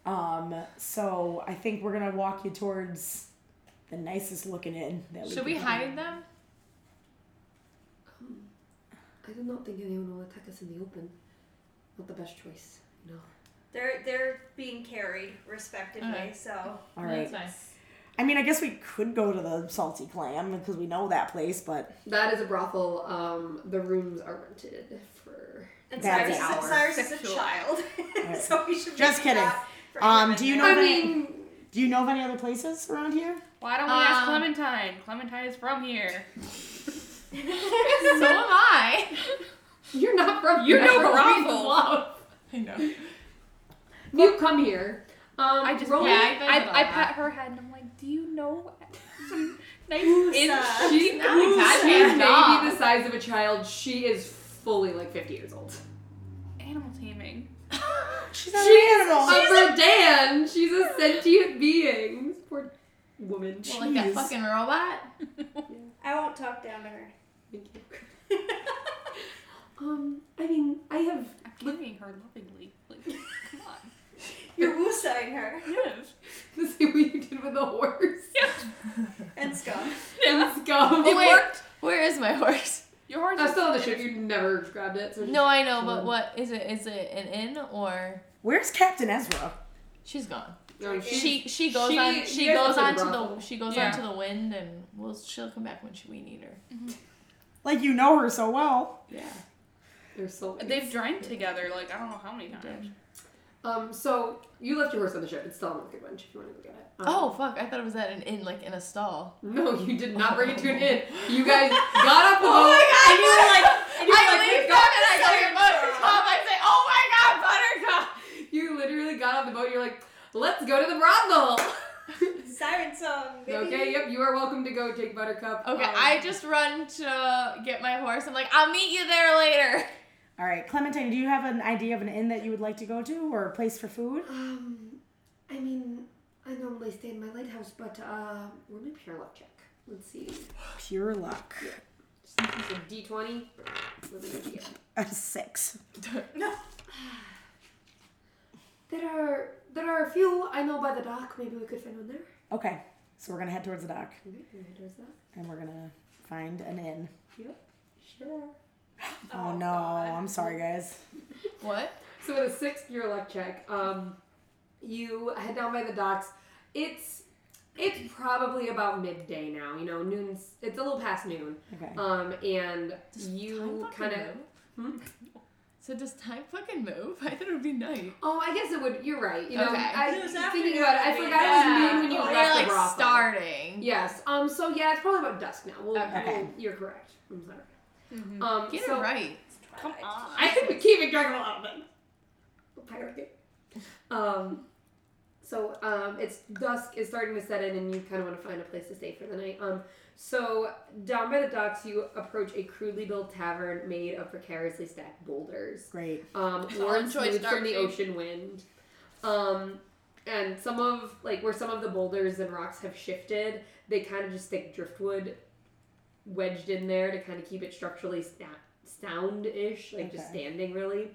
S1: Um, so I think we're gonna walk you towards the nicest looking inn. That
S3: Should we
S1: can
S3: hide them?
S2: Hmm. I do not think anyone will attack us in the open. Not the best choice, you know.
S5: They're they're being carried respectively,
S3: Okay.
S5: so
S1: All right.
S3: That's nice.
S1: I mean, I guess we could go to the Salty Clam because we know that place, but
S2: That is a brothel. Um, the rooms are rented for.
S5: and
S1: That's
S5: Cyrus,
S1: ours.
S5: is, Cyrus is a
S7: Sexual.
S5: child,
S1: Right.
S5: so we should
S1: Just
S5: maybe
S1: kidding.
S5: not bring
S1: Um,
S5: him
S1: do
S5: in
S1: you
S5: there.
S1: know
S2: I
S1: of any-
S2: mean,
S1: do you know of any other places around here?
S4: Why don't we ask
S3: Um,
S4: Clementine? Clementine is from here.
S3: so am I.
S2: you're not from.
S7: You're no
S2: Metro Queens,
S7: brothel.
S2: love.
S3: I know.
S2: You come here. Um,
S4: I just
S2: roll
S3: yeah,
S2: me-
S3: I-
S4: I, I,
S3: I-
S4: pat her head and I'm like, do you know some nice?
S5: It's, uh,
S2: She,
S3: not a
S2: she
S3: goddamn
S2: may
S3: dog.
S2: be the size of a child. She is fully like 50 years old.
S4: Animal taming.
S1: She's not an
S2: She's-
S1: animal.
S2: But for Dan, she's a sentient being. This Poor woman.
S3: Well, like that
S1: Jeez.
S3: fucking robot.
S5: I won't talk down to her.
S2: Thank you. um, I mean, I have.
S4: I'm giving her lovingly. Like, come on.
S5: You're woosaing her
S4: Yes.
S2: The same way you did with the horse.
S5: and scum.
S2: And scum.
S3: Oh, wait. Where is my horse?
S4: Your horse
S2: That's
S4: is
S2: still on the ship. You never grabbed it. So just-
S3: No, I know, but what is it? Is it an inn or
S1: Where's Captain Ezra?
S3: she's gone?
S2: No, she,
S3: She she goes
S2: She-
S3: on
S2: you
S3: she
S2: guys
S3: goes
S2: go
S3: on
S2: to
S3: to
S2: the
S3: the
S2: brothel.
S3: she goes
S7: Yeah.
S3: on to the wind and we'll she'll come back when she, we need her.
S1: Like you know her so well.
S3: Yeah.
S2: They're so.
S7: They've drank together like I don't know how many times.
S2: Um. So you left your horse on the ship. It's still on the good bunch. If you want to go get it. Um,
S3: Oh fuck! I thought it was at an inn, like in a stall.
S2: No, you did not bring it to an inn. You guys got up the boat.
S5: And you were like, and you were
S3: Oh I
S5: like,
S3: leave
S5: we've
S3: them
S5: got
S3: and I go
S5: Cyrus.
S3: to Buttercup. I say, "Oh my god, Buttercup!"
S2: You literally got off the boat. You're like, let's go to the brothel.
S5: Siren song. Baby.
S2: okay. Yep. You are welcome to go take Buttercup.
S3: Okay,
S2: Um,
S5: Oh.
S3: I just run to get my horse. I'm like, "I'll meet you there later."
S1: All right, Clementine, do you have an idea of an inn that you would like to go to or a place for food?
S2: Um, I mean, I normally stay in my lighthouse, but uh, we're gonna pure luck check. Let's see.
S1: Pure luck.
S2: Just use a D twenty.
S1: A six.
S2: There are there are a few I know by the dock. Maybe we could find one there.
S1: Okay, so we're gonna head towards the dock
S2: Okay, right, there's that.
S1: and we're gonna find an inn.
S2: Yep. Sure.
S1: Oh, no, I'm sorry, guys.
S3: What?
S2: So with a sixth year luck check, um, you head down by the docks. It's it's probably about midday now. You know, noon's it's a little past noon.
S1: Okay.
S2: Um, and
S3: Time
S2: you
S3: fucking
S2: kind of
S3: move?
S1: Hmm?
S3: So does time fucking move? I thought it would be night.
S2: oh, I guess it would. You're right. You know,
S3: Okay.
S2: I
S5: It was
S2: thinking
S5: afternoon,
S2: about it. I
S5: I mean,
S2: forgot it was noon when you
S3: we're
S2: left the
S3: like
S2: brothel.
S3: starting.
S2: Yes. Um. So yeah, it's probably about dusk now. We'll,
S3: Okay. Mm-hmm.
S2: we'll- you're correct. I'm sorry. Um.
S3: Get
S2: so
S3: it right.
S7: Come on.
S2: I think we keep track of a lot of them. Pirate game. Um, so um, it's dusk is starting to set in, and you kind of want to find a place to stay for the night. Um, so down by the docks, you approach a crudely built tavern made of precariously stacked boulders.
S1: Great.
S2: Um,
S3: Solid
S2: orange
S3: choice,
S2: smooth
S3: dark
S2: from the
S3: shade.
S2: ocean wind. Um, and some of like where some of the boulders and rocks have shifted, they kind of just stick driftwood wedged in there to kind of keep it structurally sta- sound-ish, like just
S1: Okay.
S2: standing really.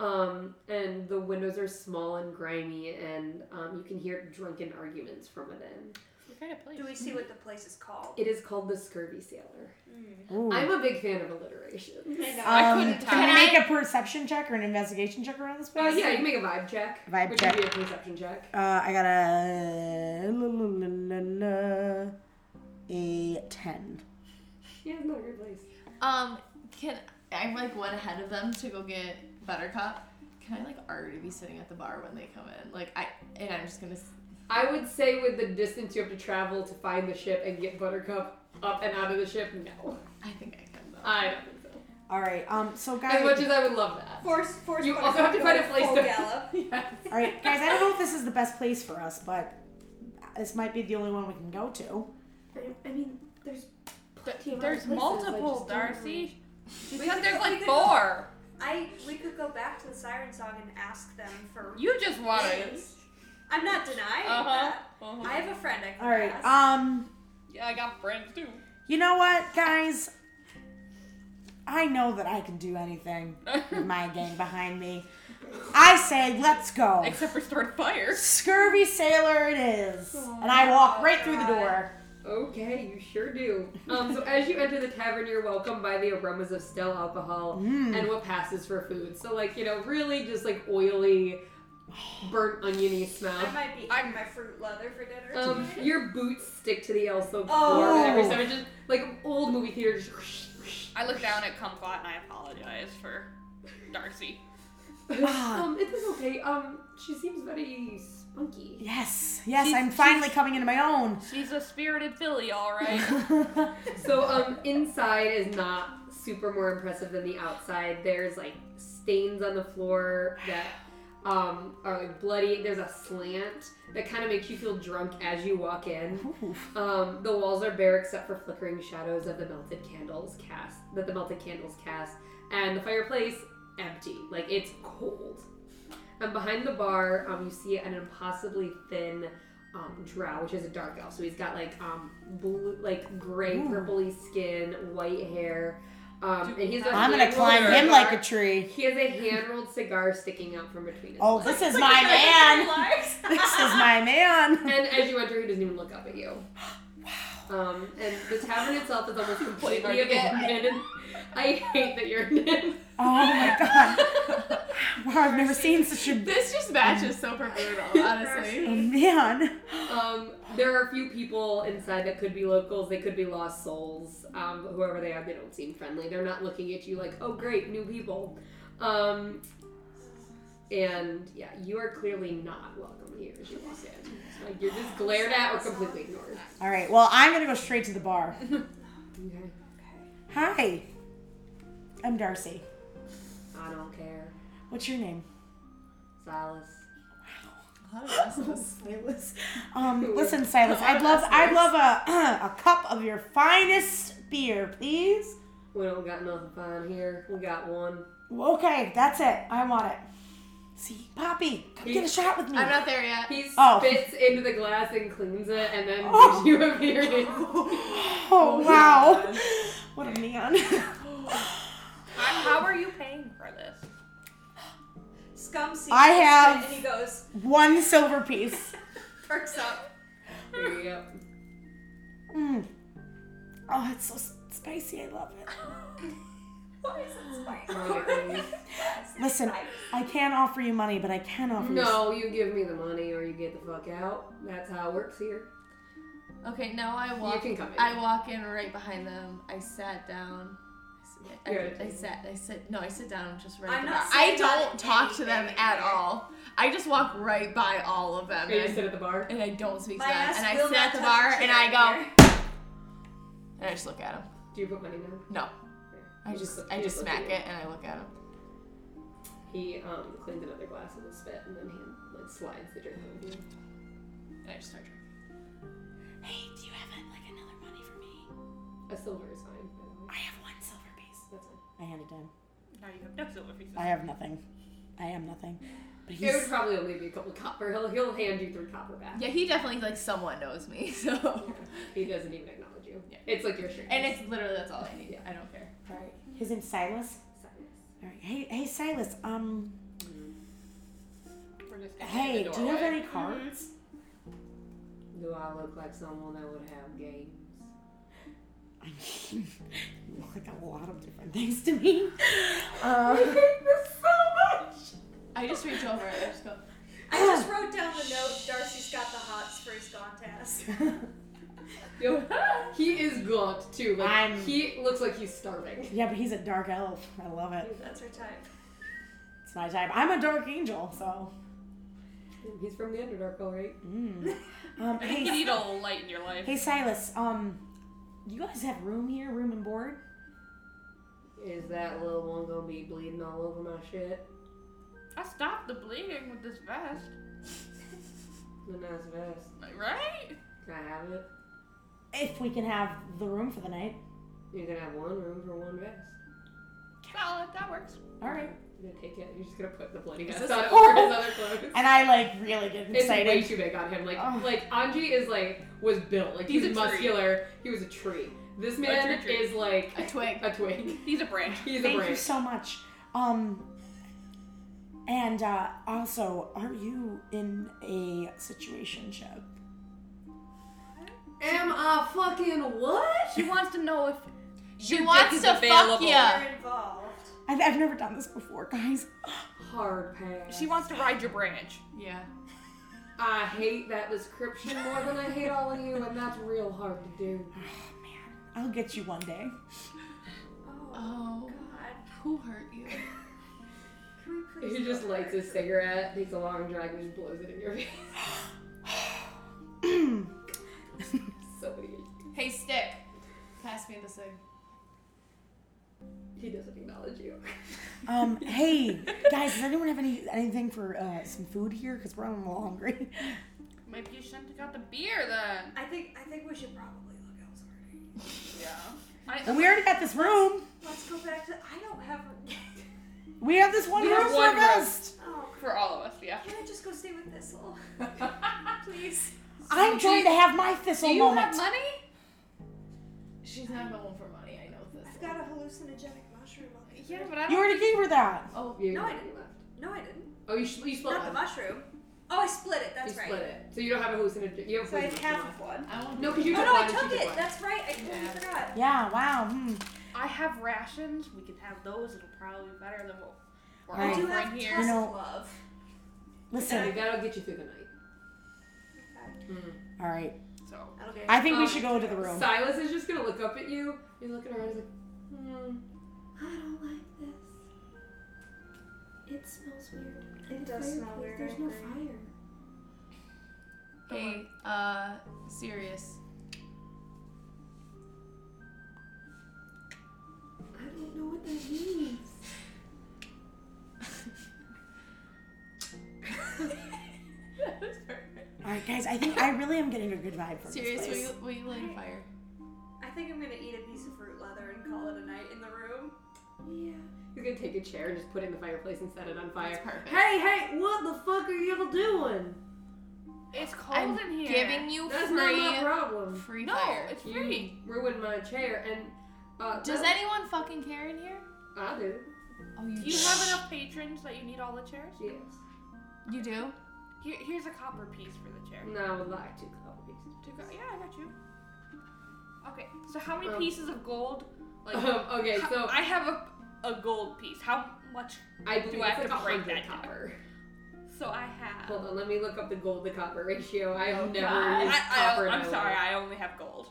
S2: Um, and the windows are small and grimy, and um, you can hear drunken arguments from within.
S7: What kind of place?
S1: Um,
S5: Do we see what the place is called?
S2: It is called the Scurvy Sailor.
S1: Ooh.
S2: I'm a big fan of alliteration. Uh,
S5: I know.
S1: Um,
S7: couldn't tell.
S1: Can I
S7: Can
S1: make a perception check or an investigation check around this
S2: Oh
S1: place?
S2: yeah, you can make a vibe check.
S1: Vibe
S2: which
S1: check.
S2: would be a perception check.
S1: Uh, I got a la, la, la, la, la, a ten.
S2: Yeah, it's not a good place.
S3: Um, can I like went ahead of them to go get Buttercup? Can I like already be sitting at the bar when they come in? Like I and I'm just gonna. s-
S2: I would say with the distance you have to travel to find the ship and get Buttercup up and out of the ship, no.
S3: I think I can though.
S2: I don't think so.
S1: All right. Um. So
S2: As much
S1: guys.
S2: as I would love that.
S5: Force, force.
S2: You
S5: Buttercup
S2: also have to find a
S5: go
S2: place
S5: full
S2: to
S5: gallop.
S2: Yes.
S1: All right, guys. I don't know if this is the best place for us, but this might be the only one we can go to.
S2: I mean, there's plenty of
S7: There's
S2: other places, I
S7: multiple,
S2: just don't
S7: Darcy. We said there's like four.
S5: I we could go back to the siren song and ask them for.
S7: You just wanted.
S5: names. I'm not denying
S7: Uh-huh.
S5: that.
S7: Oh,
S5: I have a friend I can
S1: All right.
S5: ask.
S1: Um.
S7: yeah, I got friends too.
S1: You know what, guys? I know that I can do anything with my gang behind me. I say, let's go.
S7: Except for start fire.
S1: Scurvy sailor it is. and I walk right through the door.
S2: Okay, you sure do. Um, so as you enter the tavern, you're welcomed by the aromas of stale alcohol and what passes for food. So like you know, really just like oily, burnt oniony smell.
S5: I might be eating my fruit leather for dinner.
S2: Um, your boots stick to the Elsa floor
S5: Oh.
S2: every time. It just like old movie theater. Just
S7: I look down at Kumquat and I apologize for Darcy.
S2: um, it is okay. Um, she seems very spunky.
S1: Yes, yes, I'm finally coming into my own.
S4: She's a spirited filly, all right.
S2: So um, inside is not super more impressive than the outside. There's like stains on the floor that um are like bloody. There's a slant that kind of makes you feel drunk as you walk in. Um, the walls are bare except for flickering shadows of the melted candles cast that the melted candles cast, and the fireplace empty, like it's cold. And behind the bar, um, you see an impossibly thin um, drow, which is a dark elf. So he's got like um, blue, like gray, purpley skin, white hair, um, and he's. a
S1: I'm gonna
S2: hand-rolled
S1: climb him
S2: cigar-
S1: like a tree.
S2: He has a hand-rolled cigar sticking out from between his.
S1: Oh,
S2: legs.
S1: this is my man.
S7: Lies.
S1: This is my man.
S2: And as you enter, he doesn't even look up at you. Um, and the tavern itself is almost completely abandoned. I hate that you're in.
S1: Oh my god. Wow, I've never seen such a
S6: This just matches so perfectly, though, honestly.
S1: a man.
S2: Um, there are a few people inside that could be locals. They could be lost souls. Um, whoever they are, they don't seem friendly. They're not looking at you like, oh, great, new people. Um, and yeah, you are clearly not welcome here as you walk in. Like you're just glared at or completely ignored.
S1: All right, well, I'm gonna go straight to the bar.
S2: Okay.
S1: Hi, I'm Darcy.
S2: I don't care,
S1: What's your name?
S2: Silas.
S1: Silas. Um, listen, Silas, I'd love, I'd love a a cup of your finest beer, please.
S2: We don't got nothing fine here. We got one.
S1: Okay, that's it. I want it. See, Poppy, come get a shot with me.
S6: I'm not there yet.
S2: He
S1: Oh.
S2: spits into the glass and cleans it, and then
S1: Oh.
S2: gives you a beer.
S1: Oh wow, what a man.
S7: How are you paying for this?
S5: Scum sees
S1: I
S5: this shit
S1: have-
S5: and he goes,
S1: One silver piece.
S5: perks up.
S2: yep.
S1: Mm. Oh, it's so s- spicy. I love it.
S5: Why is it spicy?
S2: Right.
S1: Listen, I can't offer you money, but I can offer you.
S2: No, you give me the money or you get the fuck out. That's how it works here.
S6: Okay, now I
S2: You
S6: walk.
S2: can come in.
S6: I walk in right behind them. I sat down. I,
S2: You're at a
S6: I
S2: table.
S6: sat. I sit. No, I sit down just right.
S5: I'm
S6: at the
S5: not
S6: bar. I
S5: sitting
S6: don't
S5: on
S6: talk to them
S5: anything
S6: at
S5: either.
S6: all. I just walk right by all of them,
S2: Are you
S6: and,
S2: sit
S6: I,
S2: at the bar?
S6: and I don't speak
S5: My
S6: to them.
S5: ass
S6: And I
S5: will
S6: sit at
S5: not
S6: the
S5: touch
S6: bar,
S5: a chair
S6: and I go,
S5: here.
S6: and I just look at them.
S2: Do you put money down?
S6: No, I just, I
S2: He
S6: just
S2: looks at
S6: smack
S2: you.
S6: it, and I look at them.
S2: He um, cleans another glass and will spit and then he like slides the drink over to you.
S6: And I just start drinking.
S1: Hey, do you have like another money for me?
S2: A silver is fine, by the way.
S1: I have one silver piece.
S2: That's
S1: I
S2: fine.
S1: hand it down.
S7: Now you have no silver pieces.
S1: I have nothing. I am nothing. But
S2: It would
S1: he's
S2: probably only be a couple copper. He'll, he'll hand you three copper back.
S6: Yeah, he definitely like somewhat knows me. So,
S2: He doesn't even acknowledge you.
S6: Yeah.
S2: It's like your shirt.
S6: and it's literally that's all I need.
S2: Yeah.
S6: I don't care.
S2: Alright.
S1: his name's Silas. All right. Hey, hey, Silas. Um,
S7: We're just gonna
S1: hey,
S7: hit the
S1: do you have
S7: doorway.
S1: any cards?
S2: Do I look like someone that would have games?
S1: I mean, you
S2: Mm-hmm.
S1: look like a lot of different things to me. Uh,
S6: I just reach over. and I just go.
S5: I just wrote down the note Darcy's got the hots for his contest.
S2: Yo, he is gaunt too. Like
S1: I'm-
S2: he looks like he's starving.
S1: yeah, but he's a dark elf. I love it.
S5: That's her type.
S1: It's my type. I'm a dark angel, so.
S2: He's from the Underdark, all right.
S1: Mm. Um,
S7: I think you
S1: hey,
S7: need a light in your life.
S1: hey, Silas. Um, you guys have room here, room and board.
S2: Is that little one gonna be bleeding all over my shit?
S4: I stopped the bleeding with this vest.
S2: The nice vest.
S7: Right?
S2: Can I have it?
S1: If we can have the room for the night.
S2: You can have one room for one vest.
S4: Solid. That works.
S1: All right.
S2: You're gonna take it. You're just gonna put the bloody
S7: Is
S2: guts
S7: this
S2: on
S7: a-
S2: over his other clothes.
S1: And I like really get
S2: It's way
S1: excited.
S2: too big on him. Like
S1: Ugh.
S2: like Anji is like was built. Like he's,
S7: He's a tree.
S2: muscular. He was a tree. This man
S7: tree tree.
S2: is like
S3: A twig.
S2: a twig.
S7: He's a branch.
S2: He's a
S1: Thank you
S2: branch.
S1: so much. Um, and uh, also, are you in a situation ship?
S2: Am I fucking what?
S4: She wants to know if
S3: She
S7: Your
S3: wants
S7: dick
S3: to
S7: is available.
S3: fuck you.
S5: You're involved.
S1: I've, I've never done this before, guys.
S2: Hard pass.
S7: She wants to ride your branch.
S4: yeah.
S2: I hate that description more than I hate all of you, and that's real hard to do.
S1: I'll get you one day.
S3: Oh, who hurt you?
S5: Can we please
S2: He just
S5: go
S2: lights
S5: back?
S2: his cigarette, takes a long drag, and just blows it in your face. so weird.
S3: Hey, stick. Pass me the cig.
S2: He doesn't acknowledge you.
S1: Um, hey guys, does anyone have any anything for uh, some food here? Because we're a little hungry.
S4: Maybe you shouldn't have got the beer then.
S5: I think I think we should probably look elsewhere.
S1: And we already got this room.
S5: Let's go back to. I don't have.
S1: We have this one
S7: We
S1: room
S7: have
S1: for
S7: one room.
S1: us.
S5: Oh,
S7: For all of us, yeah.
S5: can I just go stay with this little?
S7: Please.
S1: I'm trying to have my thistle
S7: Do you
S1: moment.
S7: have money?
S3: She's not going for money. I know this.
S5: I've got a hallucinogenic mushroom. I'll be
S4: Yeah,
S5: right-
S4: but I
S1: you
S4: don't.
S1: already gave her that.
S2: Oh, you
S5: No, I
S2: you
S5: didn't.
S2: left.
S5: No, I didn't.
S2: Oh, you, sh- you split
S5: Not the
S2: one.
S5: mushroom. Oh, I split it. That's
S2: you
S5: right.
S2: split it. So you don't have a hallucinogen. You have
S5: So I have
S2: hallucinogen.
S5: half of one.
S3: I won't.
S2: No, because you
S5: Oh
S2: took
S5: no,
S2: one
S5: I
S2: and she
S5: took
S2: took
S5: it.
S2: one.
S5: That's right. I totally forgot.
S1: Yeah. Wow. Hmm.
S4: I have rations. We can have those. It'll probably be better than what we're
S1: Right.
S5: I do
S4: offering
S5: have
S4: here.
S5: test
S1: You know-
S5: glove.
S2: So
S1: Listen.
S2: that'll get you through the night.
S1: All right.
S4: So
S5: That'll get.
S1: I think we
S2: Um,
S1: should go into the room.
S2: Silas is just gonna look up at you. You look at her and he's like, hmm.
S5: I don't like this. It smells weird. It
S8: does smell weird, I agree.
S5: fire.
S3: Hey, uh, serious.
S5: I don't know what that means.
S1: All right, guys. I think I really am getting a good vibe from
S3: Serious,
S1: this
S3: will
S1: place.
S3: you, will you light a fire?
S5: I think I'm gonna eat a piece of fruit leather and call it a night in the room.
S2: He's gonna take a chair and just put it in the fireplace and set it on fire.
S3: That's perfect.
S2: Hey, hey, what the fuck are y'all doing?
S4: it's cold
S3: I'm
S4: in here.
S3: giving you
S2: That's
S3: free,
S2: not my problem.
S3: free
S4: no,
S3: fire.
S4: it's
S2: You
S4: free.
S2: ruined my chair and. Uh,
S3: Does
S2: that?
S3: anyone fucking care in here?
S2: I do.
S3: Oh, you
S4: Do you have enough patrons that you need all the chairs?
S2: Yes.
S3: You do?
S4: Here, here's a copper piece for the chair.
S2: No, I would like to couple pieces.
S4: To go, yeah, I got you. Okay, so how many
S2: Um,
S4: pieces of gold? Like,
S2: Um, okay,
S4: how-
S2: so
S4: I have a, a gold piece. How much?
S2: I believe
S4: I
S2: it's
S4: have
S2: like
S4: to break
S2: 100
S4: that down?
S2: copper.
S4: So I have.
S2: Hold on, let me look up the gold to copper ratio. I have never
S4: God.
S2: used copper.
S7: I,
S2: in
S7: I, I'm
S2: my
S7: sorry,
S2: life.
S7: I only have gold.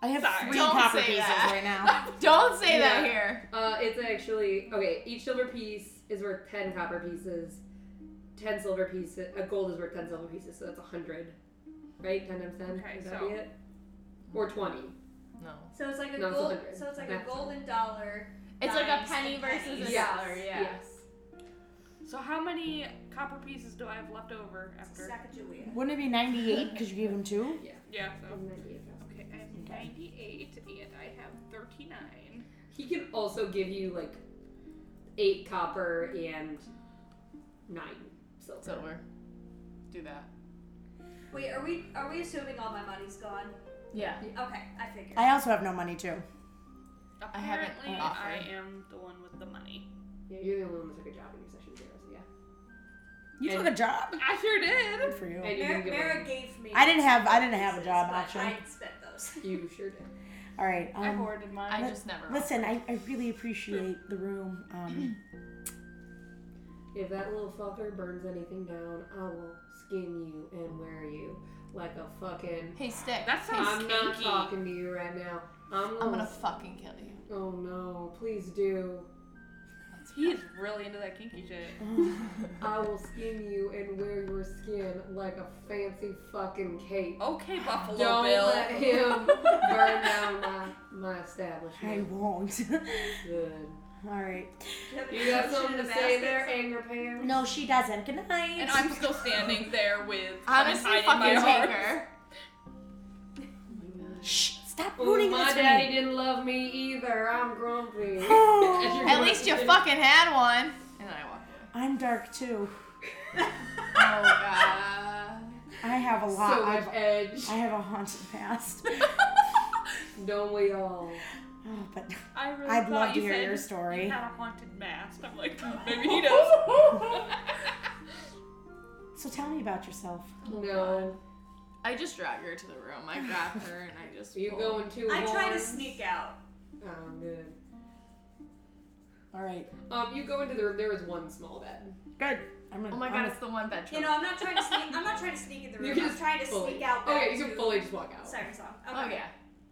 S1: I have
S7: Sorry.
S1: 3
S3: Don't
S1: copper
S3: say
S1: pieces
S3: that.
S1: right now.
S3: Don't say that
S2: Yeah.
S3: here.
S2: Uh, it's actually okay. Each silver piece is worth ten copper pieces. Ten silver pieces. A gold is worth ten silver pieces, so that's a hundred, right? Ten times ten.
S4: Okay,
S2: Would that
S4: so-
S2: be it? Or twenty.
S6: No.
S5: So it's like a
S2: No, it's a
S5: gold.
S2: hundred.
S5: So it's like a
S2: That's-
S5: golden dollar.
S6: It's like a
S5: dimes,
S6: penny
S5: and
S6: versus
S5: pennies.
S6: a
S2: Yes,
S6: dollar. Yeah.
S2: yes.
S4: So how many copper pieces do I have left over after?
S5: Sacagawea.
S1: Wouldn't it be 98 because you gave him two?
S4: Yeah. So
S2: Yeah.
S4: okay, I have
S1: Okay.
S4: 98 and I have 39.
S2: He can also give you like eight copper and nine silver.
S3: Silver. Do that.
S5: Wait, are we are we assuming all my money's gone?
S3: Yeah.
S5: Okay, I figured.
S1: I also have no money too.
S4: Apparently,
S3: I haven't offered.
S4: I am the one with the money.
S2: Yeah, you're the only one that took a job in your session zero, so yeah.
S1: You
S2: And-
S1: took a job.
S4: I sure did.
S1: Good for you.
S2: And you
S5: Mara,
S2: didn't give
S5: Mara gave me.
S1: I didn't have- I didn't have a
S5: pieces,
S1: job
S5: but
S1: option.
S5: I spent those.
S2: up. You sure did.
S1: All right.
S4: I
S1: Um,
S4: hoarded mine.
S3: I
S1: Let-
S3: just never.
S1: listen, I, I really appreciate the room. Um,
S2: If that little fucker burns anything down, I will skin you and wear you like a fucking.
S3: Hey, stick.
S4: That
S3: Hey,
S4: sounds-
S2: I'm not
S4: stinky.
S2: talking to you right now. I'm gonna.
S3: I'm gonna fucking kill you.
S2: Oh no! Please do.
S4: He is really into that kinky shit.
S2: I will skin you and wear your skin like a fancy fucking cape.
S4: Oh,
S7: Okay, Buffalo
S2: Don't
S7: Bill.
S2: let him burn down my my
S1: I
S2: establishment.
S1: won't.
S2: Good.
S1: All right.
S2: You got something to say there,
S5: And-
S2: anger pants?
S1: No, she doesn't. Good night.
S7: And I'm still standing there with
S3: Honestly,
S7: hiding my
S3: fucking take
S7: arms.
S3: her.
S1: Shh. Stop
S2: Ooh,
S1: ruining
S2: my
S1: this for
S2: daddy
S1: me.
S2: didn't love me either. I'm grumpy.
S3: At least you fucking had one. And then I walked away.
S1: Oh, I'm dark too.
S3: Oh god.
S1: I have a lot.
S2: so much
S1: I've-
S2: edge.
S1: I have a haunted past.
S2: Don't we all?
S1: Oh, but
S4: I really
S1: I'd love
S4: thought
S1: to
S4: you
S1: hear
S4: said
S1: your story.
S4: You had a haunted mask. I'm like, "Oh, maybe he does.
S1: so tell me about yourself.
S2: no.
S3: I just dragged her to the room. I grabbed her and I just.
S2: You
S3: pulled.
S2: going too
S5: I
S2: hard?
S5: try to sneak out.
S2: Oh, good.
S1: All right.
S2: Um, you go into the room. There is one small bed.
S1: Good. I'm gonna,
S3: Oh my
S1: I'm
S3: god, it's the one bedroom.
S5: You know, I'm not trying to sneak. I'm not trying to sneak in the
S2: You
S5: room.
S2: can
S5: I'm
S2: just
S5: trying to
S2: fully-
S5: sneak out.
S2: Okay,
S5: back
S2: you can
S5: to
S2: fully just walk out.
S5: Siren song. Okay.
S3: Oh yeah,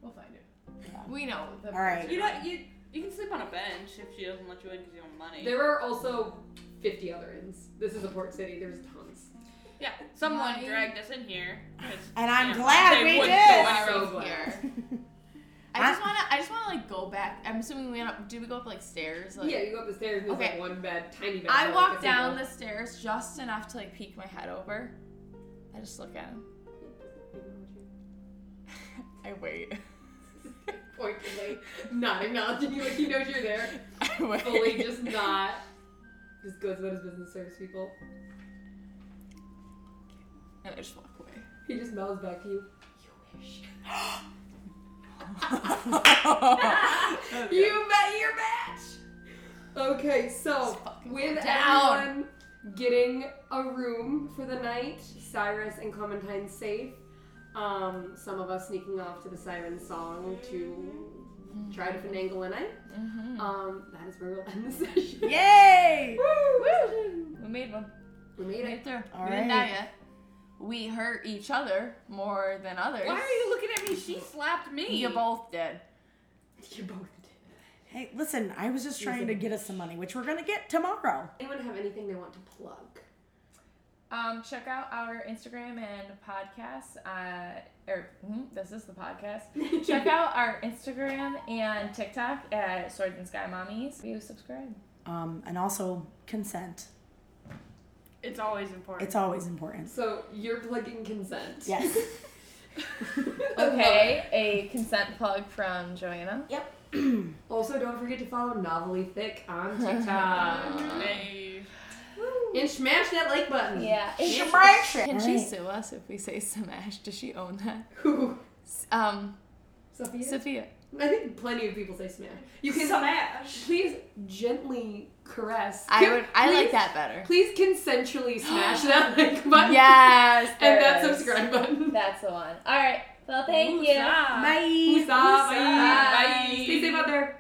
S3: we'll find it. We know. The
S1: All right.
S4: you know, you you can sleep on a bench if she doesn't let you in because you want money.
S2: There are also 50 other inns. This is a port city. There's tons.
S4: yeah, someone
S3: Money.
S4: dragged us in here. 'cause,
S1: And I'm
S4: you know,
S1: glad
S4: they
S1: we
S4: wouldn't
S1: did.
S4: go anywhere
S2: So
S4: else.
S2: glad.
S3: Here.
S1: I-
S3: I just wanna. I just wanna like go back. I'm assuming we went up. Did we go up like stairs? Like,
S2: yeah, you go up the stairs. And there's
S3: Okay.
S2: like one bed, tiny bed. for,
S3: I
S2: like,
S3: walk
S2: 50
S3: down
S2: people.
S3: the stairs just enough to like peek my head over. I just look at him. I wait.
S2: Point to like not acknowledging you, like he knows you're there.
S3: I wait.
S2: Fully just not. Just goes about his business service people.
S3: And I just walk away.
S2: He just mouths back to you. You wish. You met your match. Okay, so
S3: fucking
S2: with
S3: go down.
S2: everyone getting a room for the night, Cyrus and Clementine safe. Um, some of us sneaking off to the siren song to try to finagle a night. Um, that is where we'll end the session.
S1: Yay!
S2: Woo!
S3: We made one.
S2: We made
S3: Made
S2: it.
S3: it through.
S1: All
S3: we didn't die
S1: right.
S3: yet. We hurt each other more than others.
S4: Why are you looking at me? She slapped me.
S3: You both did.
S2: You both did.
S1: Hey, listen, I was just trying to get us some money, which we're gonna get tomorrow.
S2: Anyone have anything they want to plug?
S3: Um, check out our Instagram and podcast. Uh, or mhm, this is the podcast. check out our Instagram and TikTok at Swords and Sky Mommies. You subscribe.
S1: Um, and also consent.
S4: It's always important.
S1: It's always important.
S2: So you're plugging consent.
S1: Yes.
S3: Oh, Okay, a consent plug from Joanna.
S2: Also, don't forget to follow Novelly Thick on TikTok.
S4: Hey.
S2: and smash that like button.
S3: Yeah.
S1: Your brain shit.
S3: Can she
S1: Alright.
S3: sue us if we say smash? Does she own that?
S2: Who?
S3: Um,
S2: Sophia?
S3: Sophia.
S2: I think plenty of people say smash. You can
S5: Smash.
S2: please gently caress.
S3: I would. I like
S2: please-
S3: that better.
S2: Please consensually smash that like button.
S3: Yes.
S2: And that
S3: there is.
S2: subscribe button.
S3: That's the one. All right. Well, thank you.
S4: Stop.
S1: Bye.
S2: Woosah, Bye.
S4: Bye.
S2: Stay safe out there.